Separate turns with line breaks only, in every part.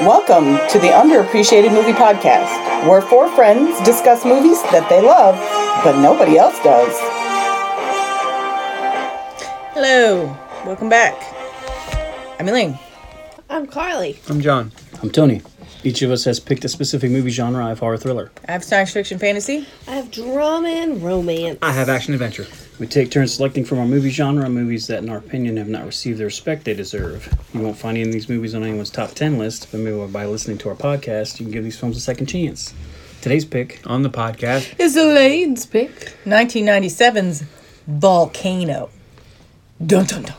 Welcome to the Underappreciated Movie Podcast, where four friends discuss movies that they love, but nobody else does.
Hello, welcome back. I'm Elaine.
I'm Carly.
I'm John.
I'm Tony. Each of us has picked a specific movie genre of horror thriller.
I have science fiction fantasy.
I have drama and romance.
I have action adventure.
We take turns selecting from our movie genre movies that, in our opinion, have not received the respect they deserve. You won't find any of these movies on anyone's top 10 list, but maybe by listening to our podcast, you can give these films a second chance. Today's pick,
On the podcast,
It's Elaine's pick.
1997's Volcano. Dun dun dun.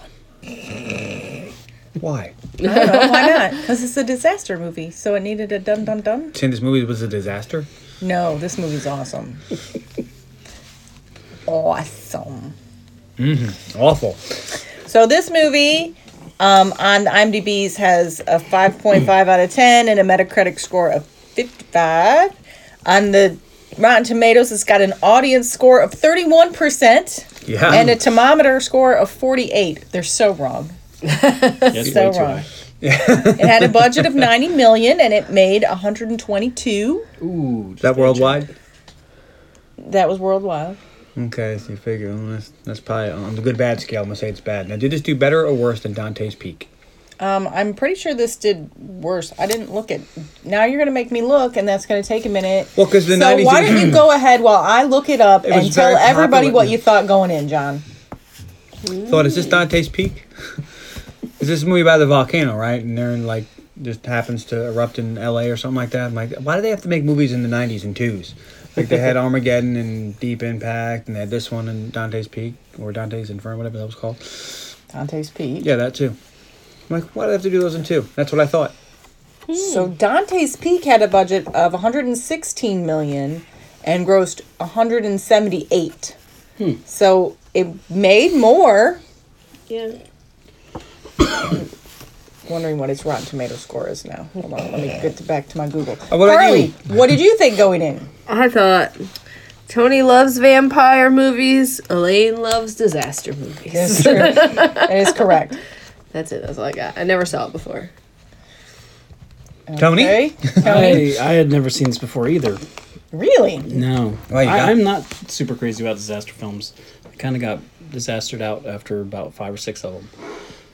why?
Oh, why not? Because it's a disaster movie, so it needed a dun dun dun.
Saying this movie was a disaster?
No, this movie's awesome. awesome.
Awful.
So this movie um, on IMDb's has a 5.5 out of 10 and a Metacritic score of 55. On the Rotten Tomatoes, it's got an audience score of 31%
Yeah.
and a thermometer score of 48. They're so wrong.
yes,
So wrong. it had a budget of 90 million and it made 122.
Ooh,
that worldwide?
That was worldwide.
Okay, so you figure well, that's, that's probably on the good bad scale. I'm gonna say it's bad. Now, did this do better or worse than Dante's Peak?
Um, I'm pretty sure this did worse. I didn't look at. Now you're gonna make me look, and that's gonna take a minute.
Well, 'cause the
so
90s
why don't you go ahead while I look it up
was
and tell
very
everybody
popular.
what you thought going in, John?
Thought is this Dante's Peak? is this a movie about the volcano, right? And they're in like just happens to erupt in L.A. or something like that. I'm like, why do they have to make movies in the '90s and twos? Like they had Armageddon and Deep Impact, and they had this one and Dante's Peak or Dante's Inferno, whatever that was called.
Dante's Peak.
Yeah, that too. I'm like, why do I have to do those in two? That's what I thought.
So Dante's Peak had a budget of 116 million and grossed 178. So it made more.
Yeah.
Wondering what its Rotten Tomato score is now. Hold on, let me get to- back to my Google.
what about
Carly, what did you think going in?
I thought Tony loves vampire movies. Elaine loves disaster movies.
That's true. that is correct.
That's it. That's all I got. I never saw it before.
Tony?
Okay. Tony.
I, I had never seen this before either.
Really?
No.
Well, you got-
I, I'm not super crazy about disaster films. I kind of got disastered out after about five or six of them.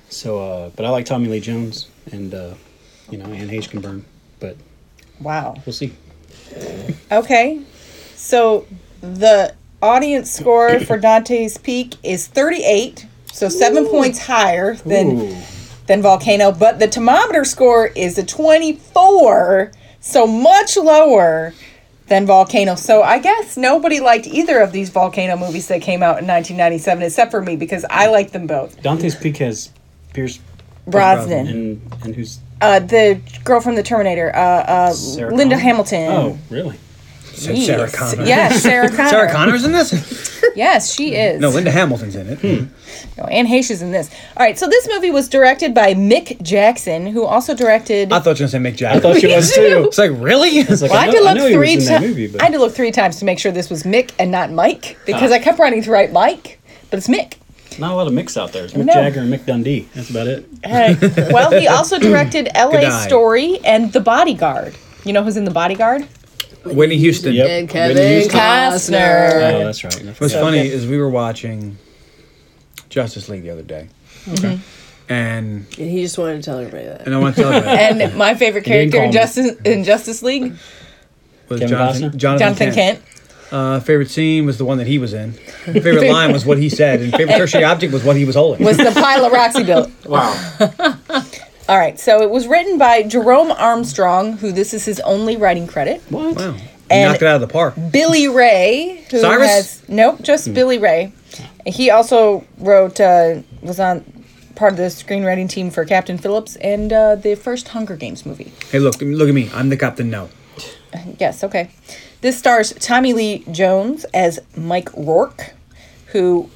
So, uh, but I like Tommy Lee Jones and, uh, you know, Anne H. can burn, but
Wow.
we'll see.
Okay. So the audience score for Dante's Peak is 38, so 7 points higher than
Ooh.
than Volcano, but the thermometer score is a 24, so much lower than Volcano. So I guess nobody liked either of these Volcano movies that came out in 1997 except for me because I liked them both.
Dante's Peak has Pierce
Brosnan,
and and who's
uh, the girl from the Terminator, uh, uh,
Sarah
Linda
Connor?
Hamilton.
Oh, really?
Said Sarah Connor.
Yes, Sarah Connor.
Sarah Connor's in this?
Yes, she is.
No, Linda Hamilton's in it.
Hmm.
No, Anne Heche is in this. All right, so this movie was directed by Mick Jackson, who also directed.
I thought you were going to say Mick
I
Jagger.
thought she was too.
it's like, really?
It's like,
Well,
I,
I had
know,
to
I
look
know he was
three
in that
times.
movie, but Ah.
I had to look three times to make sure this was Mick and not Mike because I kept running to write Mike, but it's Mick.
not a lot of mix out there. It's Mick
No.
Jagger and Mick Dundee. That's about it.
Uh, well, he also directed L.A.
Good eye.
Story and The Bodyguard. You know who's in The Bodyguard?
Whitney Houston.
Yep.
And
Whitney
Kevin
Houston.
Costner.
Oh, that's right. I
What's
forgot.
funny is we were watching Justice League the other day. And,
And he just wanted to tell everybody that.
and I want to tell you about it.
And my favorite
didn't
character in
call me.
Justice in Justice League,
Was
Kevin
Jonathan,
Costner?
Jonathan,
Jonathan Kent.
Uh, favorite scene was the one that he was in. Favorite line was what he said. And favorite tertiary object was what he was holding.
was the pile of Roxy built. Wow. All right, so it was written by Jerome Armstrong, who this is his only writing credit.
What?
wow. He
And-
knocked it out of the park.
Billy Ray, who
Cyrus?
has nope, just Billy Ray. He also wrote, uh, was on part of the screenwriting team for Captain Phillips and uh, the first Hunger Games movie.
Hey, look, look at me. I'm the captain now.
Yes, okay. This stars Tommy Lee Jones as Mike Rourke, who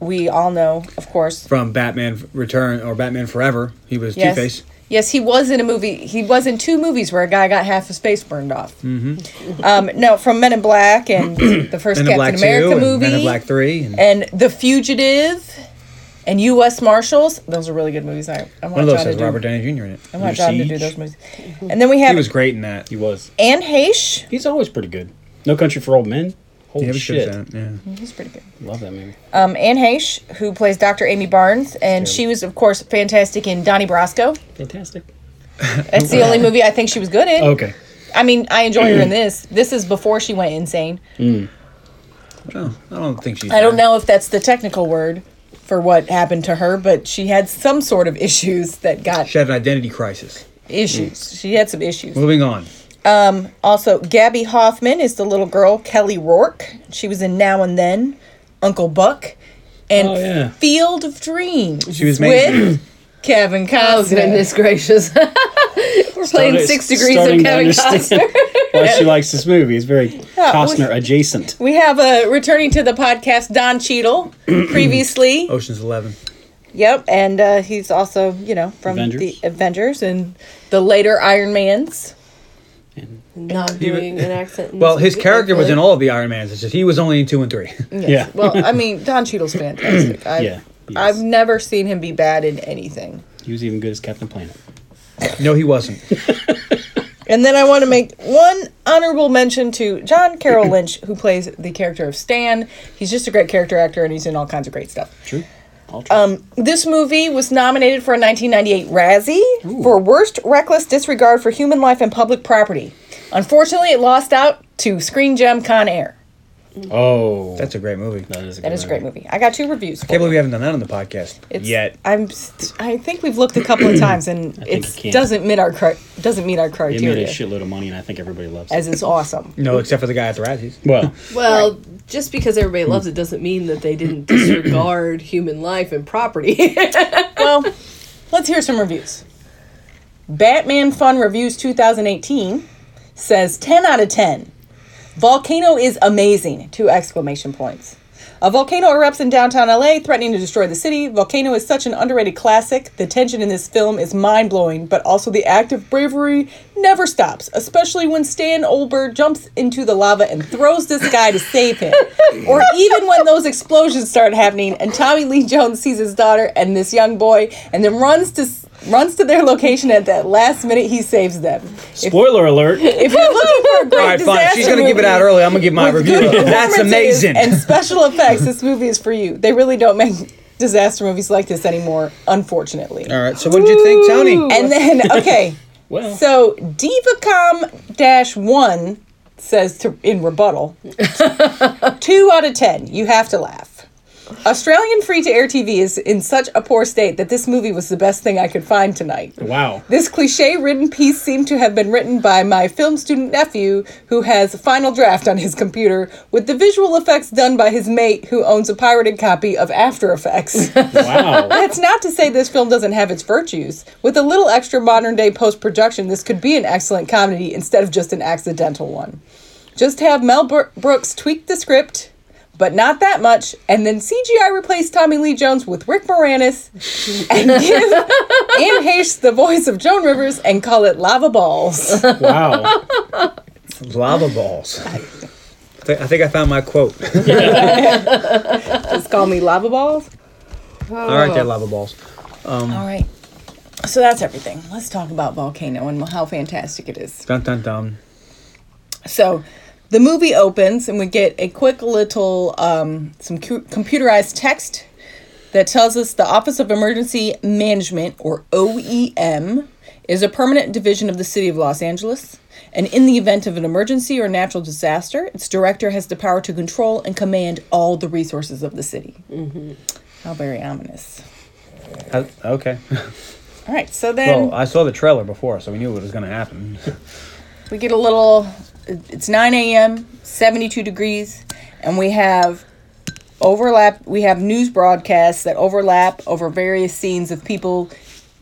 we all know, of course,
From Batman Return or Batman Forever. He was
Yes.
Two-Face.
Yes, he was in a movie. He was in two movies where a guy got half his face burned off. Mm-hmm. Um, no, from Men in Black and the first
Men in
Captain
Black
America
2 and
movie,
Men in Black 3. And,
and The Fugitive, And U.S. Marshals, those are really good movies. I, I
One of
want John
those
to
has
do.
Robert Downey Jr. in it.
I want
Under
John to do
Siege.
those movies. And then we have
He was great in that.
He was.
Anne Heche.
He's always pretty good. No Country for Old Men. Holy
Oh,
He was good
shit.
at that, yeah.
Mm, He's pretty good.
Love that movie.
Um, Anne Heche, who plays Dr. Amy Barnes, and she was, of course, fantastic in Donnie Brasco.
Fantastic.
That's the only movie I think she was good in.
Okay.
I mean, I enjoy her in this. This is before she went insane.
No, I don't think she's.
I don't know if that's the technical word for what happened to her, but she had some sort of issues that got
She had an identity crisis.
issues. She had some issues.
Moving on.
Um, also, Gabby Hoffman is the little girl, Kelly Rourke. She was in Now and Then, Uncle Buck, and
Oh, yeah.
Field of Dreams.
She was
with Kevin
Oh,
Costner.
goodness gracious. We're playing Six Degrees of Kevin Costner.
Why she likes this movie. It's very Costner adjacent.
We have a returning to the podcast, Don Cheadle, previously.
Ocean's Eleven.
Yep, and uh, he's also you know from
Avengers.
the Avengers and the later Iron Mans.
Not doing an accent. in
Well,
this
his
movie,
character was in
thankfully.
all of the Iron Mans. It's just he was only in two and three.
Yeah.
Well, I mean Don Cheadle's fantastic. I've,
Yeah, he is.
I've never seen him be bad in anything.
He was even good as Captain Planet.
no, he wasn't.
And then I want to make one honorable mention to John Carroll Lynch, who plays the character of Stan. He's just a great character actor, and he's in all kinds of great stuff.
True. All true. Um,
This movie was nominated for a 1998 Razzie for Worst Reckless Disregard for Human Life and Public Property. Unfortunately, it lost out to Screen Gem Con Air.
oh.
That's a great movie.
that is a,
That is a great movie. I got two reviews. For
can't believe
it.
we haven't done that on the podcast
It's-
yet.
I'm. s- I think we've looked a couple of times, and
think
it
you can.
doesn't meet our cri- doesn't meet our
It made a
criteria.
shitload of money, and I think everybody loves it.
As is awesome.
No, except for the guy at the Razzies.
Well,
Well, just because everybody loves it doesn't mean that they didn't disregard human life and property.
well, let's hear some reviews. Batman Fun Reviews 2018 says 10 out of 10. Volcano is amazing. Two exclamation points. A volcano erupts in downtown LA, threatening to destroy the city. Volcano is such an underrated classic. The tension in this film is mind blowing, but also the act of bravery never stops, especially when Stan Olberg jumps into the lava and throws this guy to save him. or even when those explosions start happening and Tommy Lee Jones sees his daughter and this young boy and then runs to runs to their location at that last minute he saves them. If,
spoiler alert.
if you're looking for a great
All right, fine.
disaster
She's gonna give it
movie-
out early. I'm gonna give my
with
review.
good
That's
performances
amazing.
And special effects. This movie is for you. They really don't make disaster movies like this anymore, unfortunately.
All right. So what did you think, Tony?
And then, okay.
Well.
So Divacom Dash 1 says to, in rebuttal 2 out of 10. You have to laugh. Australian free to air TV is in such a poor state that this movie was the best thing I could find tonight.
Wow.
This cliche ridden piece seemed to have been written by my film student nephew, who has Final Draft on his computer, with the visual effects done by his mate, who owns a pirated copy of After Effects.
Wow.
That's not to say this film doesn't have its virtues. With a little extra modern day post production, this could be an excellent comedy instead of just an accidental one. Just have Mel Bro- Brooks tweak the script, but not that much, and then CGI replace Tommy Lee Jones with Rick Moranis and give Anne Heche the voice of Joan Rivers and call it Lava Balls.
wow.
Lava balls. I thi- I think I found my quote.
Just call me Lava Balls.
All right, there, lava balls.
All right. So that's everything. Let's talk about Volcano and how fantastic it is.
Dun dun dun.
So the movie opens, and we get a quick little um, some cu- computerized text that tells us the Office of Emergency Management, or OEM, is a permanent division of the City of Los Angeles. And in the event of an emergency or natural disaster, its director has the power to control and command all the resources of the city. How very ominous.
I- Uh, okay.
All right, so then
Well, I saw the trailer before, so we knew what was gonna happen.
we get a little it's 9 a.m 72 degrees and we have overlap we have news broadcasts that overlap over various scenes of people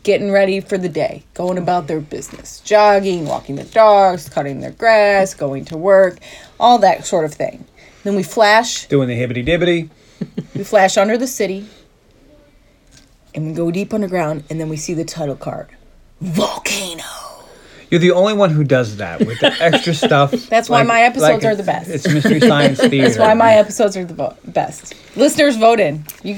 getting ready for the day going about their business jogging walking their dogs cutting their grass going to work all that sort of thing then we flash
Doing the hibbity dibbity.
we flash under the city and we go deep underground and then we see the title card volcano
You're the only one who does that with the extra stuff.
That's why my episodes are the best.
It's mystery science theater.
That's why my episodes are the vo- best. Listeners, vote in. You,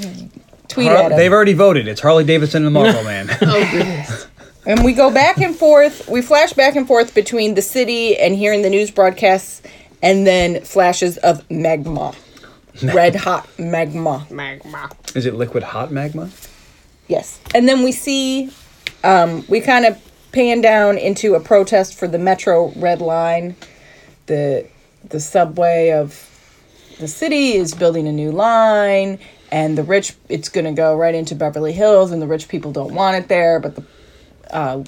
tweet
Har-
at him.
they've already voted. It's Harley Davidson and the Marlboro Man.
Oh goodness.
And we go back and forth. We flash back and forth between the city and hearing the news broadcasts, and then flashes of magma, red hot magma.
Magma.
Is it liquid hot magma?
Yes. And then we see, um, we kind of pan down into a protest for the Metro Red Line. The the subway of the city is building a new line, and the rich it's going to go right into Beverly Hills, and the rich people don't want it there, but the uh,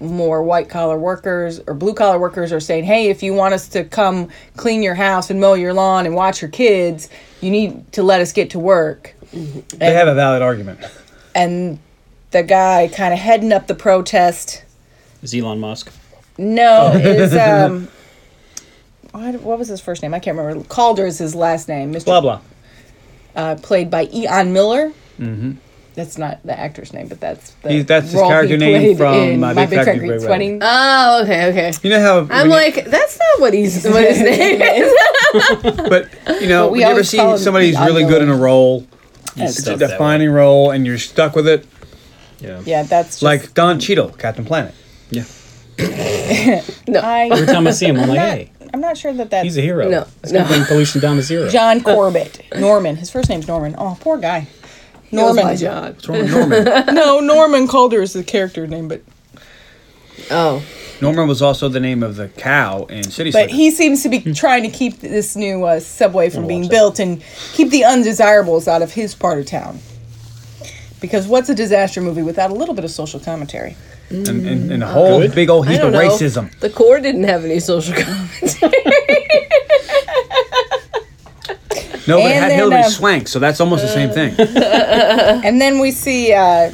more white collar workers or blue collar workers are saying, "Hey, if you want us to come clean your house and mow your lawn and watch your kids, you need to let us get to work."
They have a valid argument.
and the guy kind of heading up the protest.
Is Elon Musk?
No,
Oh.
is um, what, what was his first name? I can't remember. Calder is his last name. Mr.
Blah blah.
Uh, played by Eon Miller. Mm-hmm. That's not the actor's name, but that's the
He's- that's his
role he
character name
played
from,
in
uh,
My Big Fat Greek
Wedding.
Wedding.
Oh, okay, okay.
You know how
I'm
when you-
like, that's not what he's what his name is.
but you know,
But we
you ever
always
see
call him
somebody who's
the
really good in a
unknown.
role,
He's
it's a
stuck that way.
defining role, and you're stuck with it,
Yeah.
Yeah, that's just,
like Don Cheadle, Captain Planet.
Yeah.
I,
Every time I see him, I'm like, hey,
I'm not sure that that's
he's a hero.
No,
Let's go
no.
bring pollution down to zero.
John Corbett. Norman. His first name's Norman. Oh, poor guy.
Oh
Norman.
my John.
What's wrong with Norman?
No, Norman Calder is the character name, but
Oh,
Norman was also the name of the cow in City
But
Slickers.
he seems to be trying to keep this new uh, subway from being
watch that.
built and keep the undesirables out of his part of town. Because what's a disaster movie without a little bit of social commentary?
and, and, and a whole
Good.
big old
I
heap
don't
of
know.
racism.
The core didn't have any social commentary.
No, but it
And
had
then,
Hillary
um,
Swank, so that's almost the same thing.
And then we see uh,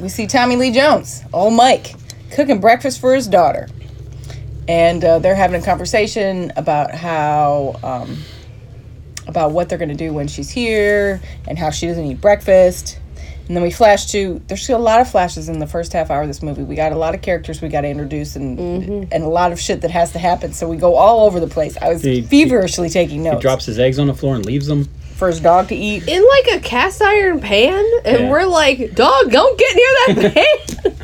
we see Tommy Lee Jones, old Mike, cooking breakfast for his daughter, and uh, they're having a conversation about how um, about what they're going to do when she's here and how she doesn't eat breakfast. And then we flash to there's still a lot of flashes in the first half hour of this movie. We got a lot of characters we got to introduce and and a lot of shit that has to happen. So we go all over the place. I was
He- he-
feverishly taking notes.
He drops his eggs on the floor and leaves them.
for his dog to eat.
In like a cast iron pan, and
Yeah.
we're like, dog, don't get near that pan.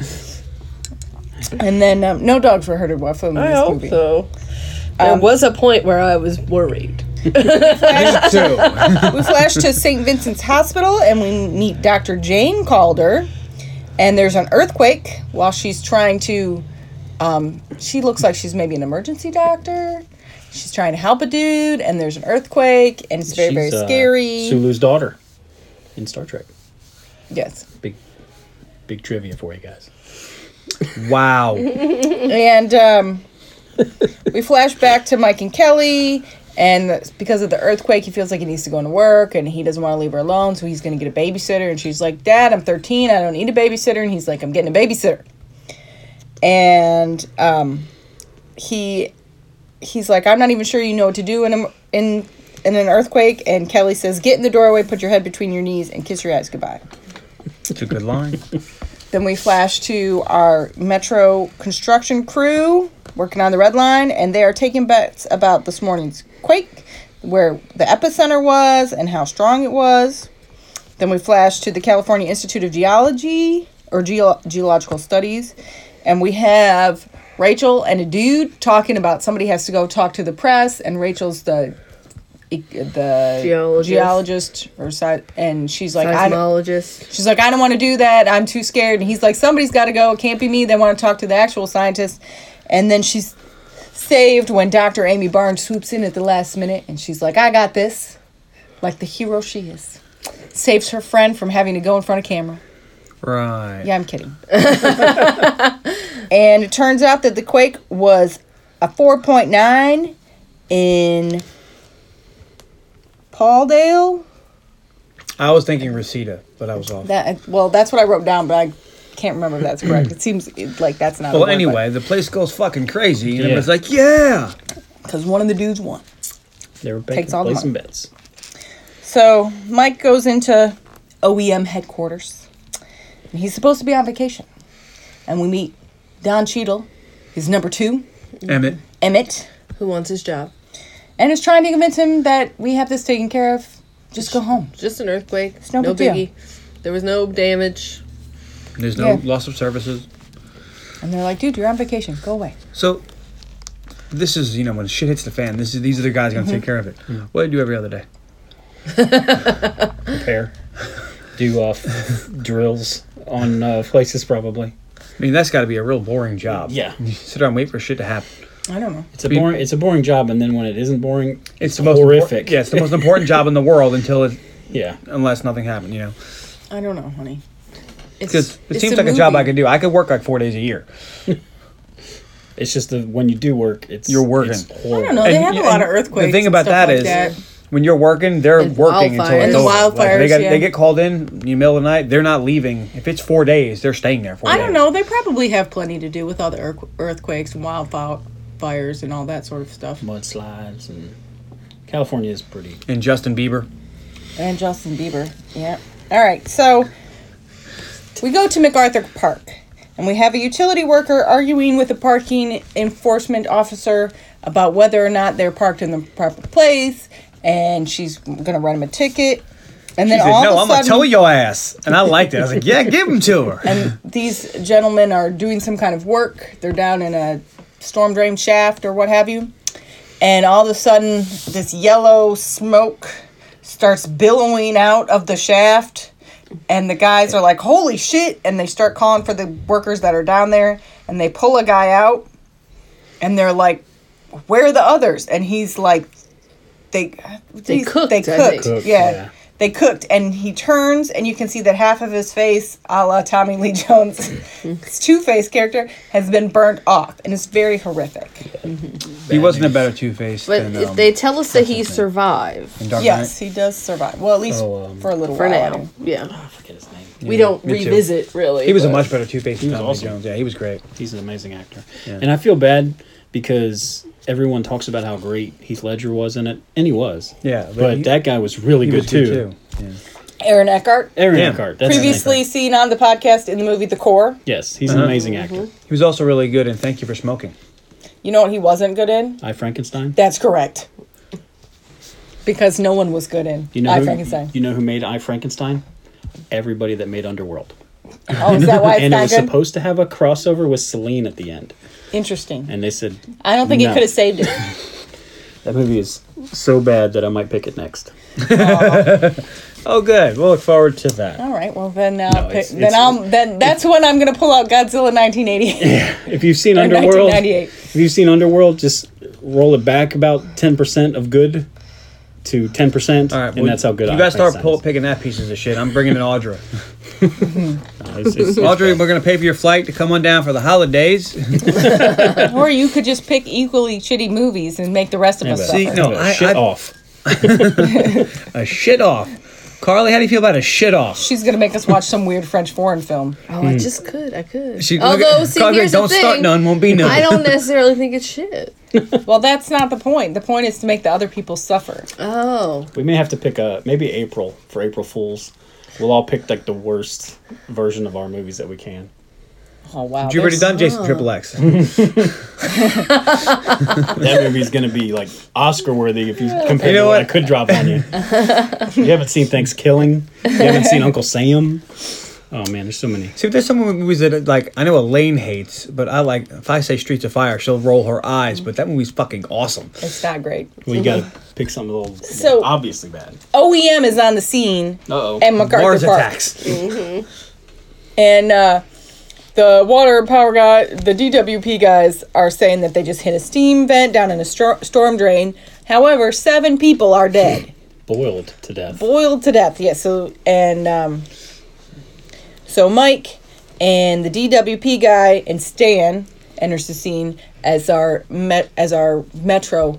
And then um, no dogs were hurted while filming this movie.
so. There
Um,
was a point where I was worried.
Too.
We flash to St. Vincent's Hospital and we meet Dr. Jane Calder. And there's an earthquake while she's trying to. Um, she looks like she's maybe an emergency doctor. She's trying to help a dude, and there's an earthquake, and it's very, very
She's, uh,
scary.
Sulu's daughter in Star Trek.
yes.
Big, big trivia for you guys.
Wow.
And um, we flash back to Mike and Kelly, and because of the earthquake, he feels like he needs to go into work, and he doesn't want to leave her alone, so he's going to get a babysitter. And she's like, "Dad, I'm 13. I don't need a babysitter." And he's like, "I'm getting a babysitter." And um, he he's like, "I'm not even sure you know what to do in a, in in an earthquake." And Kelly says, "Get in the doorway, put your head between your knees, and kiss your eyes goodbye."
It's a good line.
Then we flash to our Metro construction crew working on the red line, and they are taking bets about this morning's quake, where the epicenter was, and how strong it was. Then we flash to the California Institute of Geology or Geo- Geological Studies, and we have Rachel and a dude talking about somebody has to go talk to the press, and Rachel's the e, the
Geologist.
geologist or sci- and she's like I don't-
Seismologist.
She's like, I don't want to do that. I'm too scared. And he's like, somebody's got to go. It can't be me. They want to talk to the actual scientist. And then she's saved when Dr. Amy Barnes swoops in at the last minute and she's like, I got this. Like the hero she is. Saves her friend from having to go in front of camera.
Right.
Yeah, I'm kidding. and it turns out that the quake was a 4.9 in Pauldale.
I was thinking Reseda, but I was off.
That well, that's what I wrote down, but I can't remember if that's correct. It seems it- like that's not.
well, anyway, the place goes fucking crazy, and
Yeah.
everybody's like, "Yeah."
because one of the dudes won.
They were
Takes
taking
all the
place
money.
some bets.
So Mike goes into OEM headquarters, and he's supposed to be on vacation. And we meet Don Cheadle, his number two,
Emmett.
Emmett,
Who wants his job?
and is trying to convince him that we have this taken care of. Just go home.
Just an earthquake.
no
no
big deal.
biggie. There was no damage.
There's no
Yeah.
loss of services.
And they're like, dude, you're on vacation. Go away.
So this is you know when shit hits the fan. This is these are the guys going to take care of it. What do I do every other day?
Repair. Do uh, f- drills on uh, places probably.
I mean that's got to be a real boring job.
Yeah.
You sit around and wait for shit to happen.
I don't know.
It's a
Be-
boring. It's a boring job, and then when it isn't boring,
It's,
it's,
the most
horrific.
Important, yeah, it's the most important job in the world until it
yeah.
unless nothing happened. You know.
I don't know, honey.
It's-
Because it
it's
seems like a job I
movie.
could do. I could work like four days a year.
It's just the when you do work, it's
You're working.
It's
I
horrible.
don't know. they have a lot of earthquakes.
The thing
and
about that
stuff like
is,
that.
when you're working, they're
And
working until
wildfires. And
it's
the
over. Like, they,
wildfires,
got,
yeah.
they get called in in the middle of the night. They're not leaving. If it's four days, they're staying there. Four
I don't
days.
know. They probably have plenty to do with all the earth- earthquakes and wildfires and all that sort of stuff.
Mudslides and California is pretty.
And Justin Bieber.
And Justin Bieber. Yeah. All right. So we go to MacArthur Park and we have a utility worker arguing with a parking enforcement officer about whether or not they're parked in the proper place and she's going to run him a ticket. And then
He said,
all
no,
of
I'm
a
gonna
sudden,
tell your ass. And I liked it. I was like, yeah, give him to her.
and these gentlemen are doing some kind of work. They're down in a storm drain shaft or what have you. And all of a sudden, this yellow smoke starts billowing out of the shaft. And the guys are like, holy shit. And they start calling for the workers that are down there. And they pull a guy out. And they're like, where are the others? And he's like, they, they
cooked,
They
I think.
cooked.
Cooked,
yeah.
yeah.
They cooked. And he turns, and you can see that half of his face, a la Tommy Lee Jones, Two Face character, has been burnt off. And it's very horrific.
He wasn't a better Two Face
But
than
if
um,
they tell us that he survived
in Dark
Yes,
Knight.
he does survive. Well, at least
Oh, um,
for a little
for
while.
now, yeah,
I forget his name.
we don't
me too.
revisit really.
He was a
but-
much better Two Face than
was
Tommy Lee
awesome.
Jones. Yeah, he was great.
He's an amazing actor.
Yeah.
And I feel bad because everyone talks about how great Heath Ledger was in it, and he was.
Yeah,
but,
but he-
that guy was really
He
good,
was
too.
Yeah.
Aaron Eckhart,
Aaron
Yeah.
Eckhart. That's his name.
previously seen on the podcast in the movie The Core.
Yes, he's an
Uh-huh.
amazing actor.
Mm-hmm.
He was also really good in Thank You for Smoking.
You know what he wasn't good in?
I Frankenstein.
That's correct. Because no one was good in
You know
I
who,
Frankenstein.
You know who made I Frankenstein? Everybody that made Underworld.
oh, is that why it's
and it
not
was
good?
supposed to have a crossover with Celine at the end,
Interesting.
and they said
I don't think he
No.
could have saved it.
that movie is so bad that I might pick it next.
Oh, good. We'll look forward to that.
All right. Well, then I'll
No,
pick,
it's-
then
it's-
I'll then that's when I'm gonna pull out Godzilla 1988.
If you've seen
Or
Underworld,
1998.
if you've seen Underworld, just roll it back about ten percent of good to ten percent,
All right,
and
well,
that's how good.
you
I
guys start
Frankenstein
pull,
is.
picking that pieces of shit. I'm bringing in Audra.
No, it's- it's- it's
Audrey,
bad.
we're gonna pay for your flight to come on down for the holidays.
or you could just pick equally shitty movies and make the rest of us
but-
suffer.
See, no,
Oh,
I,
shit
I-
off.
a shit off. Carly, how do you feel about a shit off?
She's gonna make us watch some weird French foreign film.
Oh, I just could. I could.
Hmm. She- look at-
Although, see,
Carly,
here's
don't
the thing.
start none, won't be none.
I don't necessarily think it's shit.
Well, that's not the point. The point is to make the other people suffer.
Oh,
We may have to pick a maybe April for April Fools. We'll all pick like the worst version of our movies that we can.
Oh wow!
You already
there's-
done
Oh.
Jason Triple X.
That movie's gonna be like Oscar worthy if you compare
You know
to what I
what?
could drop on you. you haven't seen Thanksgiving. You haven't seen Uncle Sam. Oh man, there's so many.
See, there's some movies that like I know Elaine hates, but I like. If I say Streets of Fire, she'll roll her eyes. But that movie's fucking awesome.
It's not great.
We gotta pick something a little
So-
obviously bad.
OEM E is on the scene
Uh
at MacArthur
Mars
Park,
Attacks.
and uh, the water power guy, the DWP guys, are saying that they just hit a steam vent down in a stro- storm drain. However, seven people are dead.
Boiled to death.
boiled to death. Yeah. So and um, so Mike and the DWP guy and Stan enters the scene as our met as our metro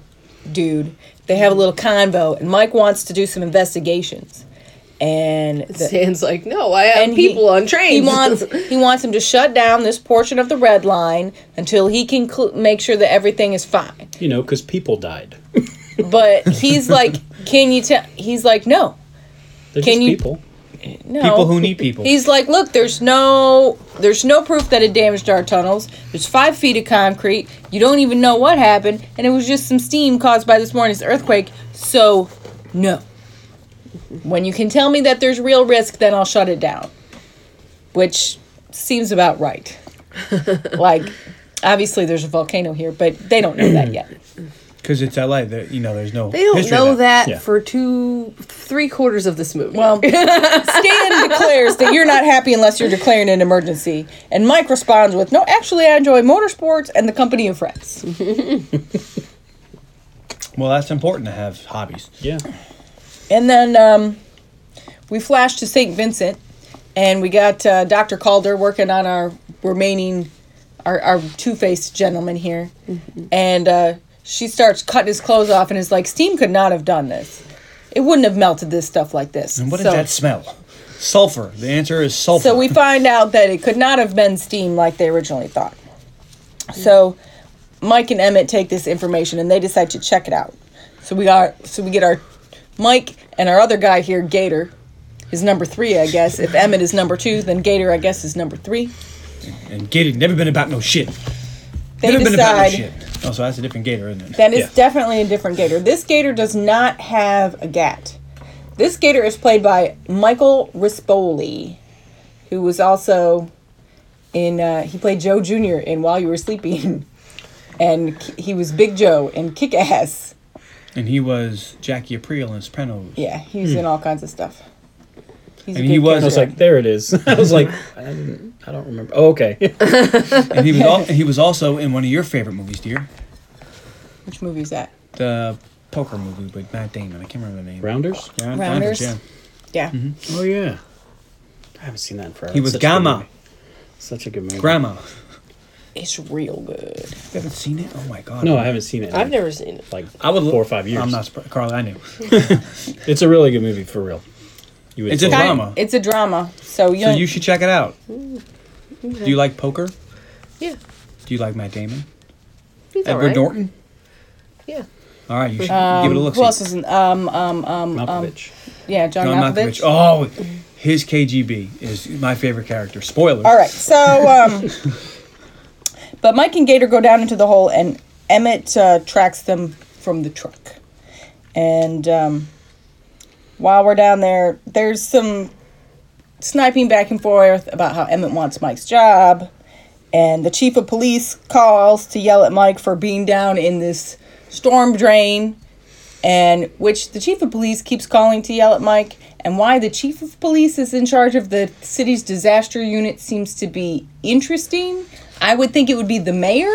dude. They have a little convo, and Mike wants to do some investigations, and the-
Stan's like, no, I have
and he-
people on trains.
He wants he wants him to shut down this portion of the red line until he can cl- make sure that everything is fine.
You know, because people died.
Mm-hmm.
But he's like, "Can you tell?" He's like, "No,
They're
Can
just
you-
people.
no."
People who need people.
He's like, look, there's no, there's no proof that it damaged our tunnels. There's five feet of concrete. You don't even know what happened, and it was just some steam caused by this morning's earthquake. So, no. When you can tell me that there's real risk, then I'll shut it down. Which seems about right. like, obviously, there's a volcano here, but they don't know that yet.
Because it's LA. That you know, there's no.
They don't
history of
know that,
Yeah.
for two, three quarters of this movie.
Well, Stan Um, declares that you're not happy unless you're declaring an emergency. And Mike responds with, No, actually, I enjoy motorsports and the company of friends.
Well, that's important to have hobbies.
Yeah.
And then um, we flashed to St. Vincent, and we got uh, Dr. Calder working on our remaining, our, our two faced gentleman here. And uh, she starts cutting his clothes off and is like, Steam could not have done this. It wouldn't have melted this stuff like this.
And what is
So-
that smell? Sulfur. The answer is sulfur.
So we find out that it could not have been steam like they originally thought. So Mike and Emmett take this information and they decide to check it out. So we got so we get our Mike and our other guy here, Gator, is number three, I guess. If Emmett is number two, then Gator, I guess, is number three.
and Gator never been about no shit.
They
never
decide
been about no shit. Oh, so that's a different Gator, isn't it?
that is
Yeah.
definitely a different Gator. This Gator does not have a gat. This Gator is played by Michael Rispoli, who was also in. Uh, he played Joe Jr. in While You Were Sleeping, and k- he was Big Joe in Kick Ass.
and he was Jackie Aprile in Sopranos.
Yeah, he was in all kinds of stuff. He's
Hmm. And
a good
he was-
I was
character.
like, there it is. I was like, I, didn't, I don't remember. Oh, okay.
And he was al- and he was also in one of your favorite movies, dear.
which movie is that?
The poker movie with Matt Damon. I can't remember the name.
Rounders?
Yeah,
Rounders?
Yeah.
Yeah,
Mm-hmm.
Oh, yeah. I haven't seen that in forever.
He
It's
was
such a good
Gamma.
movie. Such a good movie.
Grandma. You
it's real good.
haven't seen it? Oh my god.
No, I haven't seen it. in,
I've never seen it.
Like
I would
four or five years.
I'm not surprised. Carl, I knew.
It's a really good movie for real. You would
It's a
totally-
Drama.
Kind- It's a drama. So you.
So you should check it out.
Mm-hmm.
Do you like poker?
Yeah,
Do you like Matt Damon?
he's
Edward
alright.
Norton?
Yeah,
All right, you should give it a look.
who else is in? Um, um, um, um,
Malkovich.
yeah, John,
John Malkovich.
Malkovich.
Oh, his KGB is my favorite character. Spoiler.
All right, so um, but Mike and Gator go down into the hole, and Emmett uh, tracks them from the truck. And um, while we're down there, there's some sniping back and forth about how Emmett wants Mike's job, and the chief of police calls to yell at Mike for being down in this storm drain. And which the chief of police keeps calling to yell at Mike, and why the chief of police is in charge of the city's disaster unit seems to be interesting. I would think it would be the mayor.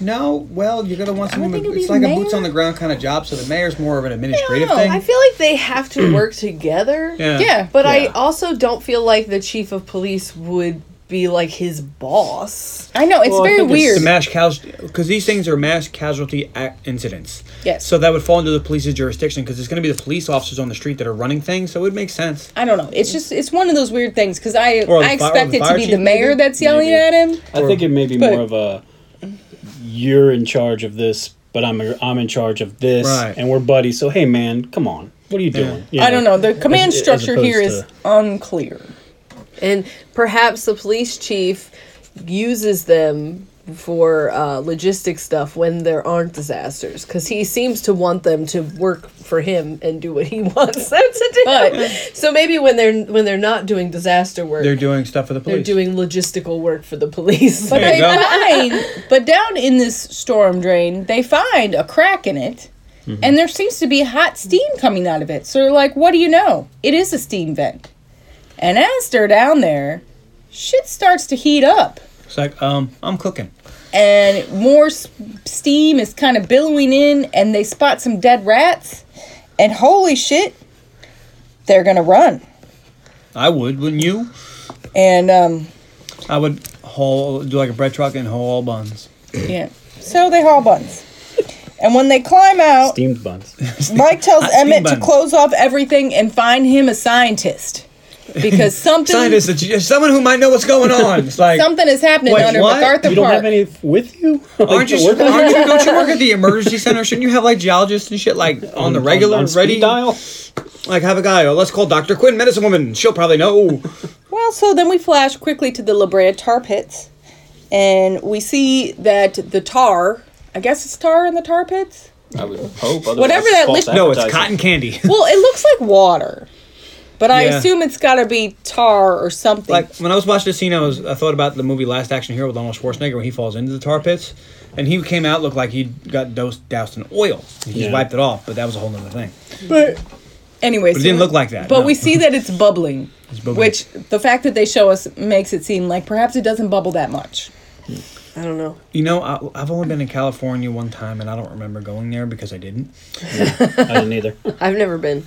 No, well, you're gonna want someone.
think
with-
it'll be
It's
the
like a
mayor.
boots on the ground kind of job. So the mayor's more of an administrative
know.
thing.
I feel like they have to work together.
yeah.
Yeah.
But I also don't feel like the chief of police would be like his boss.
I know it's
Well, I
very
think it's
weird.
The mass casualty, because these things are mass casualty ac incidents.
Yes.
So that would fall under the police's jurisdiction because it's going to be the police officers on the street that are running things. So it would make sense.
I don't know. It's just it's one of those weird things because I
Or the
I
fire-
expect
the
it to
fire
be the
chief,
mayor
maybe?
that's yelling
Maybe.
at him.
um,
I think it may be
but-
more of a you're in charge of this, but I'm I'm in charge of this,
Right.
and we're buddies. So hey, man, come on, what are you doing? You
I don't know. The command
as
structure here
opposed
is
to-
unclear.
And perhaps the police chief uses them for uh, logistic stuff when there aren't disasters because he seems to want them to work for him and do what he wants them to do.
But-
so maybe when they're when they're not doing disaster work,
They're
they're,
doing stuff for the police.
doing logistical work for the police.
But
There
they
you go.
find, but down in this storm drain, they find a crack in it,
Mm-hmm.
and there seems to be hot steam coming out of it. So they're like, "What do you know? It is a steam vent." And as they're down there, shit starts to heat up,
It's like, um, I'm cooking.
and more s- steam is kind of billowing in, and they spot some dead rats, and holy shit, they're gonna run.
I would, wouldn't you?
And um,
I would haul do like a bread truck and haul all buns.
yeah, so they haul buns, and when they climb out.
Steamed buns.
Mike tells
Hot steam
Emmett to
bun.
close off everything and find him a scientist because something
Scientist, that you- someone who might know what's going on. It's like,
something is happening
Wait,
under
what?
MacArthur
You don't
Park.
have any with you? Like,
aren't you?
to work on-
Aren't you? Don't you work at the emergency center? Shouldn't you have like geologists and shit like on the regular,
on speed
ready?
dial?
Like have a guy. Oh, let's call Doctor Quinn, medicine woman. She'll probably know.
well, so then we flash quickly to the La Brea tar pits, and we see that the tar—I guess it's tar in the tar pits.
I would hope. Otherwise,
Whatever that
false
liquid-
No, it's
advertising.
cotton candy.
Well, it looks like water, but I
Yeah.
assume it's got to be tar or something.
like when I was watching the scene, I was I thought about the movie Last Action Hero with Arnold Schwarzenegger when he falls into the tar pits, and he came out looked like he got dosed doused in oil. He just
Yeah.
wiped it off, but that was a whole other thing.
but anyway,
But it didn't look like that,
But
no.
we see that it's bubbling,
bubbling.
which the fact that they show us makes it seem like perhaps it doesn't bubble that much.
I don't know.
You know, I, I've only been in California one time, and I don't remember going there because I didn't.
I didn't either.
I've never been.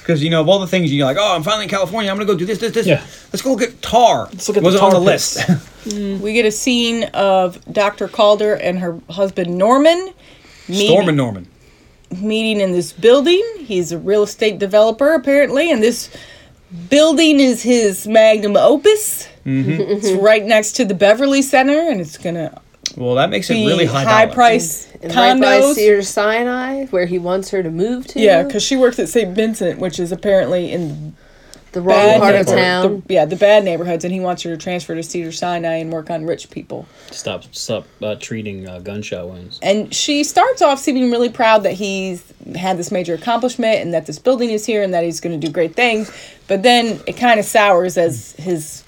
Because you know, of all the things you're like, oh, I'm finally in California. I'm gonna go do this, this, this.
Yeah.
Let's go get tar. Let's
look at the
was it
tar
on the
pits.
list.
We get a scene of Dr. Calder and her husband Norman meeting,
Storm and Norman.
meeting in this building. He's a real estate developer, apparently, and this building is his magnum opus.
Mm-hmm.
It's right next to the Beverly Center, and it's going to
Well, that makes it
be
really high,
high
dollar.
price
And right by
condos.
Sears Sinai, where he wants her to move to.
yeah, because she works at St. Vincent, which is apparently in
the
the
wrong part of
neighborhood-
town.
the- yeah, the bad neighborhoods, and he wants her to transfer to Cedar Sinai and work on rich people.
Stop, stop uh, treating uh, gunshot wounds.
And she starts off seeming really proud that he's had this major accomplishment and that this building is here and that he's going to do great things. But then it kind of sours as his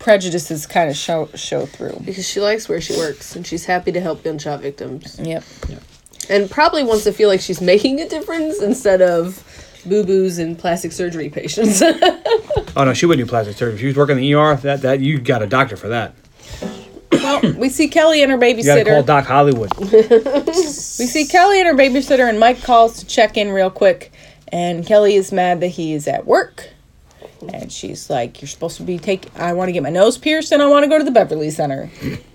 prejudices kind of show show through.
Because she likes where she works and she's happy to help gunshot victims.
Yep.
And probably wants to feel like she's making a difference instead of boo boos and plastic surgery patients.
Oh no, she wouldn't do plastic surgery. If she was working in the ER, that that you got a doctor for that.
Well, we see Kelly and her
You got to call
babysitter.
Doc Hollywood.
We see Kelly and her babysitter, and Mike calls to check in real quick. And Kelly is mad that he is at work. And she's like, You're supposed to be taking, I want to get my nose pierced and I want to go to the Beverly Center.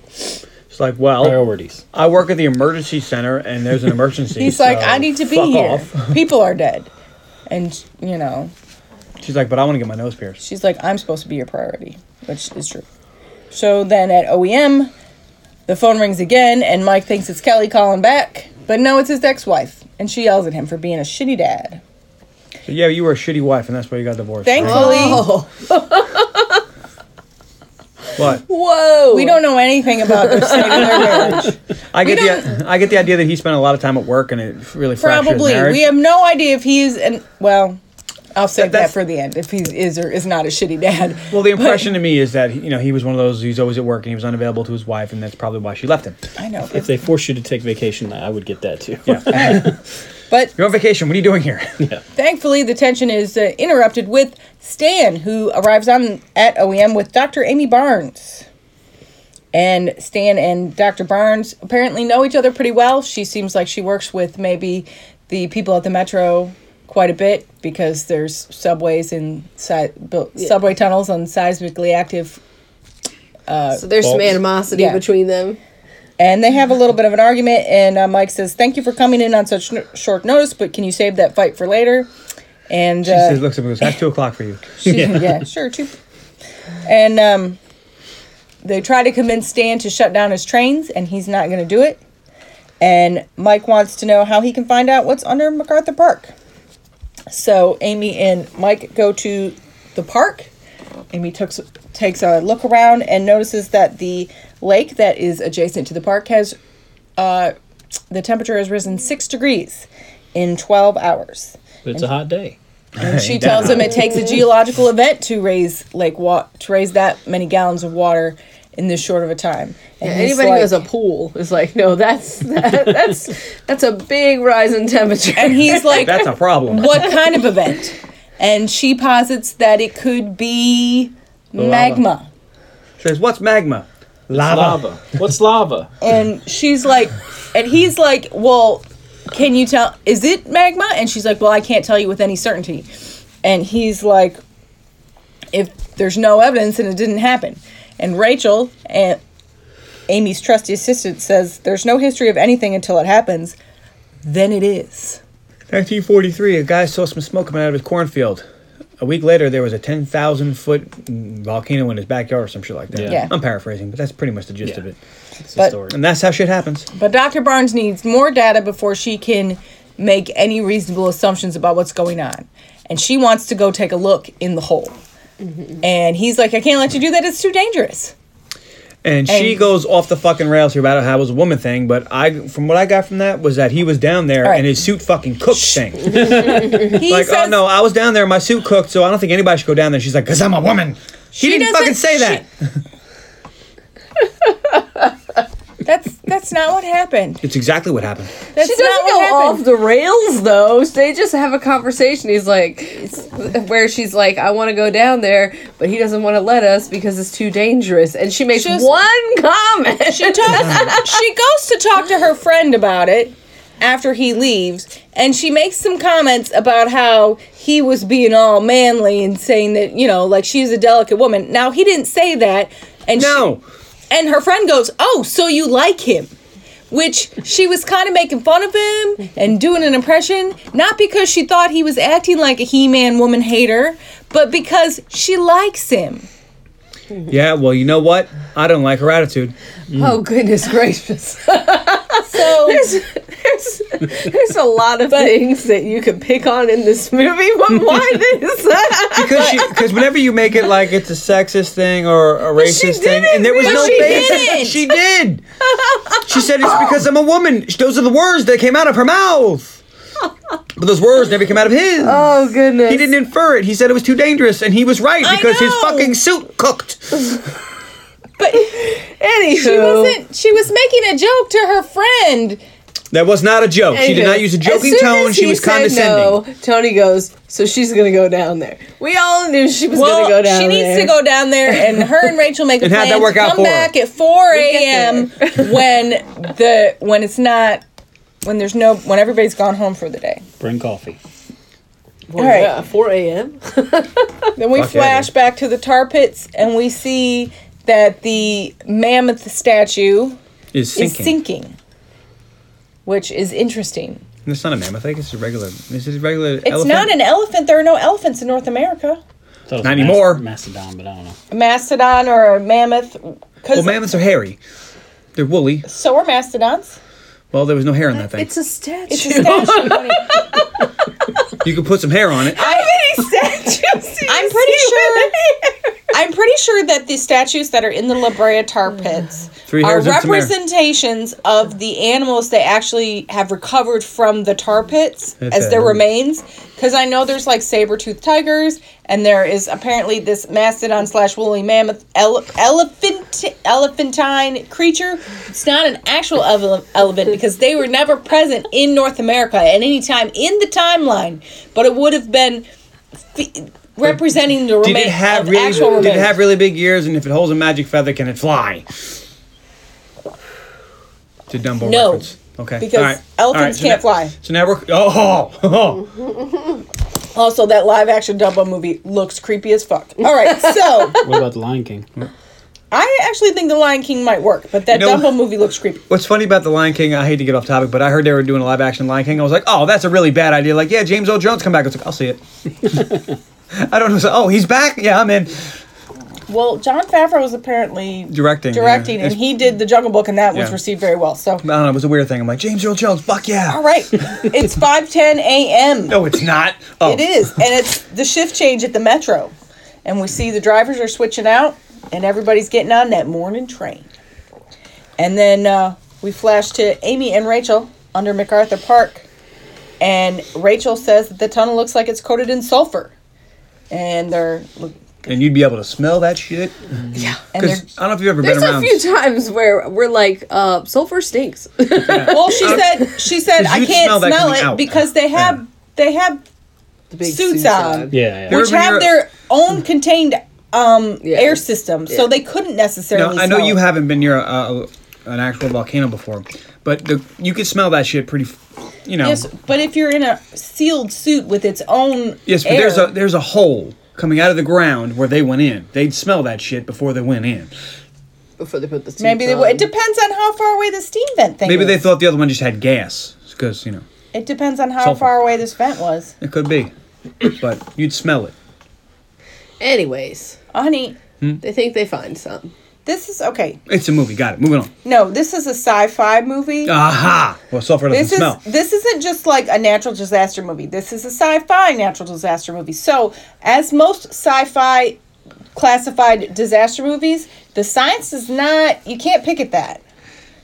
It's like, well,
Priorities.
I work at the emergency center and there's an emergency.
He's like,
so
I need to be
fuck
here.
off."
People are dead. And, you know,
She's like, but I want to get my nose pierced.
she's like, I'm supposed to be your priority, which is true. So then at OEM, the phone rings again, and Mike thinks it's Kelly calling back, but no, it's his ex wife. And she yells at him for being a shitty dad.
So, yeah, you were a shitty wife and that's why you got divorced.
Thankfully,
Oh. But
Whoa!
we don't know anything about their state of their marriage.
I get the I get the idea that he spent a lot of time at work and it really fractured his
Probably.
marriage.
We have no idea if he is an, well, I'll save that,
that's-
for the end, if he is or is not a shitty dad.
well, the impression to me is that you know he was one of those he's always at work and he was unavailable to his wife and that's probably why she left him.
I know.
If they force you to take vacation, I would get that too.
But
You're on vacation. What are you doing here?
Thankfully, the tension is uh, interrupted with Stan, who arrives on at OEM with Dr. Amy Barnes. And Stan and Dr. Barnes apparently know each other pretty well. She seems like she works with maybe the people at the metro quite a bit because there's subways and si- built subway tunnels on seismically active
So there's some
False.
animosity
Yeah.
between them.
And they have a little bit of an argument, and uh, Mike says, "Thank you for coming in on such n- short notice, but can you save that fight for later?" And
She
uh,
says, looks at me and goes, "That's two o'clock for you."
She- yeah. sure, too. And um, they try to convince Stan to shut down his trains, and he's not going to do it. And Mike wants to know how he can find out what's under MacArthur Park. So Amy and Mike go to the park. Amy takes takes a look around and notices that the lake that is adjacent to the park has uh, the temperature has risen six degrees in twelve hours.
But it's a hot day.
And she tells him it takes a geological event to raise like wa- to raise that many gallons of water in this short of a time. And he's
Anybody who
like-
has a pool is like, no, that's that, that's that's a big rise in temperature.
and he's like,
That's a problem.
"What kind of event?" And she posits that it could be magma.
She says, "What's magma?" Lava.
Lava. What's lava?
And she's like, and he's like, well, can you tell? Is it magma? And she's like, well, I can't tell you with any certainty. And he's like, if there's no evidence and it didn't happen. And Rachel, and Amy's trusty assistant, says, there's no history of anything until it happens. Then it is.
1943, a guy saw some smoke coming out of his cornfield. A week later, there was a 10,000 foot volcano in his backyard or some shit like that.
Yeah.
Yeah.
I'm paraphrasing, but that's pretty much the gist
Yeah.
of it.
It's
But-
a story.
And that's how shit happens.
But Dr. Barnes needs more data before she can make any reasonable assumptions about what's going on. And she wants to go take
Mm-hmm.
a look in the hole. And he's like, I can't let you do that. It's too dangerous.
And she
And-
goes off the fucking rails here about how it was a woman thing, but I, from what I got from that, was that he was down there
right.
and his suit fucking cooked thing.
He
like, oh
says
no, I was down there, my suit cooked, so I don't think anybody should go down there. She's like, cause I'm a woman. She didn't fucking
doesn't-
say
she-
that.
that's that's not what happened.
It's exactly what happened.
That's
She
not
doesn't
what
go
happened.
off the rails though. They just have a conversation. He's like, where she's like, I want to go down there, but he doesn't want to let us because it's too dangerous. And she makes
She's-
one comment.
She talks. she goes to talk to her friend about it after he leaves, and she makes some comments about how he was being all manly and saying that you know, like she's a delicate woman. Now he didn't say that, and she-
No.
and her friend goes, "Oh, so you like him." Which she was kind of making fun of him and doing an impression, not because she thought he was acting like a He Man woman hater, but because she likes him.
Yeah, well, you know what? I don't like her attitude.
oh goodness gracious!
So,
there's, there's a lot of things that you could pick on in this movie, but why this?
Because she, because whenever you make it like it's a sexist thing or a racist thing,
didn't,
and there was
but
no
she
basis,
didn't.
she did. She said it's because I'm a woman. Those are the words that came out of her mouth. But those words never came out of his.
oh goodness!
He didn't infer it. He said it was too dangerous, and he was right because his
know.
fucking suit cooked.
but
Anywho,
she wasn't. She was making a joke to her friend.
That was not a joke. She did
Anywho,
not use a
as
joking
soon
tone.
as
She
he
was
said
condescending.
No, Tony goes, so she's gonna go down there. We all knew she was
Well,
gonna go down
she needs
there.
to go down there, and her and Rachel make a
And how'd
plan
that
to
work out
come
for her?
back at four
get
a.m. when the when it's not when there's no when everybody's gone home for the day.
Bring coffee.
Well,
All right.
yeah, 4 a.m.
Then we
Fuck yeah,
flash
dude.
back to the tar pits, and we see that the mammoth statue
Is
is
sinking.
sinking, which is interesting.
It's not a mammoth. I think it's a regular. This is regular.
It's not an elephant. There are no elephants in North America.
Thought it was
Not
Mas-
anymore.
Mastodon, but I don't know.
A mastodon or a mammoth. Cause
Well, mammoths are hairy. They're woolly.
so are mastodons.
Well, there was no hair on that thing.
It's a statue.
It's a statue. honey.
You could put some hair on it.
I'm pretty sure. I'm pretty sure that the statues that are in the La Brea tar pits
Three
are
hairs and some hair.
representations of the animals they actually have recovered from the tar pits
That's
as their
it.
remains. Because I know there's like saber-toothed tigers, and there is apparently this mastodon slash woolly mammoth ele- elephant elephantine creature. It's not an actual ele- elephant because they were never present in North America at any time in the timeline, but it would have been fe- representing the
Did
remains
it have
of
really?
actual
Did it
remains.
have really big ears? And if it holds a magic feather, can it fly? To Dumbo
No,
reference. Okay.
because
All right.
elephants
All right, so
can't
now-
fly.
So now we're. Oh.
Also, that live action Dumbo movie looks creepy as fuck. All right, so
What about the Lion King?
I actually think The Lion King might work, but that
You know-
Dumbo movie looks creepy.
What's funny about the Lion King? I hate to get off topic, but I heard they were doing a live action Lion King. I was like, oh, that's a really bad idea. Like, yeah, James Earl Jones come back. I was like, I'll see it. I don't know. So, oh, he's back. Yeah, I'm in
Well, John Favreau was apparently
directing. yeah.
directing, and
It's-
he did The Jungle Book, and that was
Yeah.
received very well. So,
I don't know. It was a weird thing. I'm like, James Earl Jones. Fuck yeah.
all right, it's five ten a.m.
No, it's not. Oh,
It is, and it's the shift change at the metro, and we see the drivers are switching out, and everybody's getting on that morning train. And then uh, we flash to Amy and Rachel under MacArthur Park, and Rachel says that the tunnel looks like it's coated in sulfur, and they're
And you'd be able to smell that shit.
yeah, and they're
Because I don't know if you've ever
There's
been
a
around.
few times where we're like, uh, sulfur stinks.
well, she said she said
'Cause
I
you'd
can't
smell
smell,
that coming
it
out.
because they have
Yeah.
they have
The big
Suits on.
Yeah, yeah.
There-
which
Urban
have
Europe-
their own contained um
Yeah.
air system, so they couldn't
No,
necessarily.
I know
smell
you
it.
haven't been near a, a, an actual volcano before, but the, you could smell that shit pretty. f- You know.
Yes, but if you're in a sealed suit with its own
Yes, but
air,
there's a there's a hole coming out of the ground where they went in. They'd smell that shit before they went in.
Before they put the suits
maybe they
on.
will. It depends on how far away the steam vent thing.
Maybe they
is.
thought the other one just had gas because you know
it depends on how
Sulfur.
far away this vent was.
it could be, but you'd smell it.
Anyways,
Honey,
they think they find some.
this is okay.
It's a movie. Got it. Moving on.
No, this is a sci-fi movie.
Aha! Well, sulfur doesn't
this is
smell.
this isn't just like a natural disaster movie. This is a sci-fi natural disaster movie. So, as most sci-fi classified disaster movies, the science is not. You can't pick at that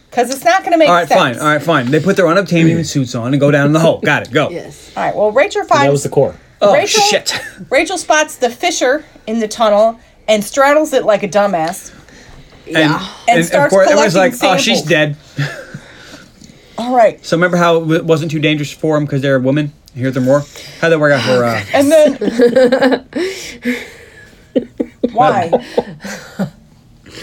because it's not going to make
All right,
sense.
fine. All right, fine. They put their unobtainium suits on and go down in the hole. Got it. Go.
Yes.
All right, Well, Rachel finds
That was the core.
Oh
Rachel,
shit.
Rachel spots the fissure in the tunnel and straddles it like a dumbass.
And,
And starts
everyone's like,
collecting
"Oh, she's
samples."
dead."
All right.
So remember how it w- wasn't too dangerous for them because they're a woman. You hear them roar. How that work out for? Uh,
And then Why?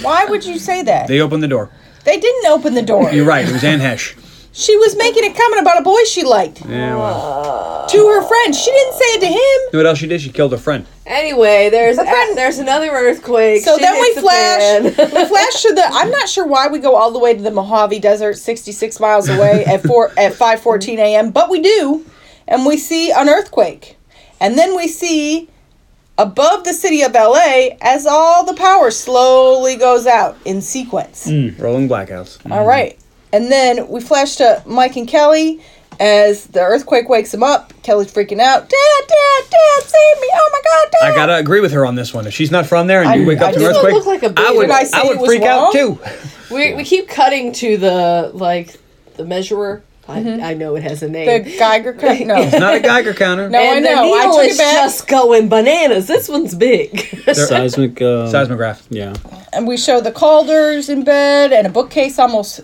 Why would you say that?
they opened the door.
They didn't open the door.
You're right. It was Anne Hesh.
She was making a comment about a boy she liked
Yeah.
Oh.
Well,
to her friend. She didn't say it to him.
you know what else she did? She killed her friend.
Anyway, there's
friend-
a, there's another earthquake.
So
Shit
then we
hits the
flash.
fan.
we flash to the. I'm not sure why we go all the way to the Mojave Desert, 66 miles away at four at 5:14 a.m. But we do, and we see an earthquake, and then we see above the city of L.A. as all the power slowly goes out in sequence.
Rolling blackouts.
All right. And then we flash to Mike and Kelly as the earthquake wakes him up. Kelly's freaking out. Dad, dad, dad, save me. Oh my God, dad.
I gotta agree with her on this one. If she's not from there and
I-
you wake
I
up to an
just
earthquake,
look like a
I
baby.
would,
Did
I say
I would
it was
freak out
wrong?
too.
We, we keep cutting to the like the measurer. I, I know it has a name.
The Geiger counter. No.
Not a Geiger counter.
No, I
and
know.
the
I
needle
took
is
it back.
just going bananas. This one's big.
Seismic. Uh,
Seismograph.
Yeah.
And we show the Calders in bed and a bookcase almost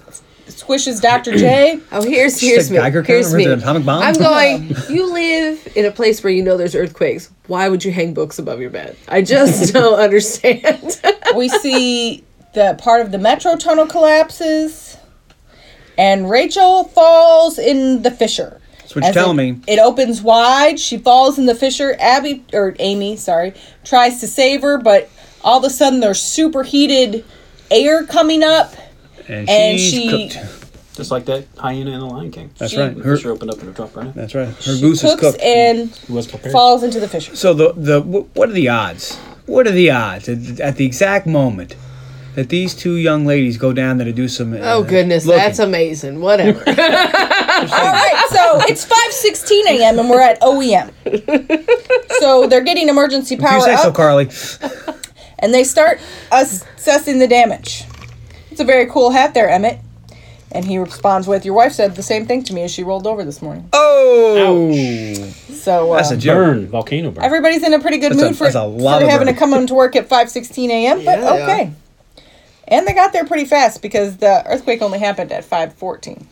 squishes Dr. J.
Oh, here's
She
here's
said
me.
Geiger counter?
here's
Or is
me.
it an atomic bomb?
I'm going. You live in a place where you know there's earthquakes. Why would you hang books above your bed? I just don't understand.
We see the part of the metro tunnel collapses and Rachel falls in the fissure.
That's what you're
As
telling
it-
me.
It opens wide. She falls in the fissure. Abby or Amy, sorry, tries to save her, but all of a sudden there's superheated air coming up.
And
And
she's
she-
cooked.
Just like that hyena in the Lion King.
That's
she-
right.
The
Her,
fisher opened up in a drop right now.
that's right. Her goose is
Cooks
cooked.
and
was prepared.
falls into the fissure.
So the the wh- what are the odds? What are the odds at, at the exact moment that these two young ladies go down there to do some? Uh,
oh goodness,
looking?
that's amazing. Whatever.
All right, so it's 5:16 a.m. and we're at OEM. So they're getting emergency
If
power
you say so,
up,
Carly.
and they start assessing the damage. It's a very cool hat there, Emmett. And he responds with, "Your wife said the same thing to me as she rolled over this morning."
Oh,
So uh,
that's a joke.
Burn, volcano burn.
everybody's in a pretty good
That's a-
mood for,
that's a lot
for
of
having to
burn.
come on to work at 5.16 a.m but
Yeah.
okay and they got there pretty fast because the earthquake only happened at 5.14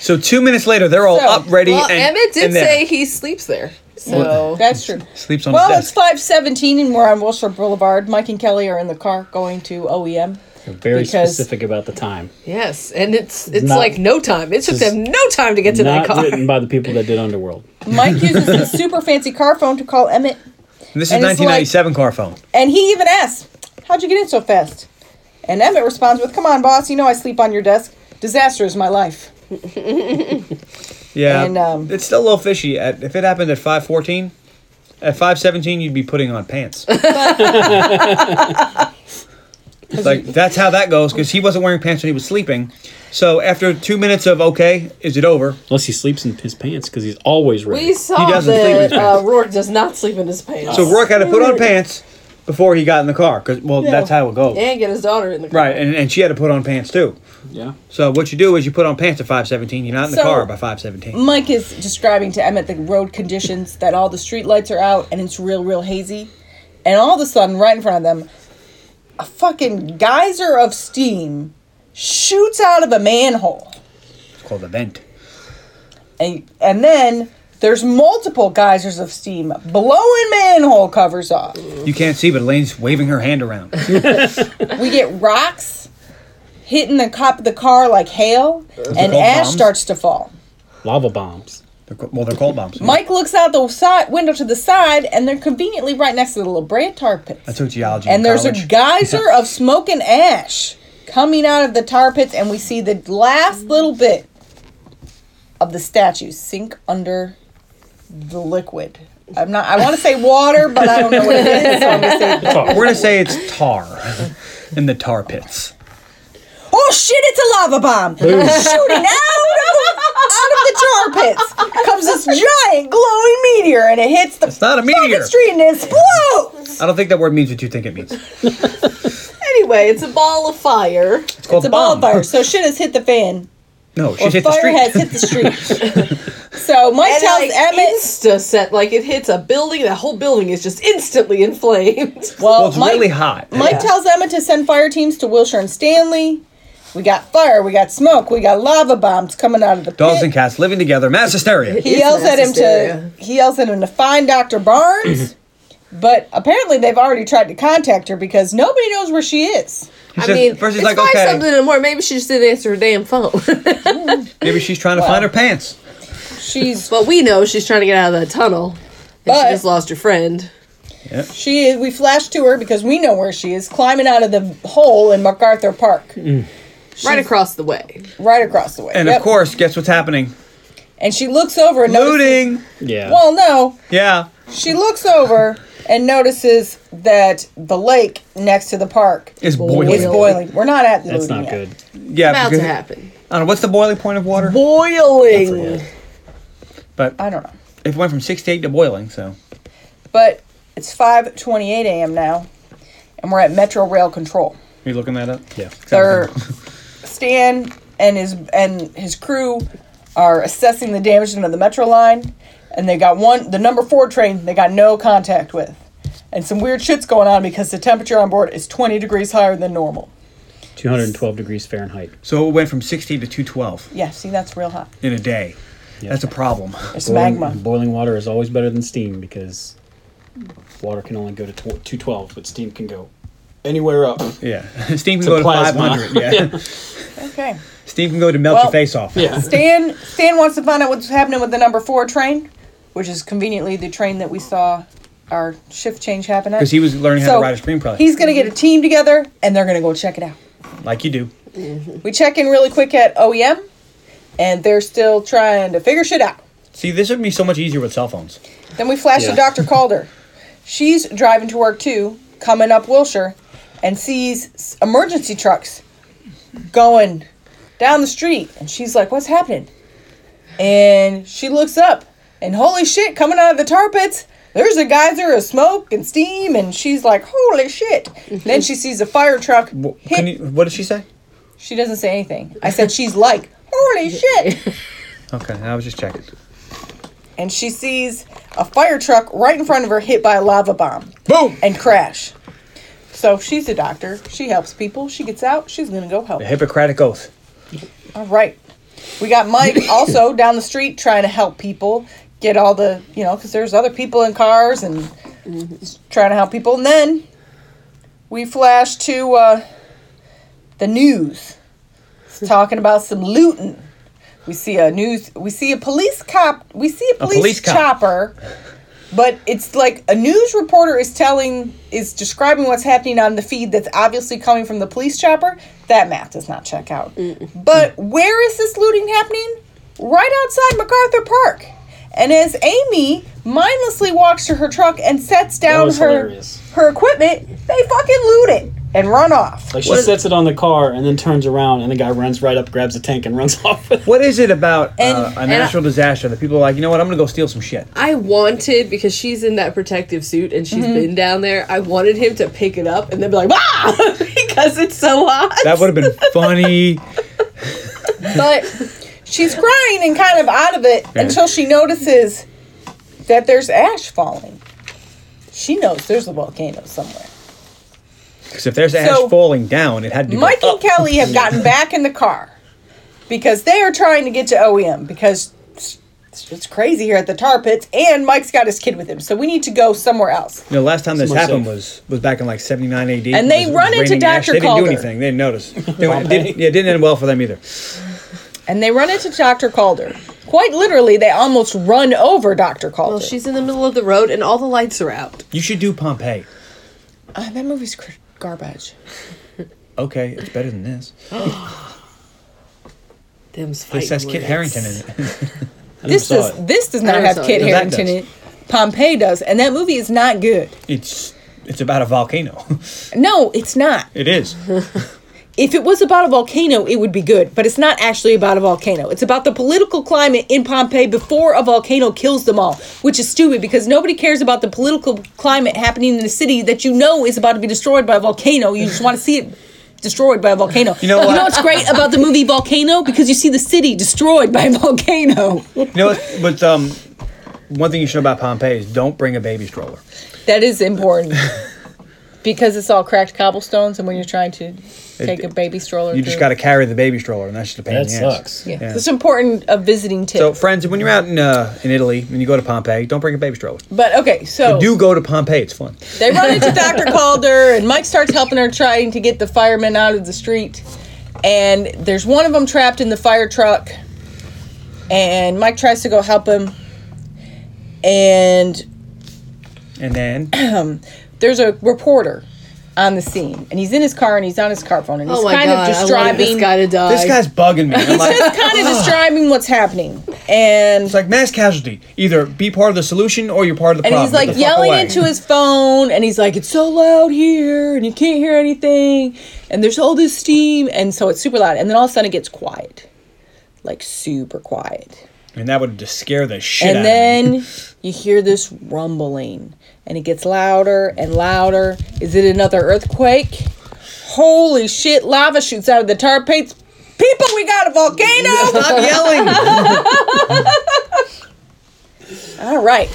So two minutes later, they're all
So,
up, ready,
well,
and
Emmett did
and there.
say he sleeps there. So
that's true
sleeps on
well
his
it's
desk.
5.17 and we're on wilshire boulevard mike and kelly are in the car going to E oem
They're very
because-
specific about the time.
yes, and it's it's
Not-
like no time. It took
This is
them no time to get to that
Not
car.
written by the people that did Underworld.
mike uses his super fancy car phone to call emmett
And this is
and it's
1997 car phone.
and he even asks how'd you get in so fast and emmett responds with come on boss you know i sleep on your desk disaster is my life
Yeah,
And, um,
it's still a little fishy. At, if it happened at 5:14, at 5:17, you'd be putting on pants. It's like that's how that goes because he wasn't wearing pants when he was sleeping. So after two minutes of okay, is it over?
Unless he sleeps in his pants because he's always ready.
We saw
doesn't sleep in his
that uh,
pants.
Rourke does not sleep in his pants.
Oh.
So Rourke had to put on pants before he got in the car because well, that's how it goes.
and get his daughter in the car.
Right, and, and she had to put on pants too.
Yeah.
So what you do is you put on pants at 5:17. You're not in the
So-
car by 5:17.
Mike is describing to Emmett the road conditions that all the street lights are out and it's real, real hazy. And all of a sudden, right in front of them, a fucking geyser of steam shoots out of a manhole.
It's called a vent.
And, and then there's multiple geysers of steam blowing manhole covers off.
You can't see, but Elaine's waving her hand around.
We get rocks hitting the top of the car like hail,
called
and ash
bombs?
starts to fall.
Lava bombs.
They're, co- well, they're cold bombs.
Mike looks out the side window to the side, and they're conveniently right next to the LeBrea tar pits.
I took geology. in
and there's a
college.
geyser of smoke and ash coming out of the tar pits, and we see the last little bit of the statue sink under the liquid. I'm not. I want to say water, but I don't know what it is. So I'm gonna say,
We're gonna say it's tar in the tar pits.
oh shit! It's a lava bomb shooting out of, out of the carpets comes this giant glowing meteor and it hits the
It's not a meteor.
fucking street and it explodes.
I don't think that word means what you think it means. It's
Anyway, it's a ball of fire.
called
It's a
bomb.
bonfire, so shit has hit the fan.
No, she's
Or
hit the
fire
street.
has hit the street. so Mike
And
tells
like
Emmett.
insta set, like it hits a building, the whole building is just instantly inflamed.
well,
well, it's
Mike,
really hot.
Mike tells Emma to send fire teams to Wilshire and Stanley. We got fire, we got smoke, we got lava bombs coming out of the
Dogs
pit.
and cats living together, mass hysteria.
he
It's
yells
mass
at him
hysteria.
to he yells at him to find Dr. Barnes. but apparently they've already tried to contact her because nobody knows where she is.
He
I
says-
mean,
first
it's
he's like,
five
okay,
something in the morning. Maybe she just didn't answer her damn phone.
maybe she's trying to find her pants.
She's
but we know she's trying to get out of that tunnel. And
But-
she just lost her friend.
she is we flash to her because we know where she is, climbing out of the hole in MacArthur Park.
right across the way.
Right across the way.
Mm. And
Yep.
of course, guess what's happening?
And she looks over and notices-
Looting.
Yeah.
Well no,
Yeah.
she looks over and notices that the lake next to the park
It's
is
boiling.
boiling. We're not at the
That's
looting
not
yet.
good.
yeah.
About to
because-
happen.
I don't know. What's the boiling point of water?
Boiling.
But
I don't know.
it went from 68 to boiling, so.
But it's 5:28 a.m. now, and we're at Metro Rail Control.
Are you looking that up?
Yeah.
They're Stan and his and his crew are assessing the damage to the metro line, and they got one the number four train they got no contact with, and some weird shit's going on because the temperature on board is 20 degrees higher than normal.
212 degrees Fahrenheit.
So it went from 60 to 212
Yeah, see that's real hot.
in a day. That's a problem.
It's
Boiling,
magma.
boiling water is always better than steam because water can only go to tw-
212, but steam can go anywhere up.
Yeah. Steam can
a
go to
plasma.
500. Yeah.
Okay.
Steam can go to melt
Well-
your face off.
Yeah.
Stan Stan wants to find out what's happening with the number four train, which is conveniently the train that we saw our shift change happen at.
'Cause he was learning how to ride a screen probably.
He's gonna get a team together and they're gonna go check it out.
Like you do.
We check in really quick at OEM and they're still trying to figure shit out.
See, this would be so much easier with cell phones.
Then we flash to
Yeah.
Dr. Calder. She's driving to work too, coming up Wilshire, and sees s- emergency trucks going down the street. And she's like, What's happening? And she looks up, and holy shit, coming out of the tar pits, there's a geyser of smoke and steam. And she's like, Holy shit. then she sees a fire truck
Wh-
hit
Can you, what did she say?
She doesn't say anything. I said she's like, holy shit.
Okay, I was just checking.
And she sees a fire truck right in front of her hit by a lava bomb
Boom!
and crash. So she's a doctor. She helps people. She gets out. She's going to go help.
The Hippocratic Oath.
All right. We got Mike also down the street trying to help people get all the, you know, because there's other people in cars and Mm-hmm. trying to help people. And then we flash to uh, the news. It's talking about some looting. We see a news. We see a police cop. We see a police,
police cop.
chopper. But it's like a news reporter is telling, is describing what's happening on the feed that's obviously coming from the police chopper. That math does not check out. But where is this looting happening? Right outside MacArthur Park. And as Amy mindlessly walks to her truck and sets down
was
her
hilarious.
her equipment, they fucking loot it and run off.
Like she sets it on the car and then turns around, and the guy runs right up, grabs a tank, and runs off with it.
What is it about
And-
uh, a natural disaster that people are like, you know what, I'm going to go steal some shit?
I wanted because she's in that protective suit and she's been down there. I wanted him to pick it up and then be like, "Ah!" because it's so hot.
That would have been funny.
But she's crying and kind of out of it until she notices that there's ash falling. She knows there's a volcano somewhere.
Because if there's ash
So-
falling down, it had to go
Mike
"Oh."
and
up.
Kelly have gotten back in the car because they are trying to get to OEM because it's it's crazy here at the tar pits and Mike's got his kid with him. So we need to go somewhere else.
The last time this
Somewhere
happened
safe.
was was back in like 79 AD.
And they
It was
run into
raining ash.
Dr.
They didn't
Calder.
do anything. They didn't notice. They went, did, yeah, it didn't end well for them either.
And they run into Dr. Calder. Quite literally, they almost run over Dr. Calder.
Well, she's in the middle of the road and all the lights are out.
You should do Pompeii.
Uh, that movie's cr- garbage.
Okay, it's better than this.
Them's
This
fighting
has Kit
words.
Harrington in it.
This
saw
does
it.
this does not
never
have
saw it.
Kit
No,
that
Harrington in it. Pompeii does, and that movie is not good.
It's it's about a volcano.
No, it's not.
It is.
if it was about a volcano, it would be good, but it's not actually about a volcano. It's about the political climate in Pompeii before a volcano kills them all, which is stupid because nobody cares about the political climate happening in the city that you know is about to be destroyed by a volcano. You just want to see it destroyed by a volcano. You
know what?
what's great about the movie Volcano? Because you see the city destroyed by a volcano.
You know what? But um, one thing you should know about Pompeii is don't bring a baby stroller.
That is important. Because it's all cracked cobblestones, and when you're trying to take a baby stroller,
You just
through-
got to carry the baby stroller, and that's just a pain
That
in the ass.
sucks.
Yeah.
Yeah.
It's important a visiting tip.
So, friends, when you're out in uh, in Italy and you go to Pompeii, don't bring a baby stroller.
but okay, so
Do go to Pompeii; it's fun.
they run into Dr. Calder, and Mike starts helping her trying to get the firemen out of the street. And there's one of them trapped in the fire truck, and Mike tries to go help him. And
And then
there's a reporter on the scene, and he's in his car and he's on his car phone, and he's
Oh my
kind
god!
of just
I wanted
driving.
this guy to die.
this guy's bugging me. I'm like,
It's kind of describing what's happening, and
it's like mass casualty. Either be part of the solution or you're part of the
and
problem.
he's like
Get the fuck
yelling
away.
into his phone and he's like it's so loud here and you can't hear anything and there's all this steam and so it's super loud and then all of a sudden it gets quiet like super quiet
and that would just scare the shit out
and
of me.
then you hear this rumbling and it gets louder and louder is it another earthquake holy shit lava shoots out of the tar pits people we got a volcano
Stop yelling.
all right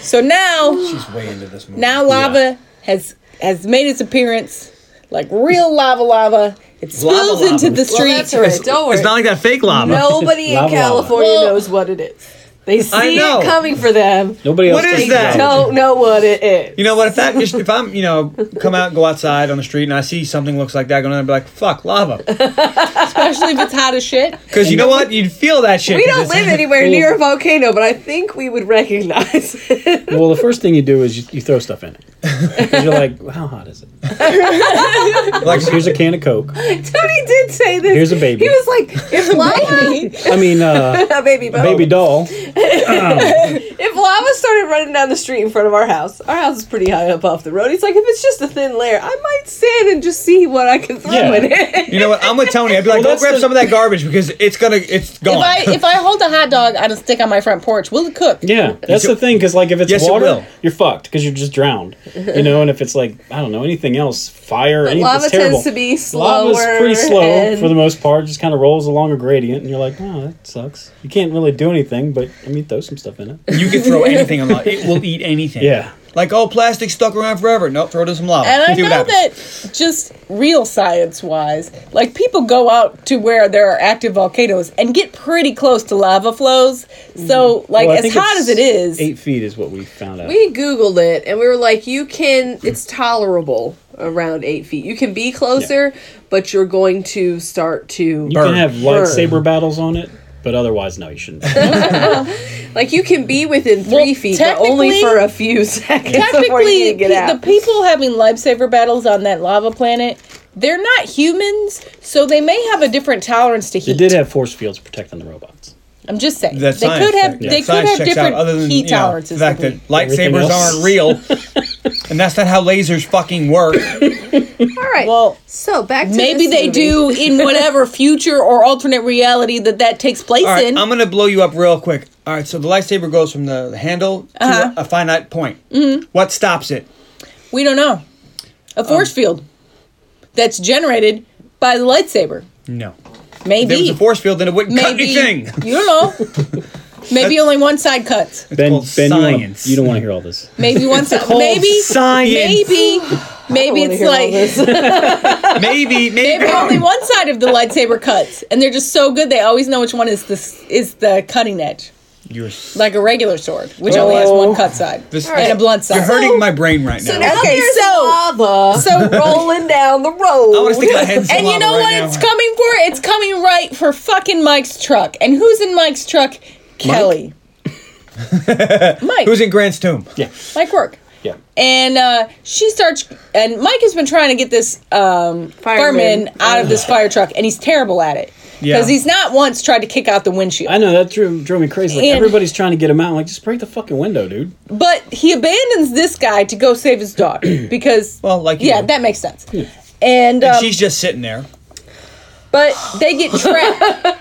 so now
She's way into this movie.
Now lava has has made its appearance, like real lava lava. It spills
Lava lava.
into the
well,
street.
that's all right. Don't worry.
it's not like that fake lava.
Nobody in
Lava lava.
California
Well-
knows what it is. They see
know.
it coming for them.
Nobody else
What
does
is
the
that?
job.
Don't know what it is.
You know what? If that just if I'm you know come out go outside on the street and I see something looks like that going on, I'd be like, fuck lava,
Especially if it's hot as shit.
because you know what? You'd feel that shit.
We
'cause
don't
it's-
live anywhere near a volcano, but I think we would recognize it.
Well, the first thing you do is you, you throw stuff in it. 'Cause you're like, how hot is it?
Like
Here's a can of Coke.
Tony did say this.
Here's a baby.
He was like, if lava,
I mean, uh,
a baby,
a
but
baby doll.
if lava started running down the street in front of our house, our house is pretty high up off the road. He's like, if it's just a thin layer, I might stand and just see what I can throw
Yeah.
in it.
You know what? I'm with Tony. I'd be like,
Well,
go
that's
grab
the-
some of that garbage because it's gonna, it's gone.
If I if I hold a hot dog on a stick on my front porch, will it cook?
Yeah, that's the thing. Because like, if it's
Yes, it
water,
will.
you're fucked because you're just drowned. You know, and if it's like I don't know anything else, fire, anything,
Lava
it's terrible.
tends to be slower.
Lava's pretty slow
and-
for the most part. Just kind of rolls along a gradient, and you're like, oh, that sucks. You can't really do anything, but I mean, throw some stuff in it.
you can throw anything on lava. It will eat anything.
Yeah.
Like, oh, plastic stuck around forever. Nope, throw it in some lava.
And I
See
know
what happens.
that just real science wise, like people go out to where there are active volcanoes and get pretty close to lava flows. So like
Well, I
as
think
hot
it's
as it is,
eight feet is what we found out.
We Googled it and we were like, you can, it's tolerable around eight feet. You can be closer, but you're going to start to,
you can
Burn.
have lightsaber battles on it, but otherwise, no, you shouldn't.
like, you can be within three
Well,
feet, but only
technically-
for a few seconds before you need
technically
to get
pe-
out.
the people having lifesaver battles on that lava planet they're not humans so they may have a different tolerance to heat
It did have force fields protecting the robots.
i'm just saying
That's
they
science
could have
fact. Yeah.
they could
Science
have
checks
different
out, other than,
heat
you know,
tolerances
the fact
than we-
that lightsabers
Everything else.
aren't real, and that's not how lasers fucking work.
All right.
well
so back to
maybe
this
they
movie.
do in whatever future or alternate reality that that takes place
All right,
in
I'm gonna blow you up real quick. All right, so the lightsaber goes from the handle to
Uh-huh.
a, a finite point.
Mm-hmm.
What stops it?
we don't know a force
Um,
field that's generated by the lightsaber
No. If there was
maybe
a force field, then it wouldn't cut
maybe
anything.
you don't know maybe only one side cuts
ben,
called
ben, you wanna-
science.
You don't want to hear all this.
Maybe once. maybe
science.
Maybe. Maybe it's
hear all this.
like
Maybe, maybe.
maybe only one side of the lightsaber cuts, and they're just so good they always know which one is the is the cutting edge,
You're
like a regular sword, which only has
Oh.
one cut side
This-
and a blunt side.
You're hurting my brain right now.
So now
Okay,
there's
so-
lava
so
rolling down the
I
road.
want to stick my head in some
and you
lava
know
right
what
now.
it's coming for? It's coming right for fucking Mike's truck. And who's in Mike's truck? Kelly. Mike.
Who's in Grant's tomb?
Um,
Yeah.
Mike work.
Yeah.
And uh, she starts, and Mike has been trying to get this um, fireman
Fireman.
out of this fire truck, and he's terrible at it
Yeah.
because he's not once tried to kick out the windshield.
I know that drew, drove me crazy. Like
And-
everybody's trying to get him out. Like just break the fucking window, dude.
But he abandons this guy to go save his daughter because,
Well, like you Hmm.
yeah,
do.
that makes sense. And, um,
She's just sitting there.
But they get trapped.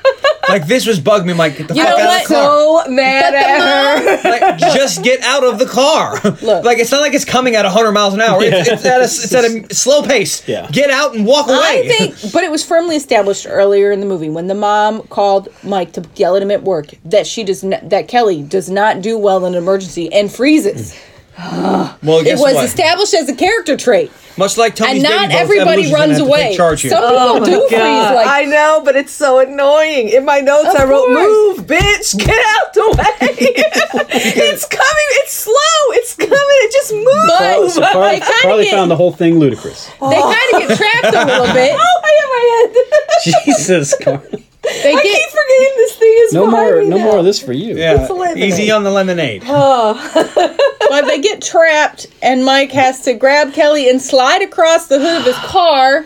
Like this was bugging me. I'm like, get the
You
fuck
know
out
what?
of the car.
So mad at her.
Like, just get out of the car.
Look.
like it's not like it's coming at 100 miles an hour. It's, it's at a it's at a slow pace.
Yeah.
Get out and walk away.
I think, but it was firmly established earlier in the movie when the mom called Mike to yell at him at work that she does not, that Kelly does not do well in an emergency and freezes.
well,
It
guess
was
what?
established as a character trait,
Much like Tony's
and
Baby
not
Boats,
everybody
evolution's gonna
runs
have to
away.
take Charge
Some
here.
people do freeze like
Oh I know, but it's so annoying. In my notes,
Of
I wrote, "Move,
course.
bitch, get out the way." it's coming. It's slow. It's coming. It just moves.
So Carly,
They kinda
Carly
get- Oh.
found the whole thing ludicrous.
They kind of get trapped a little
I
bit.
hit Oh, my head.
Jesus, Carly.
They
I
get
keep forgetting this thing is
No
behind
more,
me
no
now.
more of this for you.
Yeah.
lemonade.
Easy on the lemonade.
but they get trapped, and Mike has to grab Kelly and slide across the hood of his car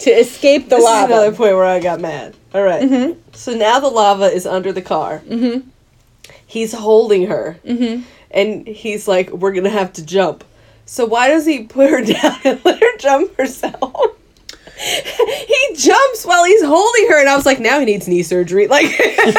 to escape the
This is
lava.
another point where I got mad. All right. So now the lava is under the car. Mm-hmm. He's holding her. Mm-hmm. And he's like, we're going to have to jump. So why does he put her down and let her jump herself? he jumps while he's holding her. And I was like, now he needs knee surgery. Like,
He's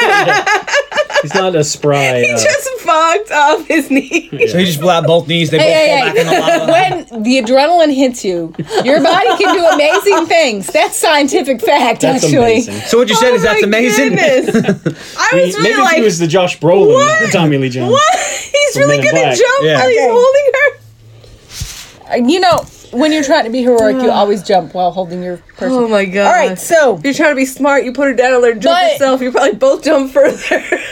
not a spry.
he
uh,
just fucked up his knee.
So you just blow out both knees. They both
Hey,
fall
hey,
back in the lava.
when the adrenaline hits you, your body can do amazing things. That's scientific fact,
that's
actually.
amazing.
So what you
Oh
said is that's amazing.
Goodness. I was
Maybe
really like,
he was the Josh Brolin,
What?
Tommy Lee Jones.
what? He's
From
really
Men in
going to
Black.
jump
Yeah.
while he's
Okay.
holding her?
Uh, You know, when you're trying to be heroic, you always jump while holding your person.
Oh my god.
All right, so
If you're trying to be smart, you put her down and let her jump
But-
herself. You probably both jump further.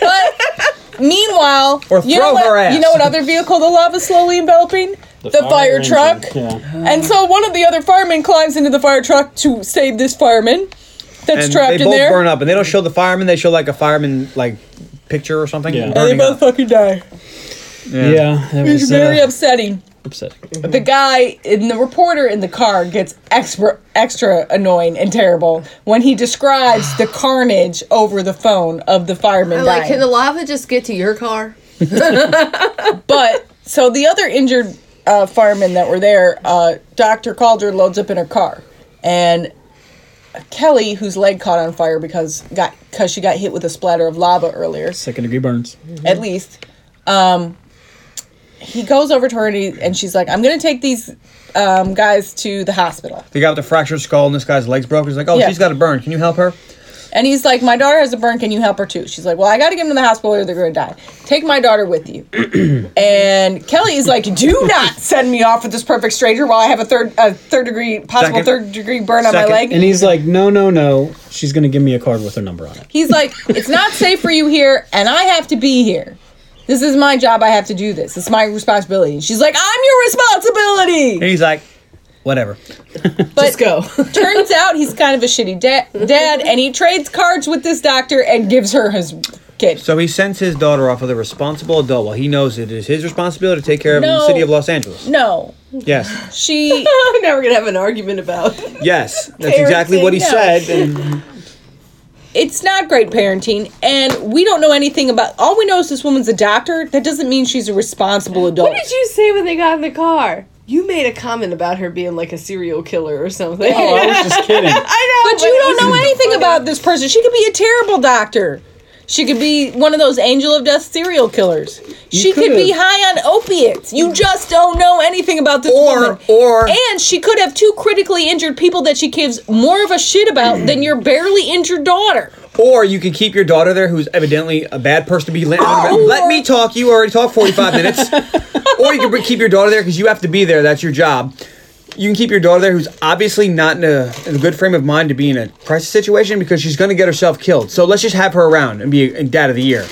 but meanwhile,
Or
you know
throw
what,
her ass.
You know what other vehicle the lava's slowly enveloping? The, fire,
engine.
truck.
Yeah.
And so one of the other firemen climbs into the fire truck to save this fireman that's
and
trapped
they
in
both
there.
burn up, and they don't show the fireman. They show like a fireman like picture or something.
Yeah. And they
and they
burning
both
up.
fucking die.
Yeah. that
It's
was
very
uh,
upsetting.
upsetting.
the guy in the reporter in the car gets extra extra annoying and terrible when he describes the carnage over the phone of the fireman
like,
dying.
can the lava just get to your car?
but so the other injured uh, firemen that were there, uh, Doctor Calder loads up in her car, and Kelly, whose leg caught on fire because got because she got hit with a splatter of lava earlier,
Second degree burns.
at least. Um, he goes over to her and, he, and she's like, "I'm gonna take these um, guys to the hospital."
They got the fractured skull, and this guy's legs broken. He's like, "Oh,
Yeah.
she's got a burn. Can you help her?"
And he's like, My daughter has a burn. Can you help her too? She's like, Well, I got to get them to the hospital or they're going to die. Take my daughter with you. and Kelly is like, Do not send me off with this perfect stranger while I have a third, a third degree,
Second.
possible third degree burn on
Second.
my leg.
And he's like, no, no, no. She's gonna give me a card with her number on it.
he's like, It's not safe for you here, and I have to be here. This is my job. I have to do this. It's my responsibility. And she's like, I'm your responsibility.
And he's like, "Whatever."
But turns out he's kind of a shitty da- dad, and he trades cards with this doctor and gives her his kid.
So he sends his daughter off with a responsible adult. While he knows it is his responsibility to take care of him in the
No.
city of Los Angeles.
No,
Yes,
she
I'm never going to have an argument about.
yes, that's exactly what he
Parenting, no.
said. And
it's not great parenting and we don't know anything about all we know is this woman's a doctor that doesn't mean she's a responsible adult
What did you say when they got in the car? You made a comment about her being like a serial killer or something.
Oh, I was just kidding.
I know.
but you
it
don't
was
know
so
anything
funny.
about this person she could be a terrible doctor she could be one of those angel of death serial killers she could be
could've-
high on opiates you just don't know anything about this
or
woman
or
and she could have two critically injured people that she gives more of a shit about than your barely injured daughter
Or you can keep your daughter there, who's evidently a bad person to be. Let,
Oh.
let me talk. You already talked 45 minutes. or you can br- keep your daughter there because you have to be there. That's your job. You can keep your daughter there, who's obviously not in a, in a good frame of mind to be in a crisis situation because she's going to get herself killed. So let's just have her around and be a, dad of the year.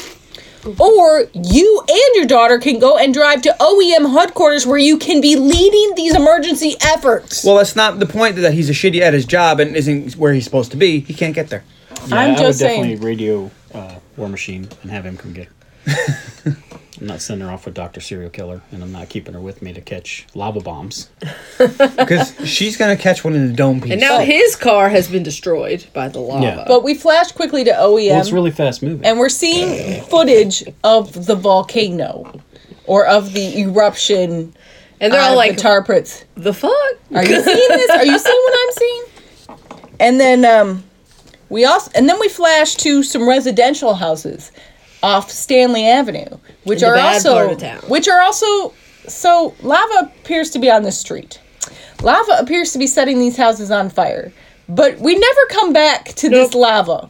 Or you and your daughter can go and drive to OEM headquarters where you can be leading these emergency efforts.
Well, that's not the point that he's a shitty at his job and isn't where he's supposed to be. He can't get there.
Yeah, I
I'm
would
just saying.
definitely radio uh, War Machine and have him come get her. I'm not sending her off with Doctor Serial Killer, and I'm not keeping her with me to catch lava bombs.
Because she's going to catch one in the dome piece.
And now his car has been destroyed by the lava.
Yeah.
but we flash quickly to E OEM
Well, it's really fast moving.
and we're seeing footage of the volcano or of the eruption.
and they're
out
all
of
like,
the tar pits.
the fuck?
Are you seeing this? Are you seeing what I'm seeing? And then um We also and then we flash to some residential houses off Stanley Avenue, which
the
are
bad
also
part of town.
which are also so lava appears to be on the street. Lava appears to be setting these houses on fire. But we never come back to this lava.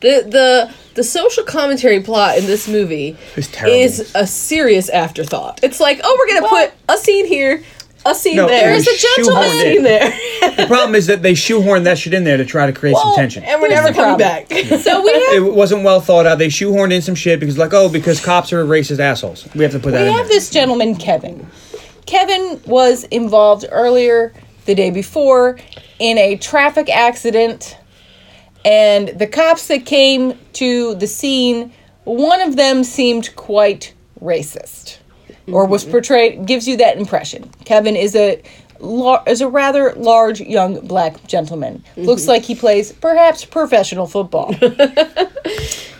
The the the social commentary plot in this movie
It's terrible.
is a serious afterthought. It's like, oh, we're gonna
Well-
put a scene here, a scene
No,
there,
it was
a
shoehorned in.
scene there,
The problem is that they shoehorned that shit in there to try to create some tension.
and we're
Here's
never
the
coming
problem.
back. So we have
It wasn't well thought out. They shoehorned in some shit because, like, oh, because cops are racist assholes. We have to put that
We
in
have
there.
this gentleman, Kevin. Kevin was involved earlier the day before in a traffic accident, and the cops that came to the scene, one of them seemed quite racist, or was portrayed gives you that impression. Kevin is a lar- is a rather large young black gentleman. Looks like he plays perhaps professional football.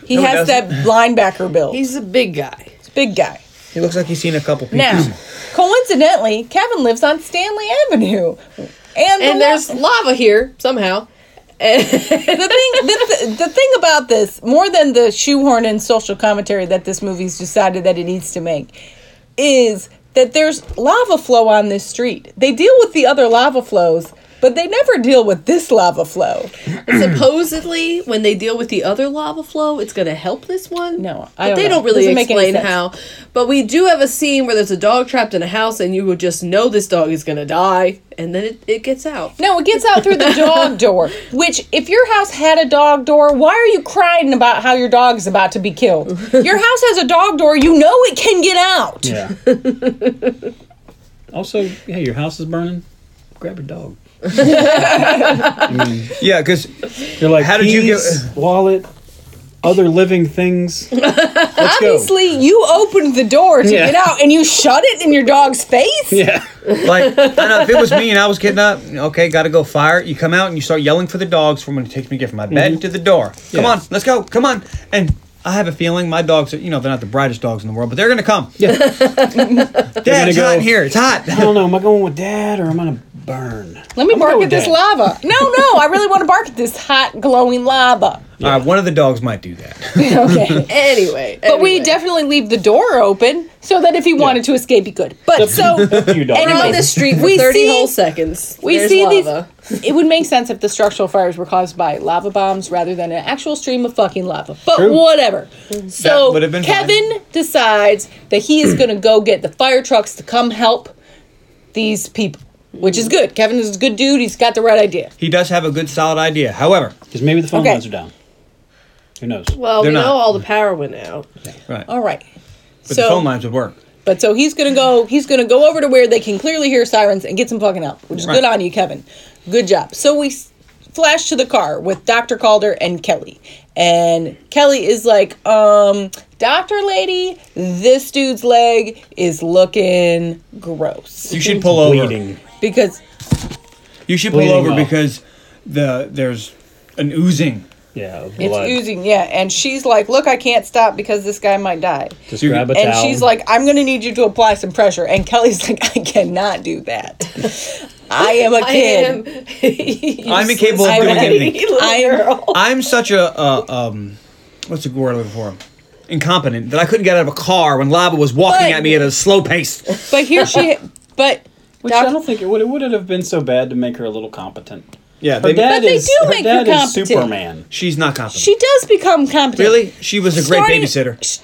he
No, he
has that linebacker build. He's
he's a big guy.
a big guy.
He looks like he's seen a couple people.
Now, coincidentally, Kevin lives on Stanley Avenue, and,
And
the,
there's lava here somehow.
the thing the, the thing about this more than the shoehorn and social commentary that this movie's decided that it needs to make is that there's lava flow on this street. They deal with the other lava flows, but they never deal with this lava flow.
Supposedly, when they deal with the other lava flow, it's going to help this one.
No,
but
I don't
they
know.
don't really
Doesn't make any
explain
sense.
how. But we do have a scene where there's a dog trapped in a house, and you would just know this dog is going to die, and then it, it gets out.
No, it gets out through the dog door. Which, if your house had a dog door, why are you crying about how your dog's about to be killed? Your house has a dog door. You know it can get out.
Yeah. also, yeah, your house is burning. Grab your dog.
Yeah, because
You're like,
How did you get-
keys, wallet, other living things? Let's go.
Obviously, you opened the door to
Yeah.
get out and you shut it in your dog's face.
Yeah.
like, I know if it was me and I was getting up, okay, gotta go fire. it. You come out and you start yelling for the dogs from when it takes me to get from my
Mm-hmm.
bed to the door. Come
Yeah.
on, let's go, come on. And I have a feeling my dogs are, you know, they're not the brightest dogs in the world, but they're gonna come. Yeah. Dad, it's hot
go-
in here, it's
I
hot.
don't know. Am I going with dad or am I going to burn?
Let me
I'm
bark
going
at this
with
lava. No, no, I really want to bark at this hot, glowing lava.
All right, one of the dogs might do that.
Okay.
Anyway,
But we definitely leave the door open so that if he wanted to escape, he could. But so,
to you, dog.
and
on
anyway,
this street for
we
thirty
see-
whole seconds.
we
There's
see
lava.
these. It would make sense if the structural fires were caused by lava bombs rather than an actual stream of fucking lava. But whatever.
Mhm.
So
would have been
Kevin decides that he is going to go get the fire trucks to come help these people, which is good. Kevin is a good dude. He's got the right idea.
he does have a good, solid idea. However,
Because maybe the phone
Okay.
lines are down. Who knows?
Well, we
They're not.
know all the power went out.
right,
All right.
but
so-
the phone lines would work.
But so he's gonna go. He's gonna go over to where they can clearly hear sirens and get some fucking help, which is good
Right.
on you, Kevin. Good job. So we s- flash to the car with Doctor Calder and Kelly, and Kelly is like, um, "Doctor lady, this dude's leg is looking gross
You should pull over.
Bleeding.
because
You should pull
Bleeding
over
well.
because the there's an oozing.
Yeah. of
it's
blood.
oozing." Yeah, and she's like, "Look, I can't stop because this guy might die."
Just grab a
and
towel.
she's like, I'm going to need you to apply some pressure. And Kelly's like, I cannot do that. I am a
I
kid.
am. You
I'm incapable of
I'm
doing
ready.
anything.
little
I'm-
girl.
I'm such a uh, um, what's the word I'm looking for? Incompetent that I couldn't get out of a car when lava was walking
But-
at me at a slow pace.
But here she, but
Which I don't think it would. It wouldn't have been so bad to make her a little competent.
Yeah,
Her
they,
dad
they
is,
do
her
make her
dad is
competent.
Superman.
she's not competent.
she does become competent.
really, she was a great
Starting-
babysitter.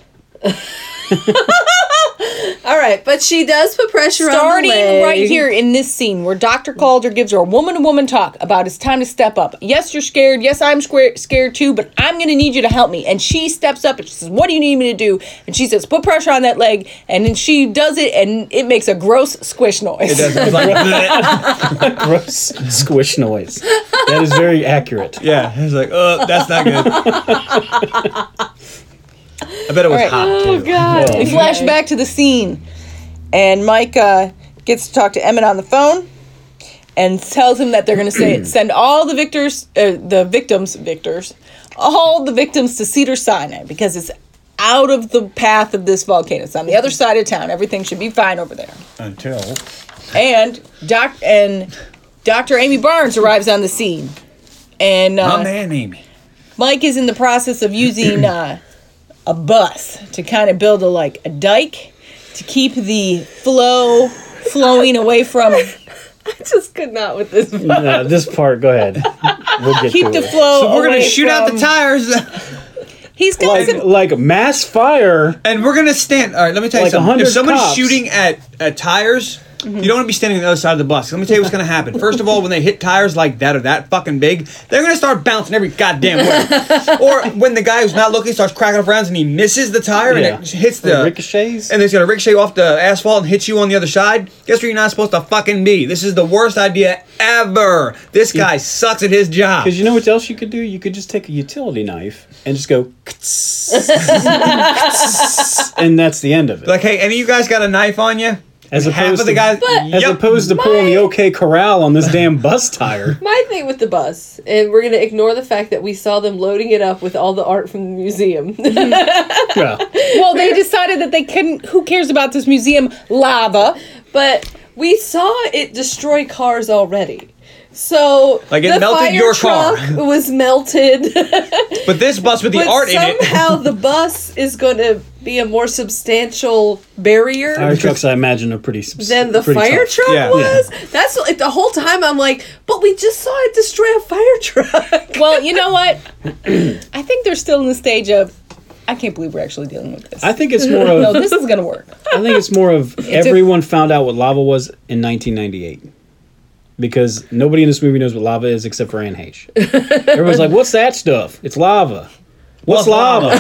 All right, but she does put pressure
Starting
on the leg.
right here in this scene where Dr. Calder gives her a woman to woman talk about it's time to step up. Yes, you're scared. Yes, I'm square- scared too, but I'm going to need you to help me. And she steps up and she says, What do you need me to do? And she says, Put pressure on that leg. And then she does it and it makes a gross squish noise.
It does. It was like, bleh.
Gross squish noise. That is very accurate.
yeah, it was like, oh, that's not good. I bet it was
right. Oh,
hot. Too.
We flash back to the scene, and Mike uh, gets to talk to Emmett on the phone, and tells him that they're going to say send all the victors, uh, the victims, victors, all the victims to Cedar Sinai because it's out of the path of this volcano. It's on the other side of town. Everything should be fine over there.
Until
Uh, And doc and Dr. Amy Barnes arrives on the scene, and
my
uh,
man Amy.
Mike is in the process of using uh, a bus to kind of build a like a dike to keep the flow flowing away from
just could not with this.
No, Uh, this part, go ahead. We'll get
keep
to
the
it.
flow.
So we're gonna
away
shoot out the
from-
tires,
He's got some
Like, like mass fire.
and we're gonna stand. All right, let me tell you
Like
something.
100
If somebody's
cops.
shooting at at tires, you don't want to be standing on the other side of the bus. Let me tell you what's gonna happen. First of all, when they hit tires like that or that fucking big, they're gonna start bouncing every goddamn way. or when the guy who's not looking starts cracking up rounds and he misses the tire
Yeah.
and it hits
It
the
ricochets.
and it's gonna ricochet off the asphalt and hit you on the other side. Guess where you're not supposed to fucking be. This is the worst idea ever. This guy sucks at his job.
Because you know what else you could do? You could just take a utility knife and just go, and that's the end of it.
Like, hey, any of you guys got a knife on you?
as
half
opposed
of the
to,
guys-
as
Yup.
opposed to pulling the OK Corral on this damn bus tire.
My thing with the bus, and we're gonna ignore the fact that we saw them loading it up with all the art from the museum.
yeah.
well, they decided that they couldn't. Who cares about this museum lava?
but we saw it destroy cars already. So
Like, it melted your car.
truck was melted.
But this bus with the
but
art in it.
somehow the bus is gonna be a more substantial barrier.
Fire trucks, I imagine, are pretty. subs-
than the
pretty
fire
tough.
truck
Yeah.
was. That's like the whole time I'm like, but we just saw it destroy a fire truck.
Well, you know what? I think they're still in the stage of. I can't believe we're actually dealing with this.
I think it's more of.
no, this is gonna work.
I think it's more of everyone found out what lava was in 1998. Because nobody in this movie knows what lava is except for Anne Heche. Everyone's like, "What's that stuff? It's lava. What's lava?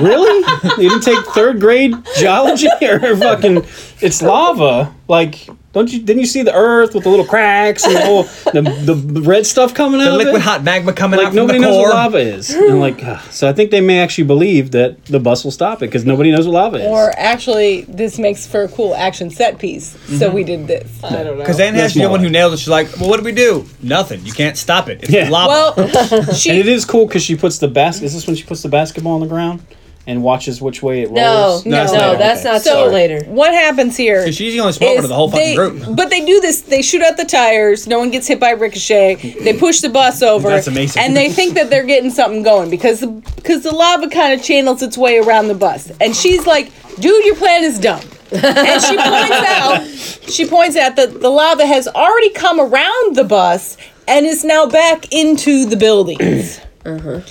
really? You didn't take third grade geology or fucking? It's lava. Like, don't you? Didn't you see the Earth with the little cracks and the whole the, the red stuff coming out?
The
of
liquid
it?
hot magma coming
Like
out from the
nobody knows
core.
what lava is. And I'm like, "Ugh." so I think they may actually believe that the bus will stop it because nobody knows what lava is.
Or actually, this makes for a cool action set piece. So we did this.
I don't know.
Because Anne has
That's
to be the
my
one who
life.
nailed it. She's like, well, what do we do? Nothing. You can't stop it. It's
Yeah.
lava.
Well,
And it
she.
is cool because she puts the basket. Is this when she puts the basketball on the ground and watches which way it
No,
rolls?
no,
that's
that's,
later.
not
So
till later.
What happens here?
she's the only smart one
is
of the whole fucking
they-
group.
But they do this. They shoot out the tires. No one gets hit by ricochet. They push the bus over.
That's amazing.
And they think that they're getting something going because the, because the lava kind of channels its way around the bus. And she's like, "Dude, your plan is dumb." and she points out, she points out that the lava has already come around the bus and is now back into the buildings.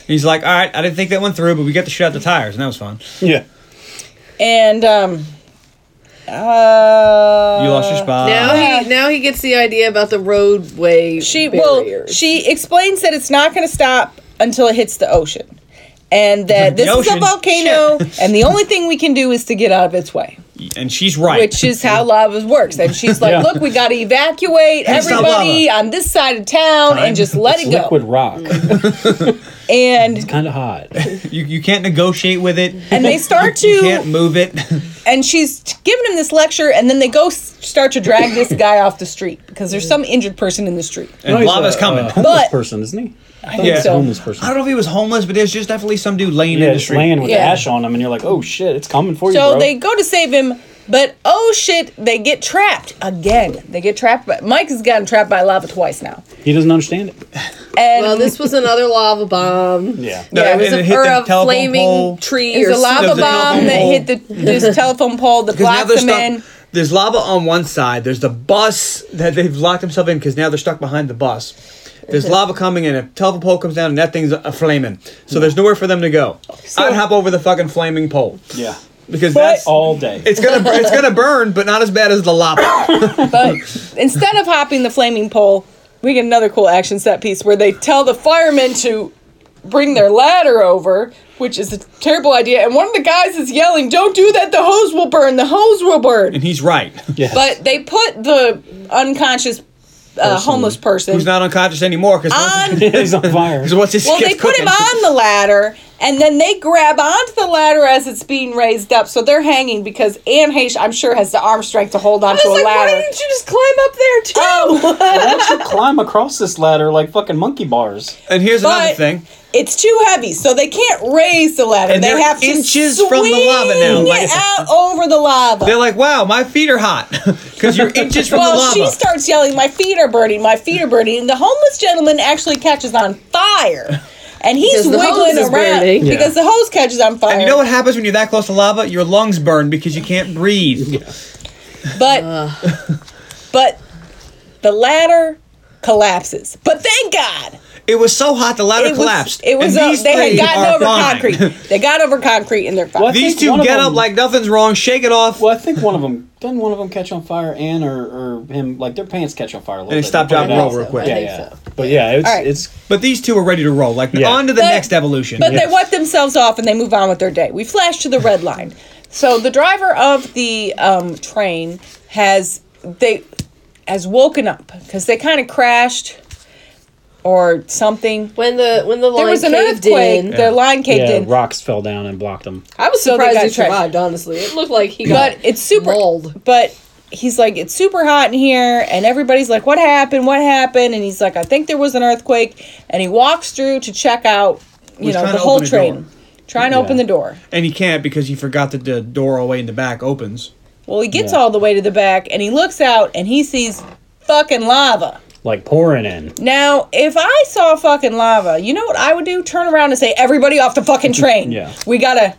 He's like, all right, I didn't think that went through, but we got to shoot out the tires, and that was fun.
Yeah.
and um, uh,
You lost your spot.
now he now he gets the idea about the roadway.
She well,
barriers.
she explains that it's not going to stop until it hits the ocean, and that
The
this is a
ocean?
volcano, and the only thing we can do is to get out of its way,
And she's right.
which is how lava works. And she's like,
Yeah.
"Look, we got to evacuate
It's not
everybody on this side of town
Time.
and just let
It's
it go."
liquid rock.
Mm. And
kind of hot.
you, you can't negotiate with it.
and they start
You can't
to,
move it.
and she's giving him this lecture, and then they go s- start to drag this guy off the street because
Mm.
there's some injured person in the street.
And
he's uh,
lava's
a-
coming.
A homeless
But-
person, isn't he? I
think so.
homeless
I
person.
don't know if he was homeless, but there's just definitely some dude laying
Yeah,
in the
it's
street.
laying with
Yeah.
ash on him, and you're like, oh shit, it's coming for you,
So
bro.
they go to save him, but oh shit, they get trapped again. They get trapped. By, Mike has gotten trapped by lava twice now.
he doesn't understand it.
And
well, this was another lava bomb.
Yeah.
No,
Yeah,
and
it was
it
a-
hit
or
the
a
telephone
flaming
pole.
tree
is
or
a lava
There's a
bomb
telephone
that
pole.
hit the this telephone pole that
Because now
blocks
they're
them
stuck.
in.
There's lava on one side. There's the bus that they've locked themselves in because now they're stuck behind the bus. There's lava coming and a telephone pole comes down and that thing's a flaming. So there's nowhere for them to go. I'd hop over the fucking flaming pole
Yeah.
because that's
All day.
it's gonna it's gonna burn, but not as bad as the lava.
But instead of hopping the flaming pole, we get another cool action set piece where they tell the firemen to bring their ladder over, which is a terrible idea. And one of the guys is yelling, "Don't do that! The hose will burn! The hose will burn!"
and he's right.
yeah.
But they put the unconscious uh, homeless person.
He's not unconscious anymore because
on,
he's on fire.
what's his
Uh, well, they
shit's
put him
cooking?
on the ladder, and then they grab onto the ladder as it's being raised up, so they're hanging because Anne Heche, I'm sure, has the arm strength to hold onto
I
a
was like, why
ladder.
didn't you just climb up there too?
Why don't you climb across this ladder like fucking monkey bars?
And here's another
But-
thing.
It's too heavy, so they can't raise the ladder.
And
they
they're
have to
inches
swing
from the lava now, like-
it out over the lava.
They're like, wow, my feet are hot because you're inches from
well,
the
she
lava.
starts yelling, "My feet are burning! My feet are burning!" And the homeless gentleman actually catches on fire, and he's
Because the hose
wiggling
is
around
burning.
because the hose catches on fire.
And you know what happens when you're that close to lava? Your lungs burn because you can't breathe.
But
Uh,
but the ladder collapses. But thank God
It was so hot the ladder
it
collapsed.
Was, it was
and
uh,
these
they had
three
gotten
are
over
fine.
concrete. They got over concrete and they're fine.
What?
These
think one
two
of
get
them-
up like nothing's wrong, shake it off,
Well, I think one of them doesn't one of them catch on fire, and or, or him like their pants catch on fire. A little
and it
bit.
stopped,
They put
drop,
it
and roll
out.
real quick.
Yeah, yeah. But yeah, it's
All right.
it's
But these two are ready to roll. Like
Yeah.
on to the
But-
next evolution.
But they wipe themselves off and they move on with their day. We flash to the red line. So the driver of the um, train has they has woken up because they kind of crashed or something.
When the when the line
There was an
caved
earthquake.
in,
Their line caved
Yeah,
in.
rocks fell down and blocked them.
I was
So they
surprised
got
he
trapped.
survived. Honestly, it looked like he got
But it's super.
mauled.
But he's like, it's super hot in here, and everybody's like, what happened? What happened? And he's like, I think there was an earthquake. And he walks through to check out, you
He's
know,
trying
the
to
whole
open the door.
train. Trying to open the door.
and he can't because he forgot that the door away in the back opens.
Well, he gets
Yeah.
all the way to the back and he looks out and he sees fucking lava.
Like pouring in.
Now, if I saw fucking lava, you know what I would do? Turn around and say, "Everybody off the fucking train!
Yeah.
We gotta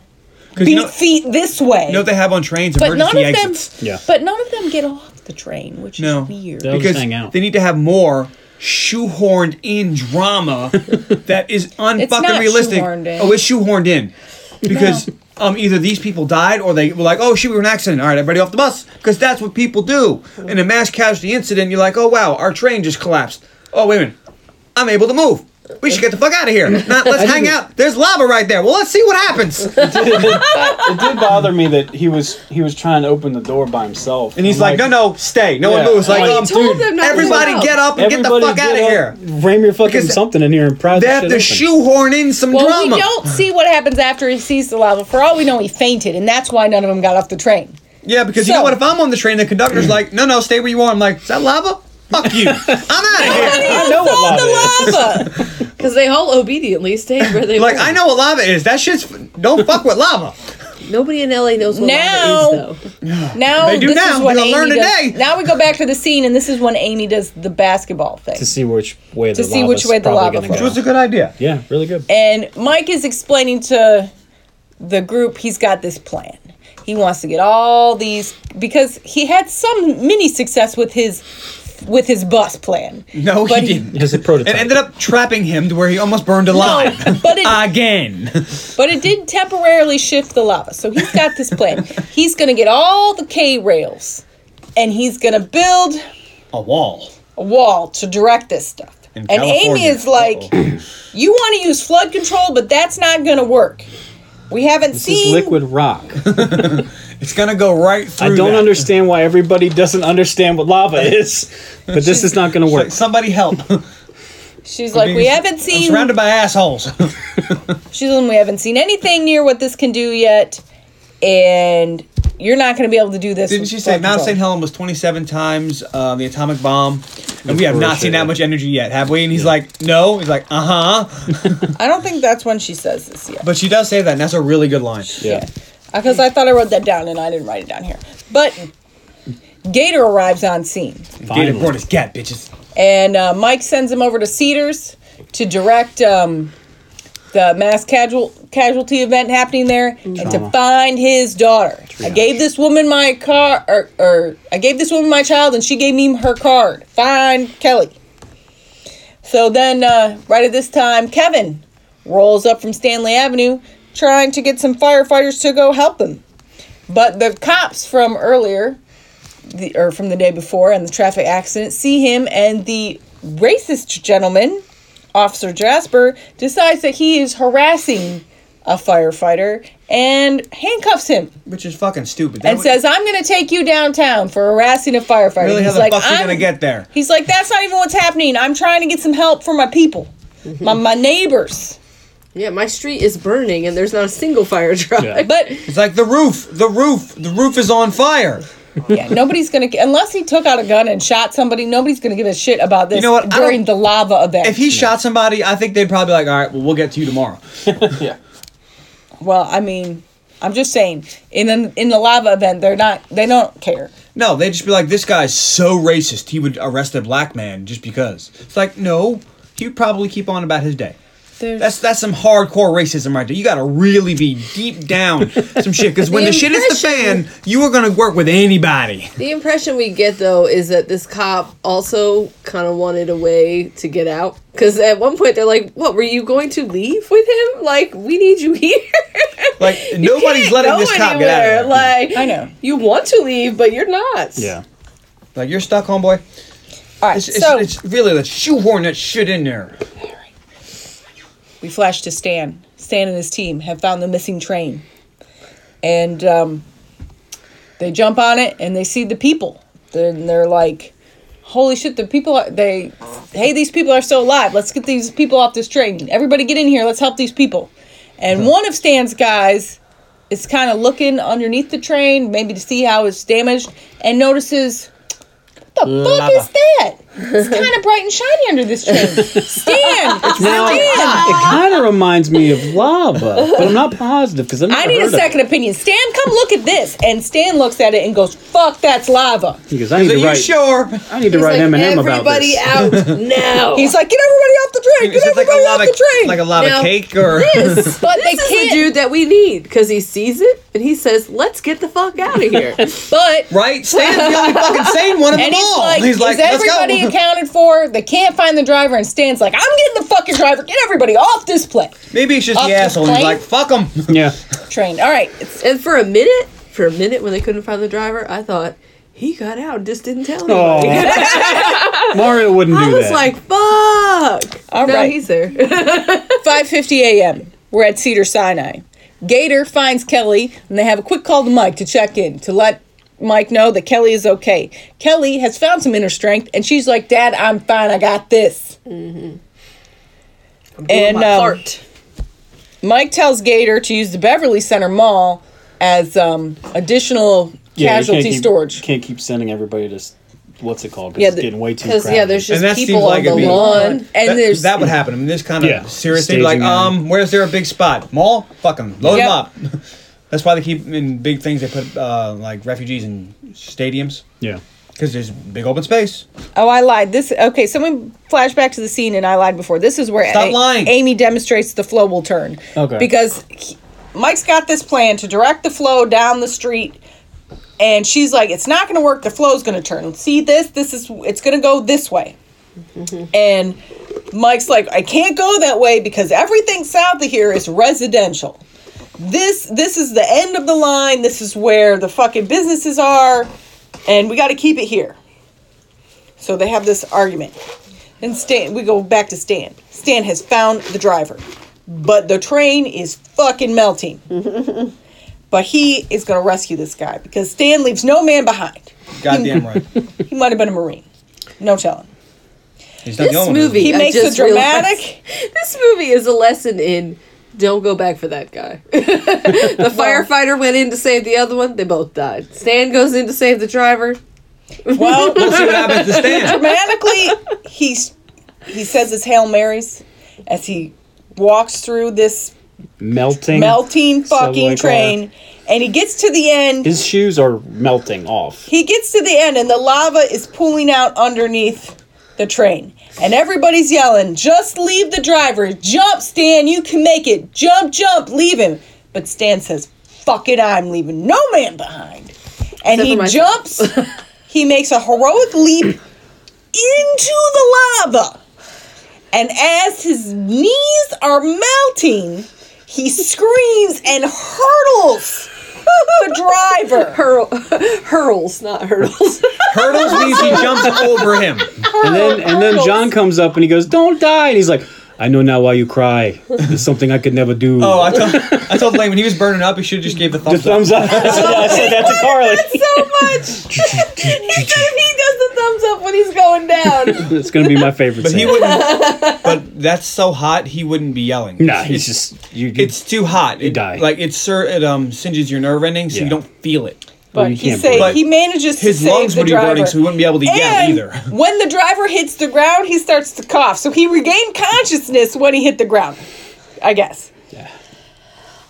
beat
you know-
feet this way."
You know what they have on trains?
but none
Emergency
of
exits.
them.
Yeah.
But none of them get off the train, which
No.
is weird.
They'll
because
just hang out.
they need to have more shoehorned in drama that is unfucking
not
realistic.
shoehorned in.
Oh, it's shoehorned in because um either these people died or they were like, oh shoot, we were in an accident. All right, everybody off the bus because that's what people do in a mass casualty incident. You're like, oh wow, our train just collapsed. Oh wait a minute, I'm able to move. We should get the fuck out of here. Not let's hang out. There's lava right there. Well, let's see what happens.
it did bother me that he was he was trying to open the door by himself,
And he's like, no, no, stay. No
Yeah.
one moves. Like,
Well, he
um,
told them not to
everybody
move.
get up and get the fuck out of here.
Ram your fucking
Because-
something in here and pry
They
the
have
shit
to
open.
shoehorn in some
Well,
drama.
we don't see what happens after he sees the lava. For all we know, he fainted, and that's why none of them got off the train.
Yeah, because you
So-
know what? If I'm on the train, the conductor's like, no, no, stay where you are. I'm like, is that lava? Fuck you. I'm out of here.
I know what lava is.
The lava.
because they all obediently stayed where they
Like,
were.
I know what lava is. That shit's. Don't fuck with lava.
Nobody in LA knows what
Now-
lava is, though.
Now
They do
this
now.
is when
You'll
Amy
learn
does-
today.
Now we go back to the scene, and this is when Amy does the basketball thing.
To see which way the
To see which
lava's
way the
probably
lava
gonna
flows.
go.
Which was a good idea.
Yeah, really good.
And Mike is explaining to the group he's got this plan. He wants to get all these because he had some mini success with his with his bus plan.
No,
But
he
he-
didn't.
It's a prototype.
It ended up trapping him to where he almost burned alive.
but it-
Again.
But it did temporarily shift the lava. So he's got this plan. he's going to get all the K rails and he's going to build
A wall.
a wall to direct this stuff.
In
And Amy
California.
is like, you want to use flood control, but that's not going to work. We haven't
This
seen
is liquid rock.
It's going to go right through.
I don't
that.
understand why everybody doesn't understand what lava is, but this is not going to work.
Like, somebody help.
She's like, we haven't
I'm
seen.
surrounded by assholes.
She's like, we haven't seen anything near what this can do yet, and you're not going to be able to do this.
Didn't
with
she say
flood
Mount
control."
St. Helen was 27 times uh, the atomic bomb? And we have not seen
Hiroshima.
that much energy yet, have we? And he's like, no. He's like, uh huh.
I don't think that's when she says this yet.
But she does say that, and that's a really good line.
Yeah.
because Uh, I thought I wrote that down and I didn't write it down here. But Gator arrives on scene,
Gator Port is gat, bitches.
and uh, Mike sends him over to Cedars to direct um, the mass casual casualty event happening there, and to find his daughter. I gave this woman my car, or, or I gave this woman my child, and she gave me her card. Find Kelly. So then, uh, right at this time, Kevin rolls up from Stanley Avenue trying to get some firefighters to go help him. But the cops from earlier, the, or from the day before, and the traffic accident see him, and the racist gentleman, Officer Jasper, decides that he is harassing a firefighter and handcuffs him
Which is fucking stupid. That
and
would-
says, "I'm going to take you downtown for harassing a firefighter."
Really, how
he's
the
like,
fuck's he
"I'm-
gonna get there?"
He's like, "That's not even what's happening. I'm trying to get some help for my people, my my neighbors."
Yeah, my street is burning, and there's not a single fire truck.
But
it's like the roof, the roof, the roof is on fire.
yeah, nobody's gonna unless he took out a gun and shot somebody. Nobody's gonna give a shit about this
You know what? I
during
don't-
the lava event.
If he shot somebody, I think they'd probably be like, all right, well, we'll get to you tomorrow.
yeah.
well, I mean, I'm just saying in the, in the lava event, they're not they don't care.
No, they'd just be like, this guy's so racist, he would arrest a black man just because. It's like, no, he'd probably keep on about his day.
There's-
That's that's some hardcore racism right there. You got to really be deep down some shit because when the, shit hits the fan, you are gonna work with anybody.
The impression we get though is that this cop also kind of wanted a way to get out because at one point they're like, "What were you going to leave with him? Like, we need you here."
Like
You
nobody's
can't
letting
go
this cop get out.
anywhere.
Of there. Like,
Like,
I know.
you want to leave, but you're not.
Yeah.
you're stuck, homeboy.
All right,
It's, it's,
so
it's really let's shoehorn that shit in there.
we flash to Stan. Stan and his team have found the missing train, and um, they jump on it and they see the people. Then they're like, "Holy shit! The people! Are, they, hey, these people are still alive. Let's get these people off this train. Everybody, get in here. Let's help these people." And one of Stan's guys is kind of looking underneath the train, maybe to see how it's damaged, and notices. What the fuck is that? It's kind of bright and shiny under this train. Stan,
Now,
Stan.
it kind of reminds me of lava, but I'm not positive because
I need a second opinion. Stan, come look at this. And Stan looks at it and goes, "Fuck, that's lava."
Because I need
Are
to
you
write.
sure?
I need to write M and M about
Everybody
this.
out now.
He's like, "Get everybody off the train!
Is
Get
it like a
everybody off
lava,
the train!"
like a lava
Now,
cake or?
this, but
they
this is the
can't-
dude that we need because he sees it and he says, "Let's get the fuck out of here."
but
Right? Stan's the only fucking sane one of them
and he's
all.
like,
he's like,
"Is
let's
everybody
go.
accounted for?" They can't find the driver, and Stan's like, "I'm getting the fucking driver. Get everybody off this plane."
Maybe it's just
Off
the
the
asshole. He's
plane?
like, fuck him.
Yeah.
Train. All right, it's
and for a minute, for a minute when they couldn't find the driver, I thought he got out and just didn't tell anybody.
Oh. Mario
Oh,
wouldn't do
I
that.
was like, "Fuck!"
All
no,
right.
he's there.
5:50 a.m. We're at Cedar Sinai. Gator finds Kelly, and they have a quick call to Mike to check in to let Mike know that Kelly is okay. Kelly has found some inner strength, and she's like, "Dad, I'm fine. I got this."
Mm-hmm.
And
My
um,
heart.
Mike tells Gator to use the Beverly Center Mall as um, additional
Yeah, you can't
casualty
keep-
storage.
Can't keep sending everybody to s- what's it called? Because
Yeah,
it's
the-
getting way too
'cause,
crowded.
yeah, there's just
And that
people
seems like
on
it'd
the
be-
lawn, and
that,
there's
that would happen. I mean, this kind of
Yeah.
seriously, like,
Staging iron.
um, where's there a big spot? Mall? Fuck them. Load
Yep.
them up. That's why they keep in big things. They put uh, like refugees in stadiums
yeah.
because there's big open space.
Oh, I lied. This okay. Someone flash back to the scene, and I lied before. This is where
Stop lying.
Amy demonstrates the flow will turn.
Okay.
Because he- Mike's got this plan to direct the flow down the street, and she's like, "It's not going to work. The flow's going to turn. See this? This is. It's going to go this way." and Mike's like, "I can't go that way because everything south of here is residential." This this is the end of the line. This is where the fucking businesses are, and we got to keep it here. So they have this argument. And Stan, we go back to Stan. Stan has found the driver, but the train is fucking melting. but he is going to rescue this guy because Stan leaves no man behind.
Goddamn right.
He might have been a Marine. No telling.
He's not the
this
only one.
movie.
He
I
makes
just
a dramatic.
realized- this movie is a lesson in don't go back for that guy. the firefighter went in to save the other one. They both died. Stan goes in to save the driver.
Well,
Let's see what happens to Stan.
dramatically, he s- he says his hail marys as he walks through this
Melting.
melting
Subway
fucking
car.
train, and he gets to the end.
His shoes are melting off.
He gets to the end, and the lava is pooling out underneath the train. And everybody's yelling, just leave the driver. Jump, Stan, you can make it. Jump, jump, leave him. But Stan says, fuck it, I'm leaving no man behind. And
for
he
myself.
jumps, he makes a heroic leap into the lava. And as his knees are melting, he screams and hurtles the driver.
Hurl, hurls, not hurdles.
Hurdles means he jumps over him.
And then and then John comes up and he goes, "Don't die." And he's like, "I know now why you cry. It's something I could never do."
Oh, I told I told Lane when he was burning up, he should have just gave the thumbs,
Thumbs up. I said that to Carly.
so much. he, does, he does the thumbs up when he's going down.
It's gonna be my favorite.
But he
scene.
wouldn't. but that's so hot, he wouldn't be yelling.
Nah, he's just you. you-
It's too hot. You
die.
Like it's sir, it um singes your nerve ending, so
Yeah.
you don't feel it.
well,
But
you
he
can't
say
breathe.
he manages to
His
save
lungs
the
would be
driver.
burning, so he wouldn't be able to yell
and
either.
when the driver hits the ground, he starts to cough. So he regained consciousness when he hit the ground, I guess.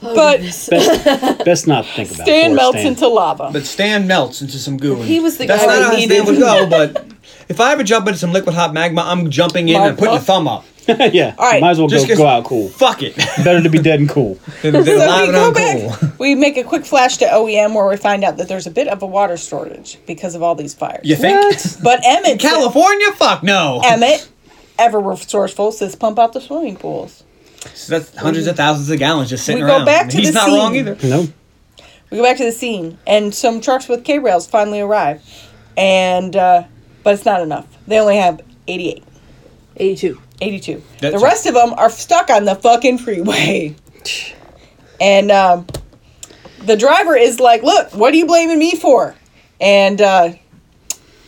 But
best, best not think about.
Stan
poor
melts into lava.
But Stan melts into some goo. and
He was the
That's
guy
not
we
how Stan
needed.
would go. But if I ever jump into some liquid hot magma, I'm jumping in
My
and putting a
God.
thumb up.
yeah.
All right.
Might as well
Just
go,
'cause-
go out cool.
Fuck it.
Better to be dead and cool.
They're, they're
So
live and
we go
uncool.
back. We make a quick flash to OEM where we find out that there's a bit of a water shortage because of all these fires.
You think?
But Emmett,
California? Fuck no.
Emmett, ever resourceful, says pump out the swimming pools.
So that's hundreds of thousands of gallons just sitting
We go
around.
back to
He's
the
not
scene.
wrong either.
No.
We go back to the scene, and some trucks with K rails finally arrive, and uh, but it's not enough. They only have 88,
82.
82.
That's-
the rest of them are stuck on the fucking freeway, and um, the driver is like, "Look, what are you blaming me for?" And uh,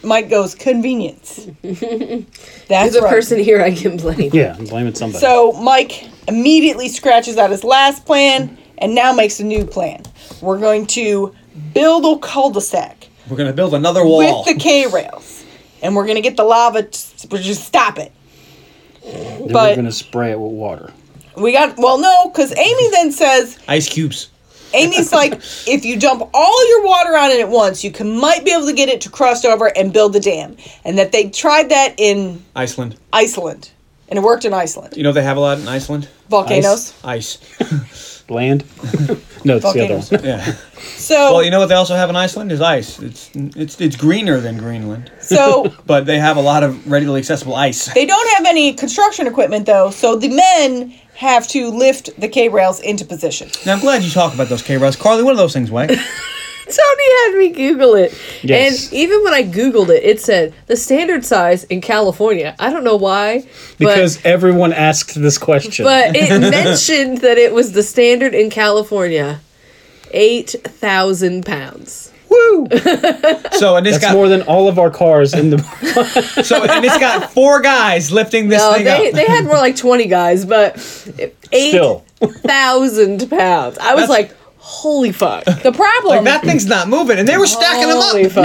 Mike goes, "Convenience." That's
There's a
right.
person here I can blame.
Yeah. I'm blaming somebody.
So Mike immediately scratches out his last plan and now makes a new plan. We're going to build a cul-de-sac
We're gonna build another wall.
with the K rails, and we're gonna get the lava. t- we're just stop it.
then
but-
we're gonna spray it with water.
We got well, no, because Amy then says
Ice cubes.
Amy's like, if you dump all your water on it at once, you can might be able to get it to cross over and build the dam, and that they tried that in
Iceland.
Iceland, and it worked in Iceland.
You know they have a lot in Iceland?
Volcanoes.
Ice.
Land. no, it's
Volcanoes.
the other one.
Yeah.
So
well, you know what they also have in Iceland is ice. It's it's it's greener than Greenland,
so
but they have a lot of readily accessible ice.
They don't have any construction equipment though, so the men have to lift the K rails into position.
Now I'm glad you talk about those K rods, Carly. What are those things weigh?
Tony had me Google it.
Yes.
And even when I Googled it, it said the standard size in California. I don't know why. But,
Because everyone asked this question.
but it mentioned that it was the standard in California. 8,000 pounds.
so and it's
That's
got
more than all of our cars in the
so and it's got four guys lifting this
No,
thing
Oh, they,
up.
they had more like 20 guys, but 8,000 pounds. I was
That's-
like, holy fuck.
The problem
like that thing's not moving, and they were stacking them
Holy
up.
fuck.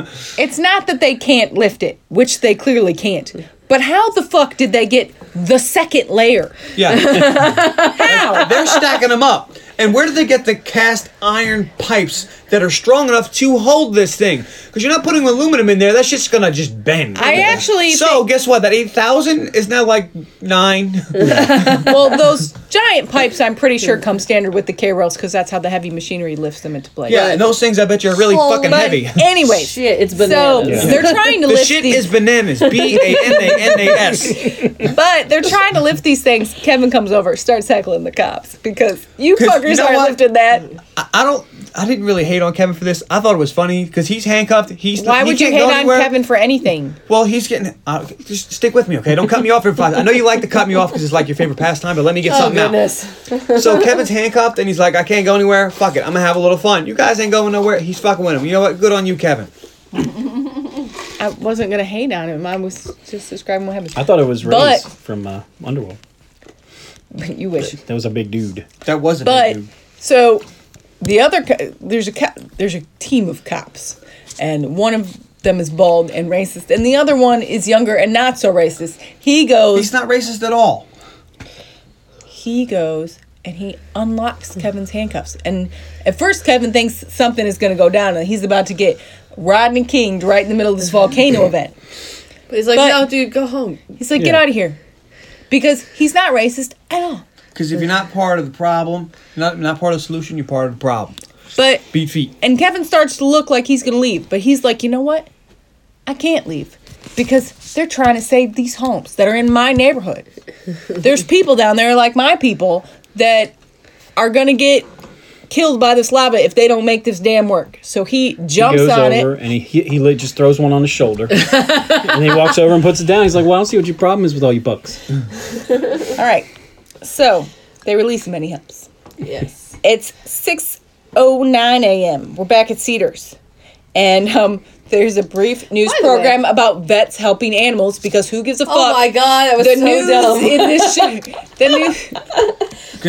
no. it's not that they can't lift it, which they clearly can't. But how the fuck did they get the second layer?
Yeah,
How?
they're stacking them up. And where did they get the cast iron pipes that are strong enough to hold this thing? Because you're not putting aluminum in there; that shit's gonna just bend.
I actually
So guess what? That eight thousand is now like nine.
well those giant pipes I'm pretty sure come standard with the K rails because that's how the heavy machinery lifts them into place.
Yeah, and those things I bet you are really
Oh,
fucking
but-
heavy.
Anyway,
Shit, it's
so
bananas.
they're trying to
The
lift
shit
these
is bananas. B A N A N A S.
But they're trying to lift these things. Kevin comes over, starts heckling the cops because you
'Cause
fuckers
you know
aren't
what?
lifting that.
I I don't. I didn't really hate on Kevin for this. I thought it was funny because he's handcuffed. He's he
Why would you
can't
hate
go
on
anywhere.
Kevin for anything?
Well, he's getting. Uh, just stick with me, okay? Don't cut me off every five. I know you like to cut me off because it's like your favorite pastime, but let me
Oh,
get something out. So Kevin's handcuffed and he's like, I can't go anywhere. Fuck it, I'm gonna have a little fun. You guys ain't going nowhere. He's fucking with him. You know what? Good on you, Kevin.
I wasn't gonna hate on him. I was just describing what happened.
I thought it was
But-
Ray's from uh, Underworld.
you wish.
That was a big dude.
That wasn't.
But so the other co- there's a co- there's a team of cops, and one of them is bald and racist, and the other one is younger and not so racist. He goes.
he's not racist at all.
he goes and he unlocks Kevin's handcuffs. And at first, Kevin thinks something is going to go down and he's about to get Rodney King right in the middle of this volcano event.
But he's like,
But-
no, dude, go home.
He's like, get out of here. Because he's not racist at all.
Because if you're not part of the problem, not not part of the solution, you're part of the problem.
But,
Beat feet.
and Kevin starts to look like he's going to leave. But he's like, you know what? I can't leave because they're trying to save these homes that are in my neighborhood. There's people down there like my people that are going to get killed by this lava if they don't make this damn work. So he
He
jumps
goes
on
over
it.
and he, he he lit- just throws one on his shoulder, and he walks over and puts it down. He's like, "Well, I don't see what your problem is with all you bucks."
All right. So they release many helps.
Yes.
It's 6:09 a.m. We're back at Cedars. And um there's a brief news
By the
program about vets helping animals because who gives a fuck?
Oh my god, that was
The
so
news
dumb.
in this shit. The news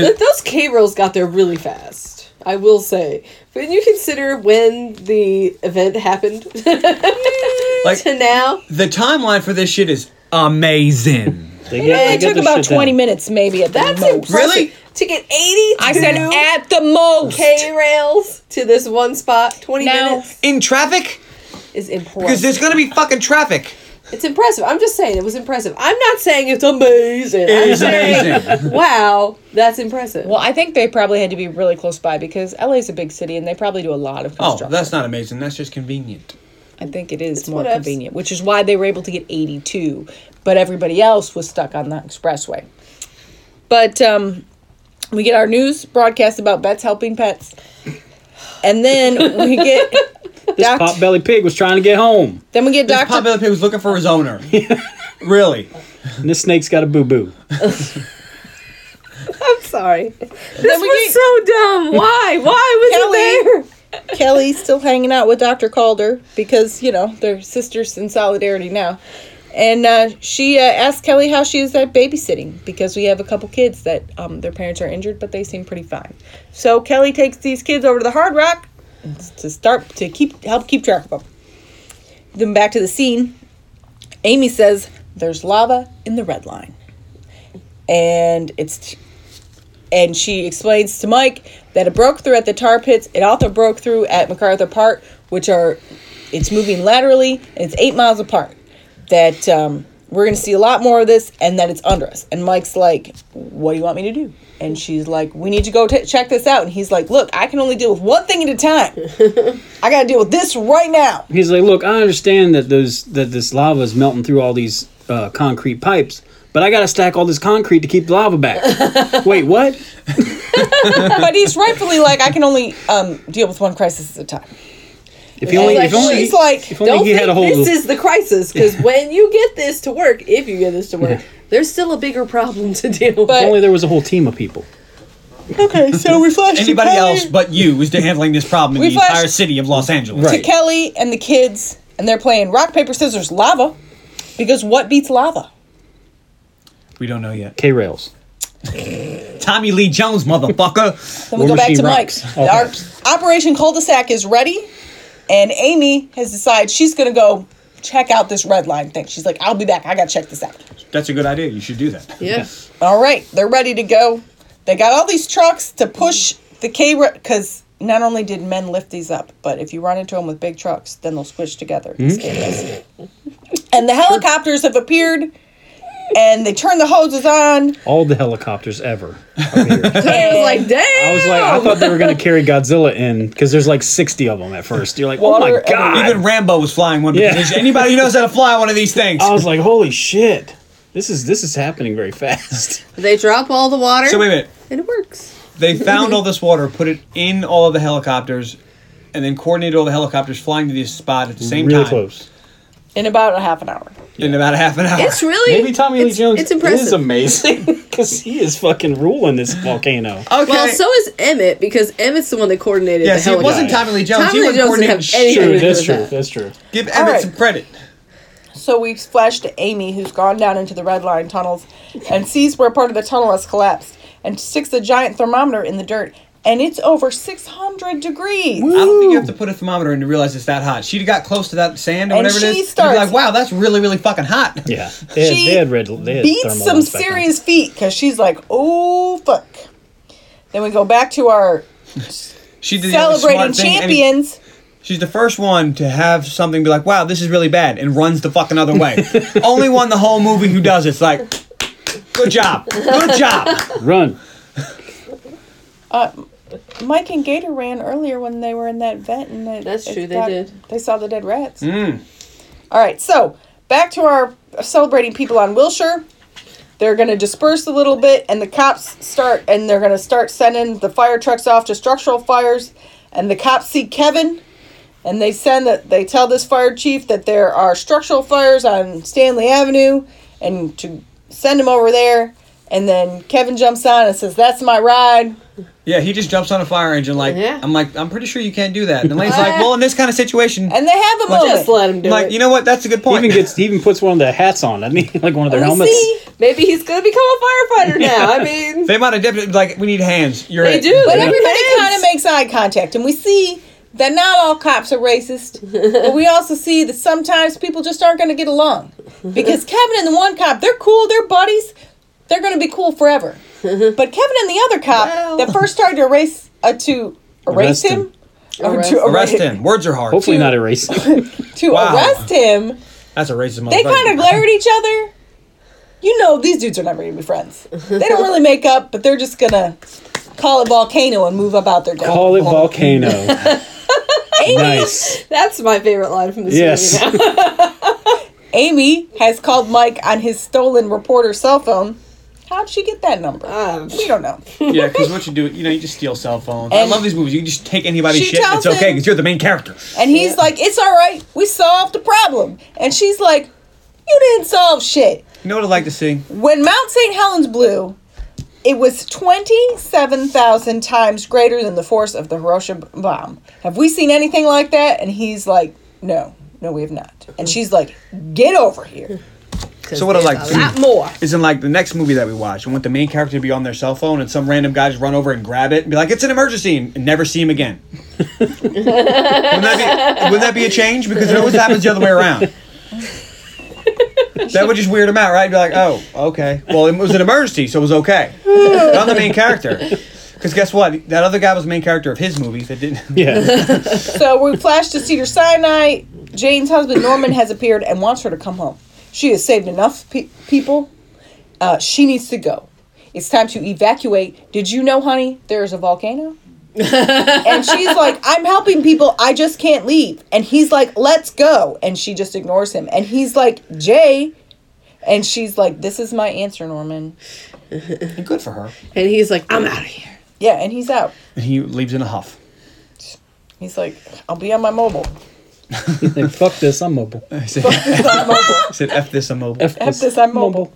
But those K rolls got there really fast. I will say. But you consider when the event happened
Like-
to now.
The timeline for this shit is amazing.
They get,
It took about 20 minutes, maybe at the
That's
most.
impressive.
Really?
To get 80
I said at the most.
K rails to this one spot, 20
Now-
minutes
In traffic?
is
Because
important.
there's gonna be fucking traffic.
It's impressive. I'm just saying it was impressive. I'm not saying it's amazing. I'm
It's
saying,
amazing.
wow, that's impressive.
Well, I think they probably had to be really close by because LA's a big city and they probably do a lot of
Oh,
construction.
that's not amazing. That's just convenient.
I think it is more
what I've-
convenient, which is why they were able to get 82, but everybody else was stuck on the expressway. But um, we get our news broadcast about vets helping pets, and then we get doc-
Pot belly pig was trying to get home,
then we get
This
Doctor
popular pig was looking for his owner. really?
and this snake's got a boo boo.
I'm sorry.
then we
It's so dumb. Why? Why was it there?
Kelly. Kelly's still hanging out with Dr. Calder because, you know, they're sisters in solidarity now. And uh, she uh, asked Kelly how she is at babysitting because we have a couple kids that um, their parents are injured, but they seem pretty fine. So Kelly takes these kids over to the Hard Rock to start to keep help keep track of them. Then back to the scene. Amy says there's lava in the red line, and it's and she explains to Mike that it broke through at the tar pits. It also broke through at MacArthur Park, which are it's moving laterally and it's eight miles apart. That um, we're going to see a lot more of this, and that it's under us. And Mike's like, "What do you want me to do?" And she's like, "We need to go t- check this out." And he's like, "Look, I can only deal with one thing at a time. I got to deal with this right now."
He's like, look, I understand that those that this lava is melting through all these uh, concrete pipes, but I got to stack all this concrete to keep the lava back. Wait, what?
but he's rightfully like, "I can only um, deal with one crisis at a time."
If he only,
like,
if only,
she's like,
if only
Don't
he
think
had a hold of
this is the crisis because when you get this to work, if you get this to work, there's still a bigger problem to deal with.
But-
If only there was a whole team of people.
Okay, so we flash.
Anybody else but you is handling this problem in
We
the
flashed-
entire city of Los Angeles.
to Kelly and the kids, and they're playing rock, paper, scissors, lava. Because what beats lava?
We don't know yet.
K rails.
Tommy Lee Jones, motherfucker.
Then we go back to Mike's. Our Operation Cul-de-sac is ready, and Amy has decided she's gonna go check out this red line thing. She's like, "I'll be back. I gotta check this out."
That's a good idea. You should do that.
yeah.
All right, they're ready to go. They got all these trucks to push the K because not only did men lift these up, but if you run into them with big trucks, then they'll squish together. It's dangerous. and the helicopters have appeared, and they turn the hoses on.
All the helicopters ever. up
I
here.
was like,
I
dang.
was like, I thought they were going to carry Godzilla in because there's like 60 of them at first. You're like, oh my
Water
god.
Even Rambo was flying one.
Yeah.
because Anybody who knows how to fly one of these things.
I was like, holy shit. This is this is happening very fast.
They drop all the water
so wait a minute.
and it works.
They found all this water, put it in all of the helicopters, and then coordinated all the helicopters flying to this spot at the same
really
time
close.
in about a half an hour.
in about a half an hour.
It's really
Maybe Tommy Lee
it's-
Jones
It's impressive.
is amazing because he is fucking ruling this volcano.
okay.
Well, so is Emmett because Emmett's the one that coordinated
yeah,
the
see, it
helicopter.
wasn't Tommy Lee Jones.
Tommy
he
Lee
wasn't
Jones didn't
coordinating
have
shit.
anything
True,
to do
that's
with
true.
that.
That's true.
Give Emmett
right.
some credit.
So we flash to Amy, who's gone down into the red line tunnels and sees where part of the tunnel has collapsed and sticks a giant thermometer in the dirt. And it's over 600 degrees.
I don't think you have to put a thermometer in to realize it's that hot. She got close to that sand or
And
whatever it
she
is. you'd be
starts-
like, wow, that's really, really fucking hot.
Yeah, they had,
She
they had red. They had
beats
thermal
some
ones back then.
serious feet because she's like, oh, fuck. Then we go back to our
She did the only
celebrating
smart thing any-
champions.
She's the first one to have something be like, wow, this is really bad, and runs the fucking other way. Only one the whole movie who does it's like, good job, good job.
Run.
Mike and Gator ran earlier when they were in that vent, and it,
That's
it
true, they did.
They saw the dead rats. All right, so back to our celebrating people on Wilshire. They're going to disperse a little bit, and the cops start, and they're going to start sending the fire trucks off to structural fires. And the cops see Kevin, and they send that they tell this fire chief that there are structural fires on Stanley Avenue, and to send him over there. And then Kevin jumps on and says, "That's my ride."
Yeah, he just jumps on a fire engine like,
Yeah.
I'm like, I'm pretty sure you can't do that. And Elaine's like, well, in this kind of situation,
And they have a moment.
Just let him do
I'm like,
it.
you know what, that's a good
He
point.
even gets. He even puts one of the hats on. I mean, like one of their
We
helmets.
see,
Maybe he's gonna become a firefighter now. I mean,
they might have dipped it, like, we need hands. You're
they
it.
do.
but
They
everybody
have
kind of makes eye contact, and we see that not all cops are racist, but we also see that sometimes people just aren't going to get along because Kevin and the one cop, they're cool, they're buddies, they're going to be cool forever. But Kevin and the other cop that first tried to erase uh, to erase
Arrest
him,
him.
or to
Arrest him. Words are hard.
Hopefully not a racist.
to
Wow.
arrest him
That's a racist motherfucker.
They kind of glare at each other. You know, these dudes are never going to be friends. They don't really make up, but they're just going to call it volcano and move about their
Call it volcano. nice.
That's my favorite line from this
Yes.
movie.
Amy has called Mike on his stolen reporter cell phone. How'd she get that number? we don't know.
Yeah, because what you do, you know, you just steal cell phones. I
And
love these movies. You can just take anybody's
she
shit. and It's
tells
okay
him-
because you're the main character.
And he's like, it's all right. We solved the problem. And she's like, you didn't solve shit.
You know what I'd like to see?
When Mount St. Helens blew, it was 27,000 times greater than the force of the Hiroshima bomb. Have we seen anything like that? And he's like, no, no, we have not. And she's like, get over here.
So what I'd like to
A lot
see
more.
is in like the next movie that we watch, I want the main character to be on their cell phone and some random guy just run over and grab it and be like, it's an emergency and, and never see him again. wouldn't, that be, wouldn't that be a change? Because it always happens the other way around. That would just weird him out, right? Be like, oh, okay. Well, it was an emergency, so it was okay. But I'm the main character. Because guess what? That other guy was the main character of his movie that didn't.
Yeah.
So we flash to Cedar Sinai. Jane's husband Norman has appeared and wants her to come home. She has saved enough pe- people. Uh, she needs to go. It's time to evacuate. Did you know, honey, there's a volcano? and she's like, I'm helping people. I just can't leave. And he's like, let's go. And she just ignores him. And he's like, Jay. And she's like, this is my answer, Norman.
Good for her.
And he's like, I'm out of here.
Yeah, and he's out.
And he leaves in a huff.
He's like, I'll be on my mobile.
Like, fuck this. I'm mobile.
I said, said, F this, I'm mobile.
F
F this, I'm mobile.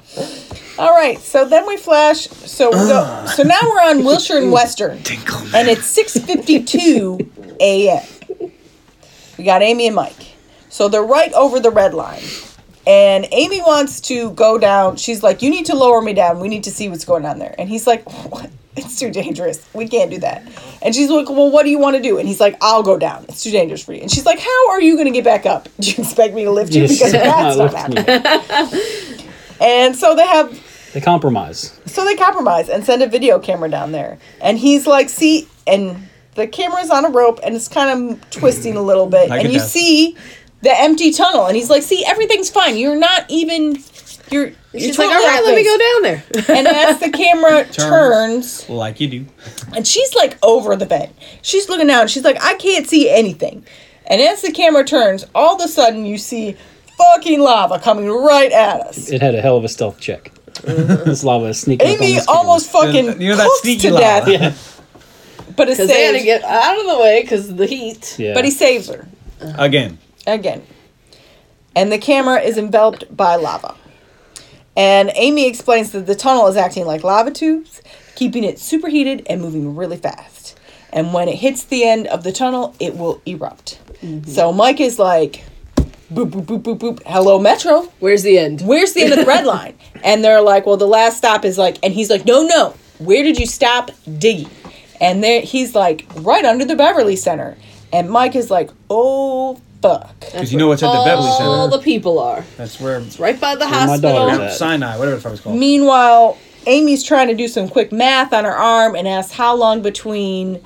All right, so then we flash. So we
Ah,
go, so now we're on Wilshire and Western, and it's six fifty two a.m. We got Amy and Mike, so they're right over the red line, and Amy wants to go down. She's like, "You need to lower me down. We need to see what's going on there." And he's like, "What? "It's too dangerous. We can't do that." And she's like, "Well, what do you want to do?" And he's like, "I'll go down. It's too dangerous for you." And she's like, "How are you going to get back up? Do you expect me to lift you?"
Yes.
Because that's
Not
not
left
happening.
me.
And so they have
They compromise.
so they compromise and send a video camera down there. And he's like, see, and the camera's on a rope and it's kind of twisting a little bit.
Like
and
it
you
does.
see the empty tunnel. And he's like, see, everything's fine. You're not even. You're.
She's like, all right, let me go down there.
down. And as the camera turns,
Like you do.
and she's like over the vent. She's looking down. She's like, I can't see anything. And as the camera turns, all of a sudden you see fucking lava coming right at us.
It had a hell of a stealth check. this lava is sneaking. up on
Amy
this camera.
almost fucking
You know that
cooks
sneaky
to
lava.
death. But it
Because they had to
saves.
get out of the way because of the heat.
Yeah.
But he saves her
Again.
again, and the camera is enveloped by lava. And Amy explains that the tunnel is acting like lava tubes, keeping it superheated and moving really fast. And when it hits the end of the tunnel, it will erupt. So Mike is like, boop, boop, boop, boop, boop, hello, Metro.
Where's the end?
Where's the end of the red line? And they're like, well, the last stop is like, and he's like, no, no. Where did you stop digging? And there, he's like, right under the Beverly Center. And Mike is like, oh, fuck.
Because you know what's at the Beverly
All
Center.
the people are
That's where
right by the
my
hospital.
daughter's
Mount Sinai, whatever the fuck it's called.
Meanwhile, Amy's trying to do some quick math on her arm and asks how long between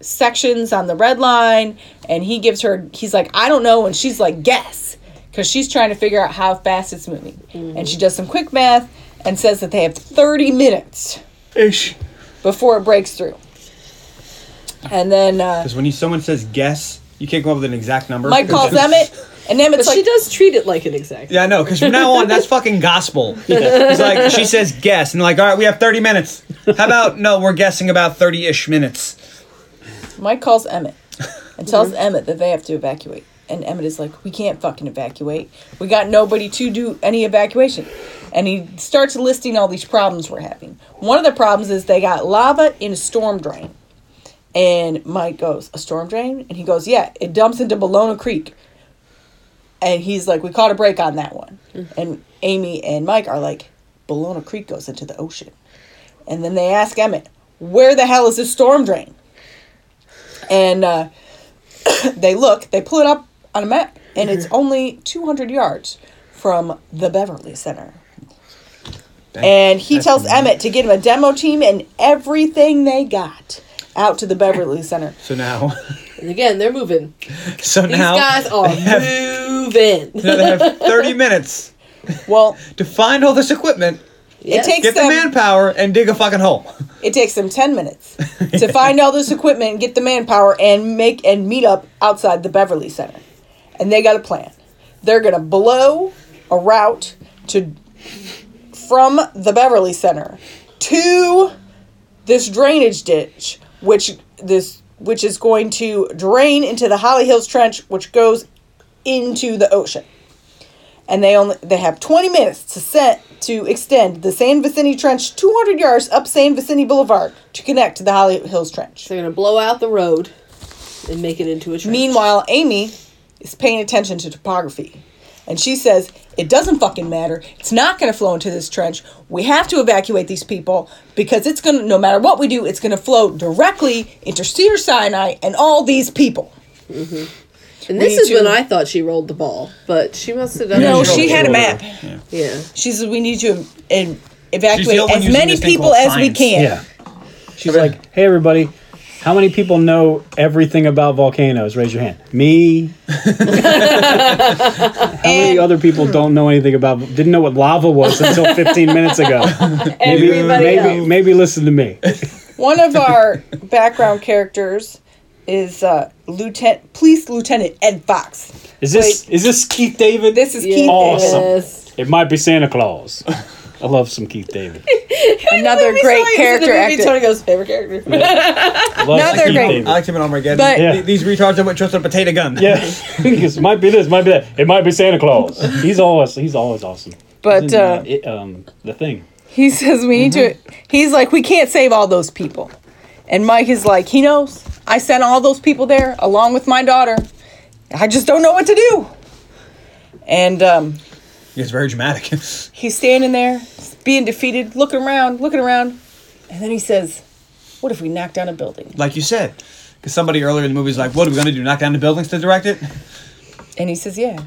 sections on the red line. And he gives her, he's like, I don't know. And she's like, guess. Because she's trying to figure out how fast it's moving. And she does some quick math and says that they have 30 minutes
Ish.
before it breaks through. And then uh,
Because when you, someone says guess, you can't come up with an exact number.
Mike calls
'Cause that's-
Emmett, and Emmett's
But
like,
she does treat it like an exact.
Yeah, I know. Because from now on, that's fucking gospel. It's like she says guess, and like, all right, we have thirty minutes. How about no? We're guessing about thirty-ish minutes.
Mike calls Emmett and tells Emmett that they have to evacuate. And Emmett is like, We can't fucking evacuate. We got nobody to do any evacuation. And he starts listing all these problems we're having. One of the problems is they got lava in a storm drain. And Mike goes, A storm drain? And he goes, Yeah, it dumps into Bologna Creek. And he's like, We caught a break on that one. And Amy and Mike are like, Bologna Creek goes into the ocean. And then they ask Emmett, Where the hell is this storm drain? and uh, they look, they pull it up on a map, and
Mm-hmm.
it's only 200 yards from the Beverly Center. And he tells Emmett to get him a demo team and everything they got out to the Beverly Center.
So now,
And again, they're moving.
so
These
now,
guys oh. are
have-
move in.
Now they have 30 minutes
Well,
to find all this equipment,
it takes
get the
them.
manpower, and dig a fucking hole.
It takes them ten minutes to find all this equipment, and get the manpower, and make and meet up outside the Beverly Center. And they got a plan. They're gonna blow a route to from the Beverly Center to this drainage ditch, which this which is going to drain into the Holly Hills Trench, which goes into the ocean. And they only they have 20 minutes to set to extend the San Vicente Trench 200 yards up San Vicente Boulevard to connect to the Holly Hills Trench.
They're gonna blow out the road and make it into a trench.
Meanwhile, Amy is paying attention to topography. And she says, it doesn't fucking matter. It's not going to flow into this trench. We have to evacuate these people because it's going to, no matter what we do, it's going to flow directly into Cedar Sinai and all these people.
and this
we
is when
do-
I thought she rolled the ball, but she must have done.
No,
it.
she had a map.
Yeah,
She says, we need to em-
She's the
evacuate
only one
as
using
many
this thing
people
called
as we
science.
can.
Yeah. She's like, hey, everybody, how many people know everything about volcanoes? Raise your hand. Me. how many
And-
other people don't know anything about, didn't know what lava was until 15 minutes ago? Maybe,
Everybody
maybe, maybe listen to me.
One of our background characters is uh, Lieutenant Police Lieutenant Ed Fox.
Is this is this Keith David?
This is Keith
Awesome.
David,
yes.
It might be Santa Claus. I love some Keith David.
another great character
Maybe
actor.
Tony goes favorite character.
I love
Another
Keith
great-
David.
I like him in Armageddon.
But-
Yeah.
Th- These retards don't trust in a potato gun.
yeah, because it might be this, might be that. It might be Santa Claus. He's always he's always awesome.
But
He's in,
uh,
it, um, the thing.
he says we need to. He's like, we can't save all those people. And Mike is like, he knows. I sent all those people there along with my daughter. I just don't know what to do. And um,
It's very dramatic.
he's standing there, being defeated, looking around, looking around, and then he says, "What if we knock down a building?"
like you said. Because somebody earlier in the movie is like, what are we going to do? Knock down the buildings to direct it?
And he says, Yeah.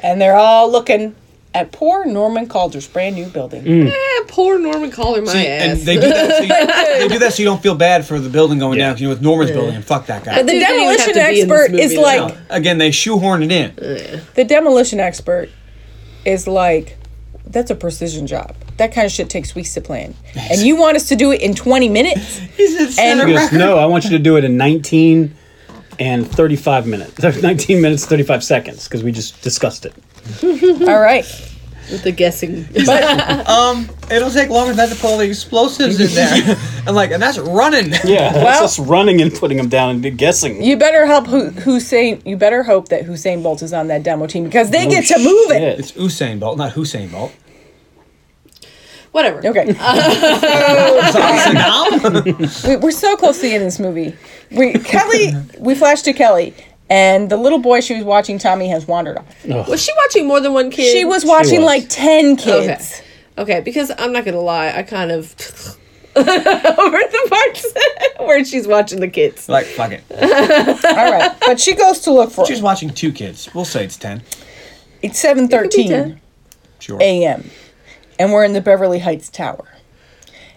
And they're all looking at poor Norman Calder's brand new building.
Eh, poor Norman Collar, my
See,
ass.
and they do, that so you, they do that so you don't feel bad for the building going down 'cause you know it's Norman's building and fuck that guy.
But
The
Dude, they didn't
demolition
have to be in this
expert is
movie,
like,
Again, they shoehorn it in.
the demolition expert is like, that's a precision job. That kind of shit takes weeks to plan. And you want us to do it in 20 minutes?
He goes, no, I want you to do it in 19 and 35 minutes. 19 minutes, 35 seconds, because we just discussed it.
all right.
with the guessing.
Um, it'll take longer than that to pull the explosives in there. and like, and that's running.
Yeah,
Well-
it's just running and putting them down and guessing.
You better help Hu- Hussein. You better hope that Hussein Bolt is on that demo team because they get to move it.
Oh, Shit.
It's Usain Bolt, not Hussein Bolt.
Whatever.
Okay. we, we're so close to the end of this movie. We Kelly, we flashed to Kelly, and the little boy she was watching, Tommy, has wandered off.
Was she watching more than one kid?
She was watching
was.
like ten kids.
Okay. okay, because I'm not gonna lie, I kind of over the parts where she's watching the kids.
Like, fuck it.
All right, but she goes to look for
She's
it.
watching two kids. We'll say it's 10.
It's seven thirteen
10.
Sure.
a.m. and we're in the Beverly Heights Tower,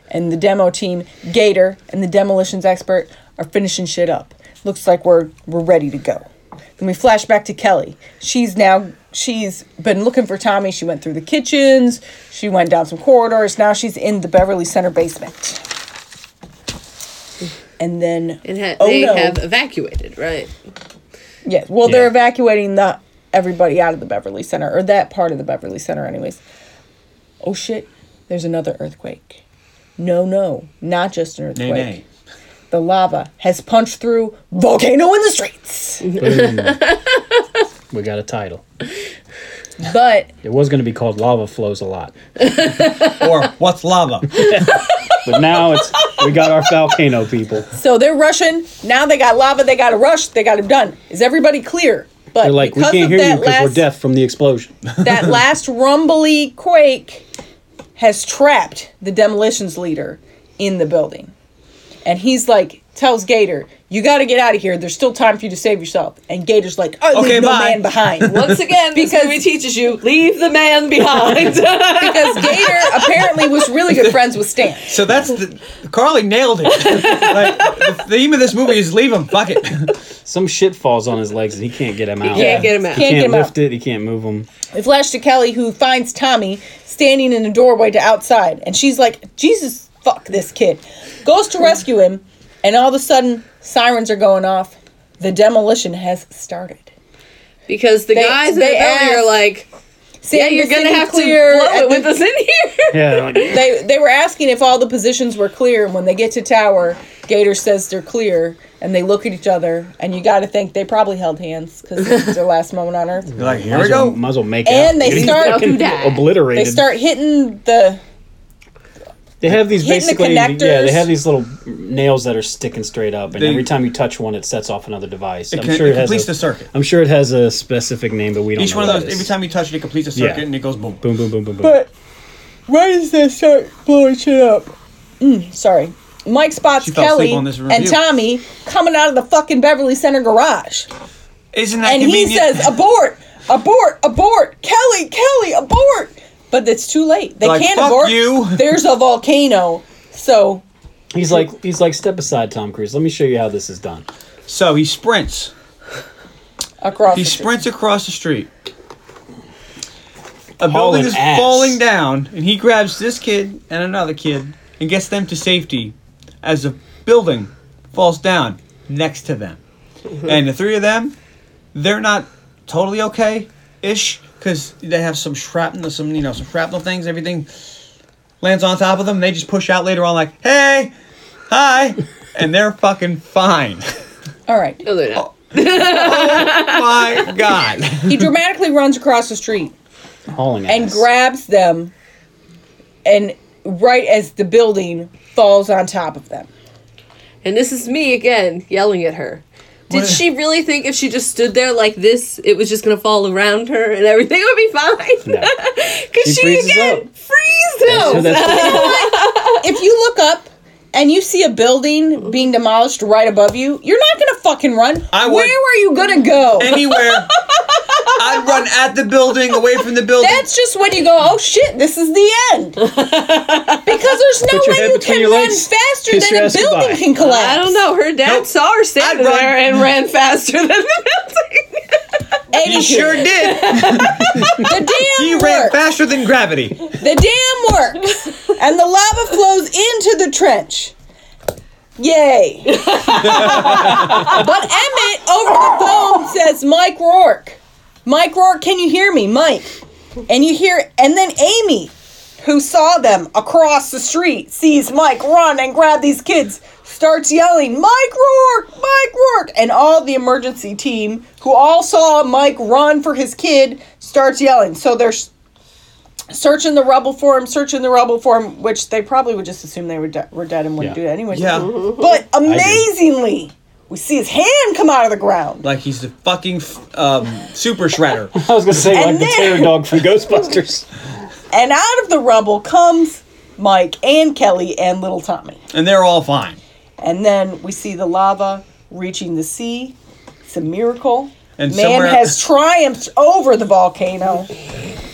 and the demo team, Gator, and the demolitions expert are finishing shit up. Looks like we're we're ready to go. Then we flash back to Kelly. She's now she's been looking for Tommy. She went through the kitchens. She went down some corridors. Now she's in the Beverly Center basement. And then
And ha-
oh
they
no.
have evacuated, right?
Yes. Well, they're
Yeah.
evacuating the everybody out of the Beverly Center or that part of the Beverly Center, anyways. Oh shit! There's another earthquake. No, no, not just an
Nay,
earthquake.
nay.
The lava has punched through volcano in the streets.
We got a title.
but
It was going to be called Lava Flows a Lot.
Or, what's lava?
But now it's, we got our volcano people.
so they're rushing now. They got lava. They got to rush. They got it done. Is everybody clear? But
They're like, we
because
can't
of
hear you
that
because we're
last
deaf from the explosion.
that last rumbly quake has trapped the demolitions leader in the building. And he's like, tells Gator, you got to get out of here. There's still time for you to save yourself. And Gator's like, oh,
Okay,
leave no
bye."
man behind.
Once again, because this movie teaches you leave the man behind.
because Gator apparently was really good friends with Stan.
So that's the. Carly nailed it. like, the theme of this movie is leave him. Fuck it.
Some shit falls on his legs and he can't get him out.
can't get him out.
He
Can't get
can't
him out.
lift it. He can't move him.
We flash to Kelly, who finds Tommy standing in the doorway to outside, and she's like, Jesus, fuck this kid. Goes to rescue him, and all of a sudden, sirens are going off. The demolition has started.
Because the
They-
guys in the
they
building are
asked-
like, yeah,
Sand
you're
the
gonna
city
have to blow
clear at
it
the-
with us in here.
Yeah. Like,
They, they were asking if all the positions were clear, and when they get to tower, Gator says they're clear, and they look at each other, and you got to think they probably held hands because this is their last moment on Earth.
Like, here
might,
we
as well,
go.
might as well make out.
And they
He's
start-
fucking
Don't
do that.
obliterated.
They start hitting the
They have these
hitting the
basically, yeah. They
connectors.
have these little nails that are sticking straight up, and
They-
every time you touch one, it sets off another device. I'm
con-
sure
it
it, has.
completes
a-
the circuit.
I'm sure it has a specific name, but we don't.
Each
know
one of
what
those,
it is.
every time you touch it, it completes a circuit
Yeah.
and it goes boom.
Boom, boom, boom, boom, boom.
But right as they start blowing shit up, mm, sorry, Mike spots
She fell
Kelly
asleep on this
and
review.
Tommy coming out of the fucking Beverly Center garage,
Isn't that
and he
convenient?
says, "Abort, abort, abort, Kelly, Kelly, abort!" But it's too late. They
Like,
can't
fuck
abort.
you.
There's a volcano, so
he's like, he's like, step aside, Tom Cruise. Let me show you how this is done.
so he sprints.
across.
He
the street.
sprints across the street. A
Hauling
building is
ass.
falling down, and he grabs this kid and another kid and gets them to safety as the building falls down next to them. And the three of them, they're not totally okay ish because they have some shrapnel, some you know, some shrapnel things. Everything lands on top of them. They just push out later on, like, "Hey, hi," and they're fucking fine.
All right.
No, they're not.
My God.
He dramatically runs across the street.
Hauling
and
ass.
grabs them and right as the building falls on top of them
And this is me again yelling at her. Did she really think if she just stood there like this, it was just gonna fall around her and everything would be fine?
No.
Because she,
freezes
again
up.
freezes.
So that's-
if you look up and you see a building being demolished right above you you're not gonna fucking run
I would-
where are you gonna go
anywhere. I'd run at the building, away from the building.
that's just when you go oh shit this is the end because there's no
Put your
way
head
you
between
can
your
run
legs,
faster
kiss your
than a
ass
building
goodbye.
can collapse
I don't know. Her dad saw her standing
I'd run.
there and ran faster than the building.
he
Anywho,
sure did.
the damn
He ran
work
faster than gravity.
The dam works, and the lava flows into the trench. Yay! but Emmett over the phone says, Mike Rourke. Mike Rourke, can you hear me? Mike. And you hear, and then Amy, who saw them across the street, sees Mike run and grab these kids, starts yelling, Mike Rourke, Mike Rourke. And all the emergency team, who all saw Mike run for his kid, starts yelling. So there's searching the rubble for him, searching the rubble for him, which they probably would just assume they were, de- were dead and wouldn't
Yeah.
do it anyway.
Yeah,
But amazingly, we see his hand come out of the ground.
like he's the fucking f- um, super shredder.
I was gonna say like
And
the
then-
terror dog from Ghostbusters.
And out of the rubble comes Mike and Kelly and little Tommy.
And they're all fine.
And then we see the lava reaching the sea. It's a miracle.
And
Man
somewhere-
has triumphed over the volcano.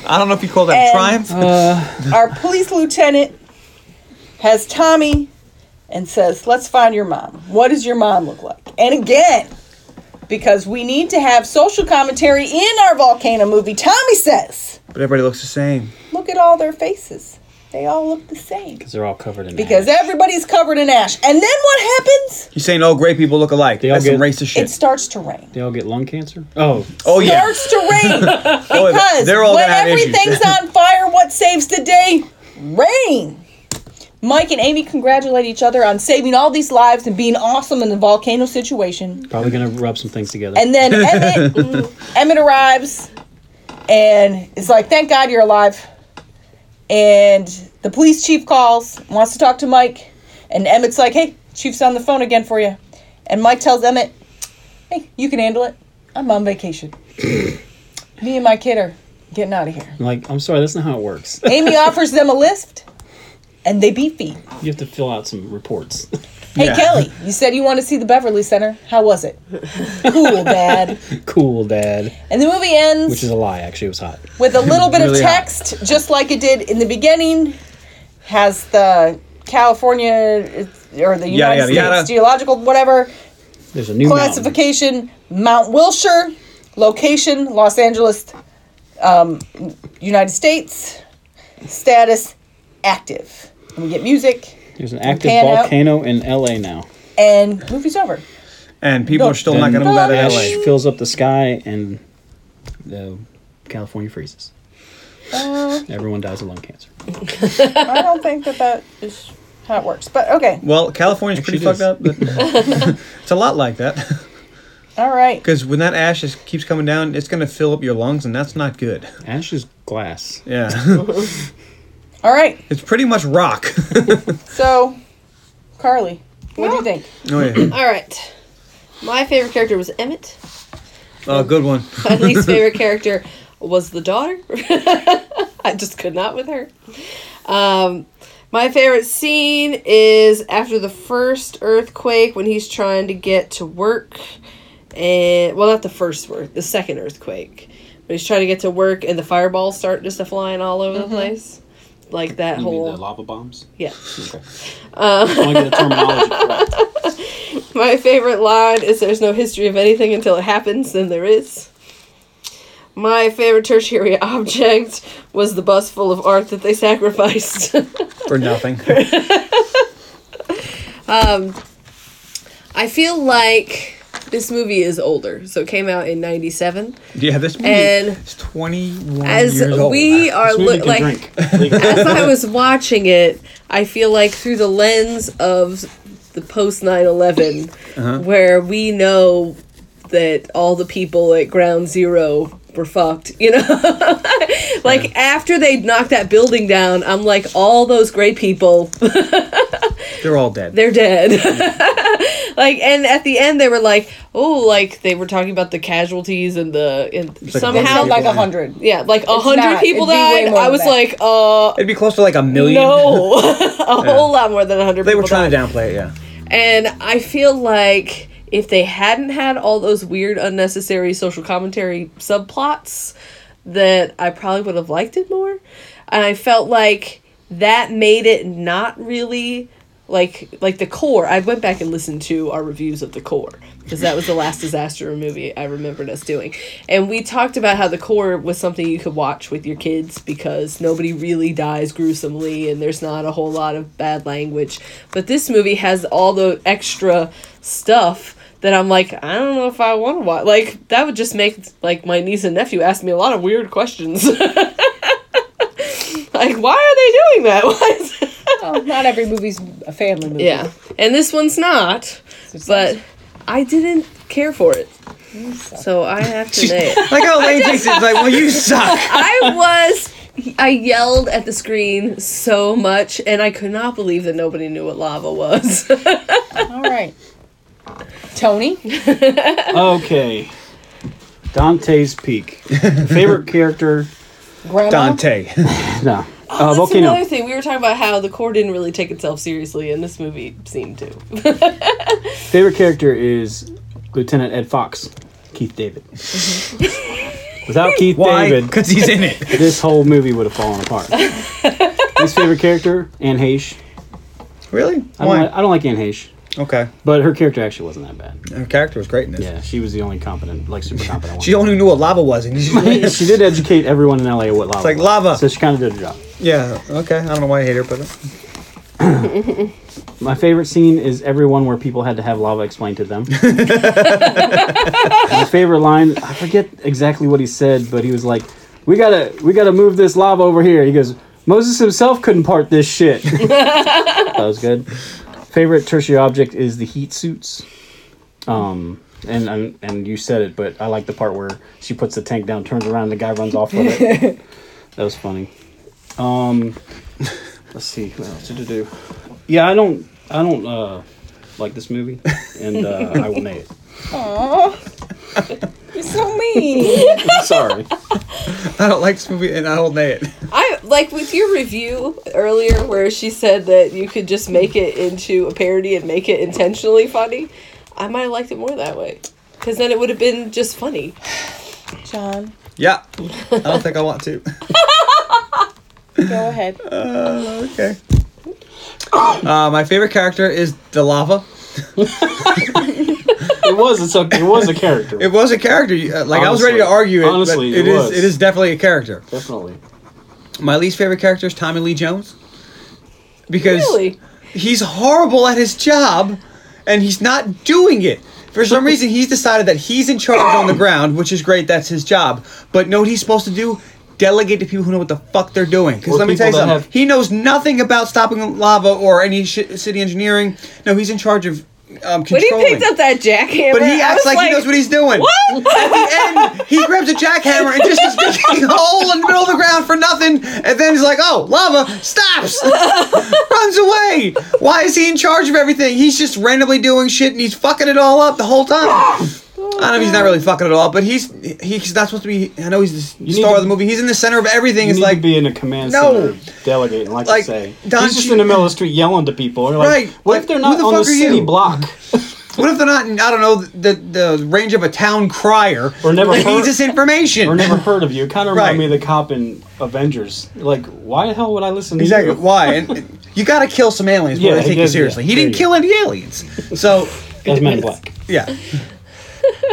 I don't know if you call that
And- uh,
triumph.
Our police lieutenant has Tommy and says, Let's find your mom. What does your mom look like? And again, because we need to have social commentary in our volcano movie, Tommy says,
but everybody looks the same.
Look at all their faces. They all look the same.
They're all covered in
Because
ash.
everybody's covered in ash. And then what happens?
He's saying all gray people look alike.
all
That's some
get-
racist shit.
It starts to rain.
they all get lung cancer. Oh,
oh yeah,
Starts to rain.
Boy,
Because
they're all
when
gonna have issues.
everything's on fire, what saves the day? Rain. Mike and Amy congratulate each other on saving all these lives and being awesome in the volcano situation.
probably gonna rub some things together.
And then Emmett, Emmett arrives and is like, "Thank God you're alive." And the police chief calls, wants to talk to Mike, and Emmett's like, "Hey, chief's on the phone again for you." And Mike tells Emmett, "Hey, you can handle it. I'm on vacation. Me and my kid are getting out of here."
I'm like, I'm sorry, that's not how it works.
Amy offers them a list, and they beat feet.
you have to fill out some reports.
Hey
Yeah.
Kelly, you said you want to see the Beverly Center. How was it? cool, Dad.
cool, Dad.
And the movie ends
Which is a lie. Actually, it was hot.
with a little bit
Really
of
hot.
text, just like it did in the beginning. Has the California it's- or the United
yada,
States
yada.
geological whatever
There's a new classification.
Classification Mount Wilshire. Location Los Angeles, um, United States. Status active. And we get music
There's an active
Pan out.
volcano in LA now.
and movie's over.
And people are still not going to
And
move out of
ash
LA.
fills up the sky, and uh, California freezes.
Uh.
Everyone dies of lung cancer.
I don't think that that is how it works. But okay.
Well, California's pretty fucked up. But it's a lot like that.
All right.
Because when that ash is, keeps coming down, it's going to fill up your lungs, and that's not good.
Ash is glass.
Yeah.
All right.
it's pretty much rock.
So, Carly, what do you think?
oh, yeah.
All right. My favorite character was Emmett.
Oh, good one.
My least favorite character was the daughter. I just could not with her. Um, my favorite scene is after the first earthquake when he's trying to get to work, and well, not the first earth, the second earthquake. But he's trying to get to work, and the fireballs start just flying all over the place, like that
Mm-hmm. You mean the
whole
lava bombs?
yeah.
Okay.
Uh,
Just want to get the terminology correct.
My favorite line is there's no history of anything until it happens, then there is. My favorite tertiary object was the bus full of art that they sacrificed.
For nothing.
I feel like this movie is older, so it came out in 97.
Yeah, this movie
And
is 21
As
years old.
we are
This movie
look
can
like
drink.
as I was watching it, I feel like through the lens of the post 9 11,
Uh-huh.
where we know that all the people at ground zero were fucked, you know? like, after they knocked that building down, I'm like, all those great people,
They're all dead.
they're dead. like, and at the end, they were like, oh, like, they were talking about the casualties and the. And
like a
somehow.
bunch
Sound
of
like
people.
a hundred.
yeah, like a hundred
not.
people
It'd be way
died.
more
I
than
was
that.
like, uh,
It'd be close to like a million.
no, a whole lot more than 100
They were
people
trying to downplay it, yeah.
And I feel like if they hadn't had all those weird, unnecessary social commentary subplots, that I probably would have liked it more. And I felt like that made it not really like like the core. I went back and listened to our reviews of the core because that was the last disaster movie I remembered us doing. And we talked about how the core was something you could watch with your kids because nobody really dies gruesomely and there's not a whole lot of bad language. But this movie has all the extra stuff that I'm like, I don't know if I want to watch. Like that would just make like my niece and nephew ask me a lot of weird questions. like why are they doing that? Why is
Well, not every movie's a family movie.
yeah. And this one's not, but I didn't care for it. So I have to say it.
Like how Lane takes it, it's like, well, you suck.
I was I yelled at the screen so much and I could not believe that nobody knew what lava was.
All right. Tony,
Okay. Dante's Peak. Favorite character?
Grandma.
Dante.
No.
That's
uh, volcano.
another thing. We were talking about how the core didn't really take itself seriously and this movie seemed to.
Favorite character is Lieutenant Ed Fox, Keith David. Without Keith
Why?
David,
Because he's in it.
this whole movie would have fallen apart. His favorite character, Anne Heche.
Really?
I don't, like,
Why?
I don't like Anne Heche,
Okay.
but her character actually wasn't that bad.
Her character was great in this.
Yeah, she was the only competent, like super competent one.
She only knew what lava was, and he's just like,
she did educate everyone in LA what lava.
like
was,
lava.
So she kind of did her job.
yeah, okay. I don't know why I hate her, but
My favorite scene is everyone where people had to have lava explained to them. My favorite line, I forget exactly what he said, but he was like, "We gotta, we gotta move this lava over here." He goes, "Moses himself couldn't part this shit." that was good. Favorite tertiary object is the heat suits. Um, and, and and you said it, but I like the part where she puts the tank down, turns around, and the guy runs off with it. that was funny. Um, let's see what else did it do. Yeah, I don't, I don't uh, like this movie, and uh, I will name it.
You're so mean.
Sorry.
I don't like this movie, and I don't like it.
I like with your review earlier where she said that you could just make it into a parody and make it intentionally funny. I might have liked it more that way. Because then it would have been just funny.
John,
Yeah, I don't think I want to.
go ahead.
Okay. Uh, my favorite character is the lava.
it was it's a, it was a character.
It was a character. uh, Like I was ready to
Honestly.
argue it.
Honestly,
but it
it
is.
was.
It is definitely a character.
Definitely.
My least favorite character is Tommy Lee Jones because
Really?
he's horrible at his job and he's not doing it. For some reason, he's decided that he's in charge on the ground, which is great. That's his job. But know what he's supposed to do? Delegate to people who know what the fuck they're doing. Because
Or
let me
people
tell you
that
something.
have-
he knows nothing about stopping lava or any shi city engineering. No, he's in charge of um,
When he
controlling.
picked up that jackhammer,
But he
I
acts
was
like, he knows what he's doing. At the end, he grabs a jackhammer and just is digging a hole in the middle of the ground for nothing. And then he's like, oh, lava stops, runs away. Why is he in charge of everything? He's just randomly doing shit and he's fucking it all up the whole time. I don't know if he's not really fucking it all, but he's he's not supposed to be. I know he's the
need
star
to-
of the movie. He's in the center of everything.
You
It's
need
like
to be in a command
No.
center delegating, like,
Like,
I say.
Don
He's just
Cheadle-
in the middle of the street yelling to people. They're Like,
Right,
What
like,
if they're
who
not
the
on the
fuck are you?
city block?
what if they're not? in, I don't know the the range of a town crier.
Or never
that
heard-
needs this information.
or never heard of you. It kind of reminded
Right.
me of the cop in Avengers. Like, why the hell would I listen to
Exactly.
you?
Why? And, and you got to kill some aliens before
Yeah,
they take you
yeah, yeah.
seriously. He
There
didn't
you
kill any aliens, so
That's Men in Black.
yeah.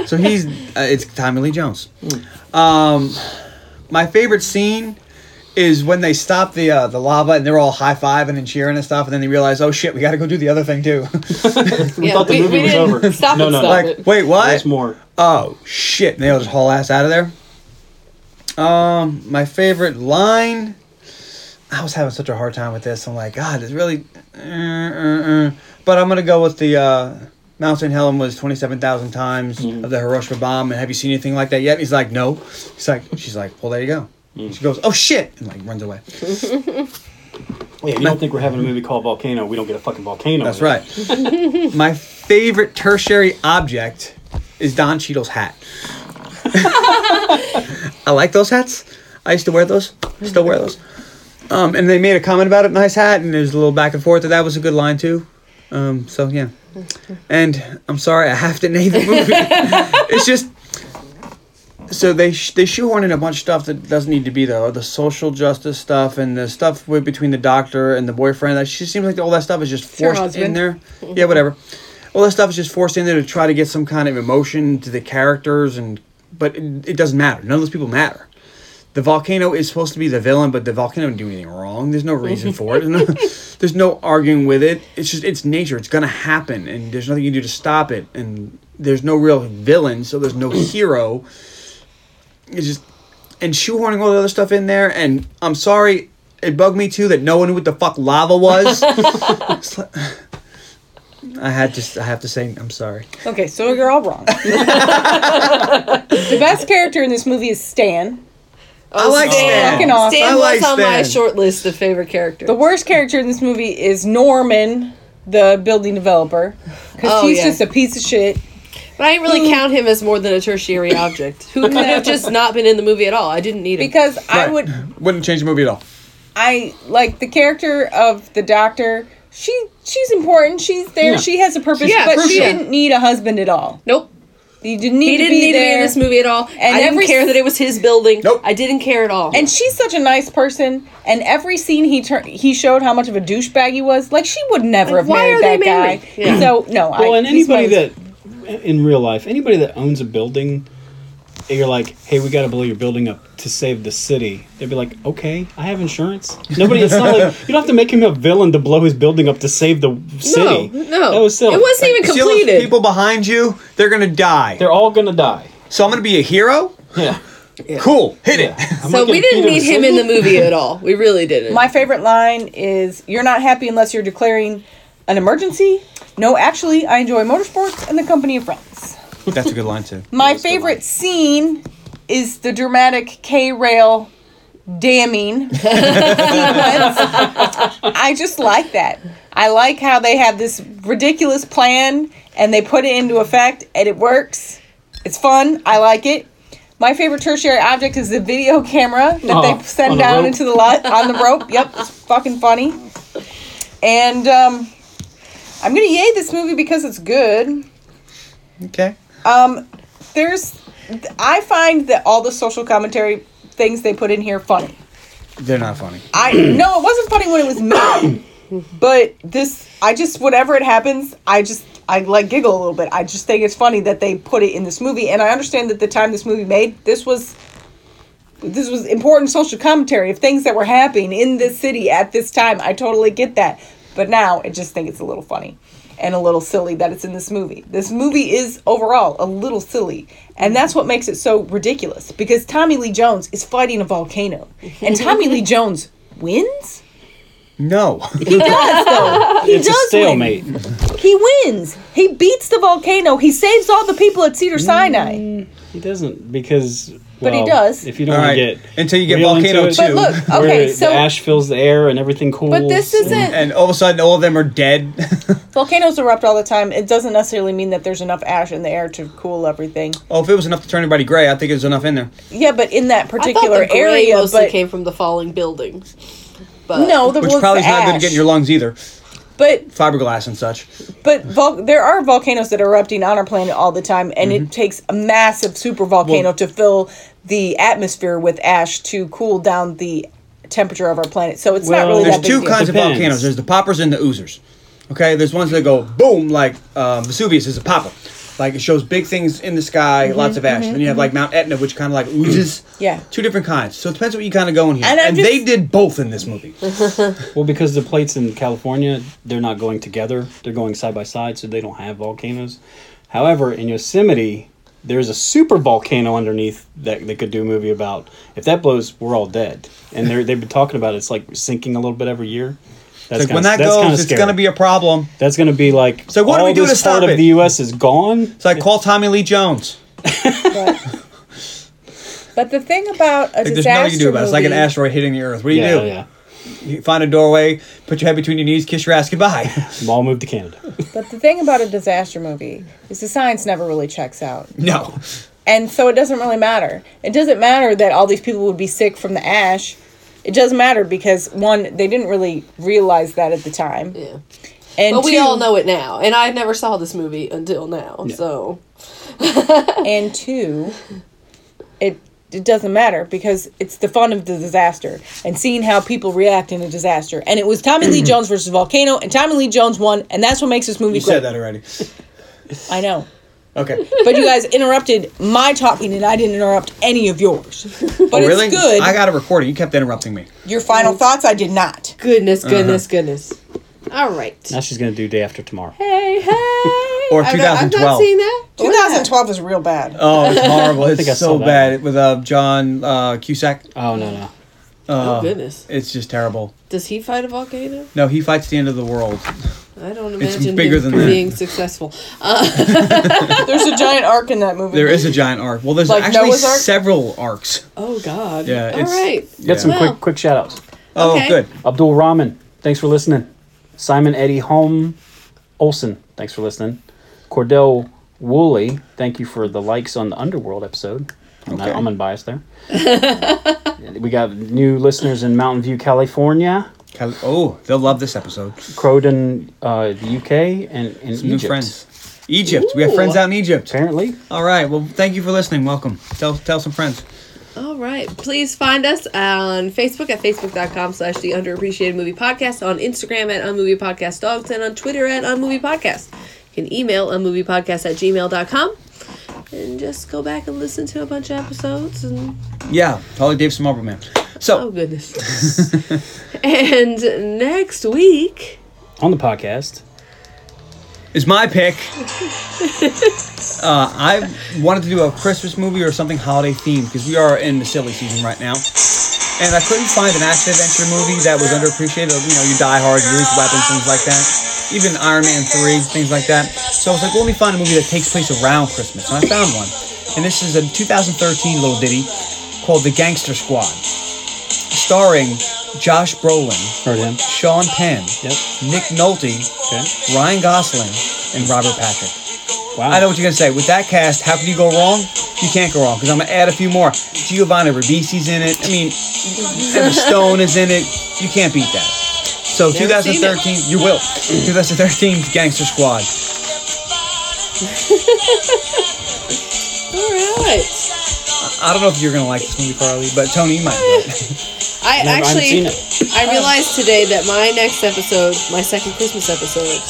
So he's uh, it's Tommy Lee Jones. Um, my favorite scene is when they stop the uh, the lava and they're all high fiving and cheering and stuff, and then they realize, oh shit, we got to go do the other thing too.
We thought the
we-
movie
we
was
didn't
over.
stop
no,
and
no,
stop.
no.
like, wait, what?
There's more.
Oh shit! And they all just haul ass out of there. Um, my favorite line. I was having such a hard time with this. I'm like, God, it's really. uh, uh, uh." But I'm gonna go with the uh, Mountain Helen was twenty seven thousand times of the Hiroshima bomb. And have you seen anything like that yet? He's like, No. He's like, She's like, Well, there you go. She goes, Oh shit, and like runs away.
Yeah, you don't think we're having a movie called Volcano? We don't get a fucking volcano.
That's right. my favorite tertiary object is Don Cheadle's hat. I like those hats. I used to wear those. Still wear those. Um, and they made a comment about it. Nice hat. And there's a little back and forth. That that was a good line too. Um, so yeah. And I'm sorry, I have to name the movie. it's just so they sh- they shoehorn in a bunch of stuff that doesn't need to be there. The social justice stuff and the stuff with, between the doctor and the boyfriend. That she seems like all that stuff is just
her
forced in
husband.
there. Yeah, whatever. All that stuff is just forced in there to try to get some kind of emotion to the characters, and but it, it doesn't matter. None of those people matter. The volcano is supposed to be the villain, but the volcano didn't do anything wrong. There's no reason for it. there's no arguing with it. It's just it's nature. It's gonna happen, and there's nothing you can do to stop it. And there's no real villain, so there's no hero it's just and shoehorning all the other stuff in there. And I'm sorry, it bugged me too that no one knew what the fuck lava was. It's like- I had to. I have to say, I'm sorry.
Okay, so you're all wrong. the best character in this movie is Stan.
I like Stan.
Fucking awesome.
Stan
I
was
like
on my
Stan.
short list of favorite characters.
The worst character in this movie is Norman, the building developer, because
Oh,
he's
yeah.
just a piece of shit.
But I didn't really count him as more than a tertiary object. Who could have just not been in the movie at all? I didn't need him.
Because I
Right.
would,
Wouldn't change the movie at all.
I like the character of the doctor. She she's important. She's there. She has a purpose.
Yeah,
but she
crucial.
didn't need a husband at all.
nope.
You didn't need
He
to
didn't
be
need to
there.
be in this movie at all. I didn't
every-
care that it was his building.
Nope.
I didn't care at all.
And she's such a nice person. And every scene he turned, he showed how much of a douchebag he was. Like she would never have
why
married
are they
that guy.
married? Yeah.
So no.
Well,
I,
and
he's my
anybody
least-
that in real life, anybody that owns a building, you're like, hey, we got to blow your building up to save the city. They'd be like, okay, I have insurance. Nobody, it's not like you don't have to make him a villain to blow his building up to save the
no,
city.
no,
that was silly.
It wasn't even
See all those
completed.
people behind you, they're gonna die.
They're all gonna die.
so I'm gonna be a hero.
Yeah.
Cool. Hit
yeah.
it.
Am I
so
getting
we didn't
Peter
need him
Singh?
in the movie at all. We really didn't.
My favorite line is You're not happy unless you're declaring an emergency. No, actually, I enjoy motorsports and the company of friends.
That's a good line too.
My favorite scene is the dramatic K rail damming sequence. I just like that. I like how they have this ridiculous plan and they put it into effect and it works. It's fun. I like it. My favorite tertiary object is the video camera that
Oh,
they send
on the
down
rope.
into the lot on the rope. Yep, it's fucking funny. And um, I'm gonna yay this movie because it's good.
Okay.
Um, there's, I find that all the social commentary things they put in here funny.
They're not funny.
I no, it wasn't funny when it was made, but this, I just whatever it happens, I just
I like giggle a little bit. I just think it's funny that they put it in this movie, and I understand that the time this movie made this was this was important social commentary of things that were happening in this city at this time. I totally get that, but now I just think it's a little funny and a little silly that it's in this movie. This movie is overall a little silly, and that's what makes it so ridiculous because Tommy Lee Jones is fighting a volcano, and Tommy Lee Jones wins.
No.
He does though. He
It's a
does win.
stalemate.
He wins. He beats the volcano. He saves all the people at Cedar Sinai.
He doesn't because.
But he
well,
does.
If you don't
All right.
get
Until you get
real into
Volcano
it,
2.
But look,
where
okay,
the
so
ash fills the air and everything cools.
but this
and-
isn't
and all of a sudden, all of them are dead.
volcanoes erupt all the time. It doesn't necessarily mean that there's enough ash in the air to cool everything.
oh, if it was enough to turn everybody gray, I think there's enough in there.
Yeah, but in that
I thought
particular
the gray
area,
mostly
but
came from the falling buildings. But
no, the
Which
well, it's
probably
the
is not going to
ash.
get in your lungs either.
But
Fiberglass and such.
but vol- there are volcanoes that are erupting on our planet all the time, and
Mm-hmm.
it takes a massive super volcano to fill the atmosphere with ash to cool down the temperature of our planet. So it's
Well,
not really
There's
that big
two
deal.
kinds of
Depends.
volcanoes. There's the poppers and the oozers. Okay, there's ones that go boom, like um, Vesuvius is a popper. Like it shows big things in the sky, lots of ash. then you have like Mount Etna, which kind of like oozes.
Mm-hmm, Yeah.
Two different kinds. So it depends what you kind of go in here.
And
And,
I'm
they
just- Mm-hmm.
did both in this movie.
Well, because the plates in California, they're not going together; they're going side by side, so they don't have volcanoes. However, in Yosemite, there's a super volcano underneath that they could do a movie about. If that blows, we're all dead. And they're, they've been talking about it. it's like sinking a little bit every year. That's
like
kinda,
when that
that's kinda
goes, it's
scary.
going to be a problem.
that's gonna be like
So what do
all
we do to
this
stop
part
it?
of the U.S. is gone.
It's like call Tommy Lee Jones.
but, but the thing about a
Like, there's
disaster
nothing you can do about it. It's like an
movie-
asteroid hitting the Earth. What do you
yeah,
do?
yeah.
You find a doorway, put your head between your knees, kiss your ass goodbye.
All moved to Canada.
But the thing about a disaster movie is the science never really checks out,
no.
and so it doesn't really matter. It doesn't matter that all these people would be sick from the ash. It doesn't matter because one, they didn't really realize that at the time,
Yeah.
and
But we
two-
all know it now, and I never saw this movie until now. So
and two, it it doesn't matter because it's the fun of the disaster and seeing how people react in a disaster. And it was Tommy Lee Jones versus Volcano, and Tommy Lee Jones won, and that's what makes this movie
You
great.
said that already.
I know.
Okay.
But you guys interrupted my talking, and I didn't interrupt any of yours. But
Oh, really?
it's good.
I got a recording. You kept interrupting me.
Your
Mm.
final thoughts, I did not.
Goodness,
Uh-huh.
goodness, goodness.
all right.
Now she's gonna do day after tomorrow.
Hey hey.
Or
I've not- I've not
2012.
seen that.
2012 is real bad.
Oh, it's horrible. It's
think I
so
saw that.
bad. With uh, John uh, Cusack.
Oh no no.
Uh,
Oh goodness.
It's just terrible.
Does he fight a volcano?
No, he fights the end of the world.
I don't
It's
imagine
bigger
him
than that.
being successful.
There's a giant arc in that movie.
There is a giant arc. Well, there's
Like
actually
Noah's Ark?
several arcs.
Oh God.
Yeah,
All
it's-
right.
Got some
Yeah.
Well.
quick quick shout outs.
Oh,
okay.
good.
Abdul Rahman, thanks for listening. Simon Eddie Holm Olson, thanks for listening. Cordell Woolley, thank you for the likes on the Underworld episode. I'm, not,
Okay.
I'm unbiased there. we got new listeners in Mountain View, California,
Cal- Oh, they'll love this episode.
Croydon, uh, the UK, and, and
New
Egypt.
friends. Egypt. We have friends out in Egypt.
Apparently,
All right. Well, thank you for listening. Welcome. Tell tell some friends.
All right. Please find us on Facebook at facebook.com slash the underappreciated movie podcast, on Instagram at unmovie podcast dogs, and on Twitter at unmovie podcast. You can email unmoviepodcast at gmail.com and just go back and listen to a bunch of episodes and
Yeah, Holly Davidson Marble Man.
oh
So
goodness. and next week
on the podcast,
is my pick. Uh, I wanted to do a Christmas movie or something holiday themed because we are in the silly season right now. And I couldn't find an action adventure movie that was underappreciated. You know, you die hard, you lose weapons, things like that. Even Iron Man 3, things like that. So I was like, well, let me find a movie that takes place around Christmas. And I found one. And this is a 2013 little ditty called The Gangster Squad, starring Josh Brolin,
heard him.
Sean Penn,
Yep.
Nick Nolte,
Okay.
Ryan Gosling, and Robert Patrick.
Wow.
I know what you're gonna say. With that cast, how can you go wrong? You can't go wrong because I'm gonna add a few more. Giovanni Ribisi's in it. I mean, Emma Stone is in it. You can't beat that. So 2013, you will. 2013 Gangster Squad.
all right
I don't know if you're gonna like this movie, Carly, but Tony, you might.
I
I haven't
actually,
seen
I realized today that my next episode, my second Christmas episode,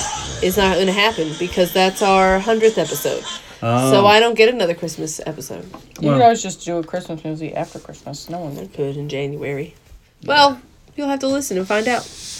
is not going to happen because that's our hundredth episode.
Oh.
So I don't get another Christmas episode.
You could always just do a Christmas movie after Christmas. No one
I could in January. Well, you'll have to listen and find out.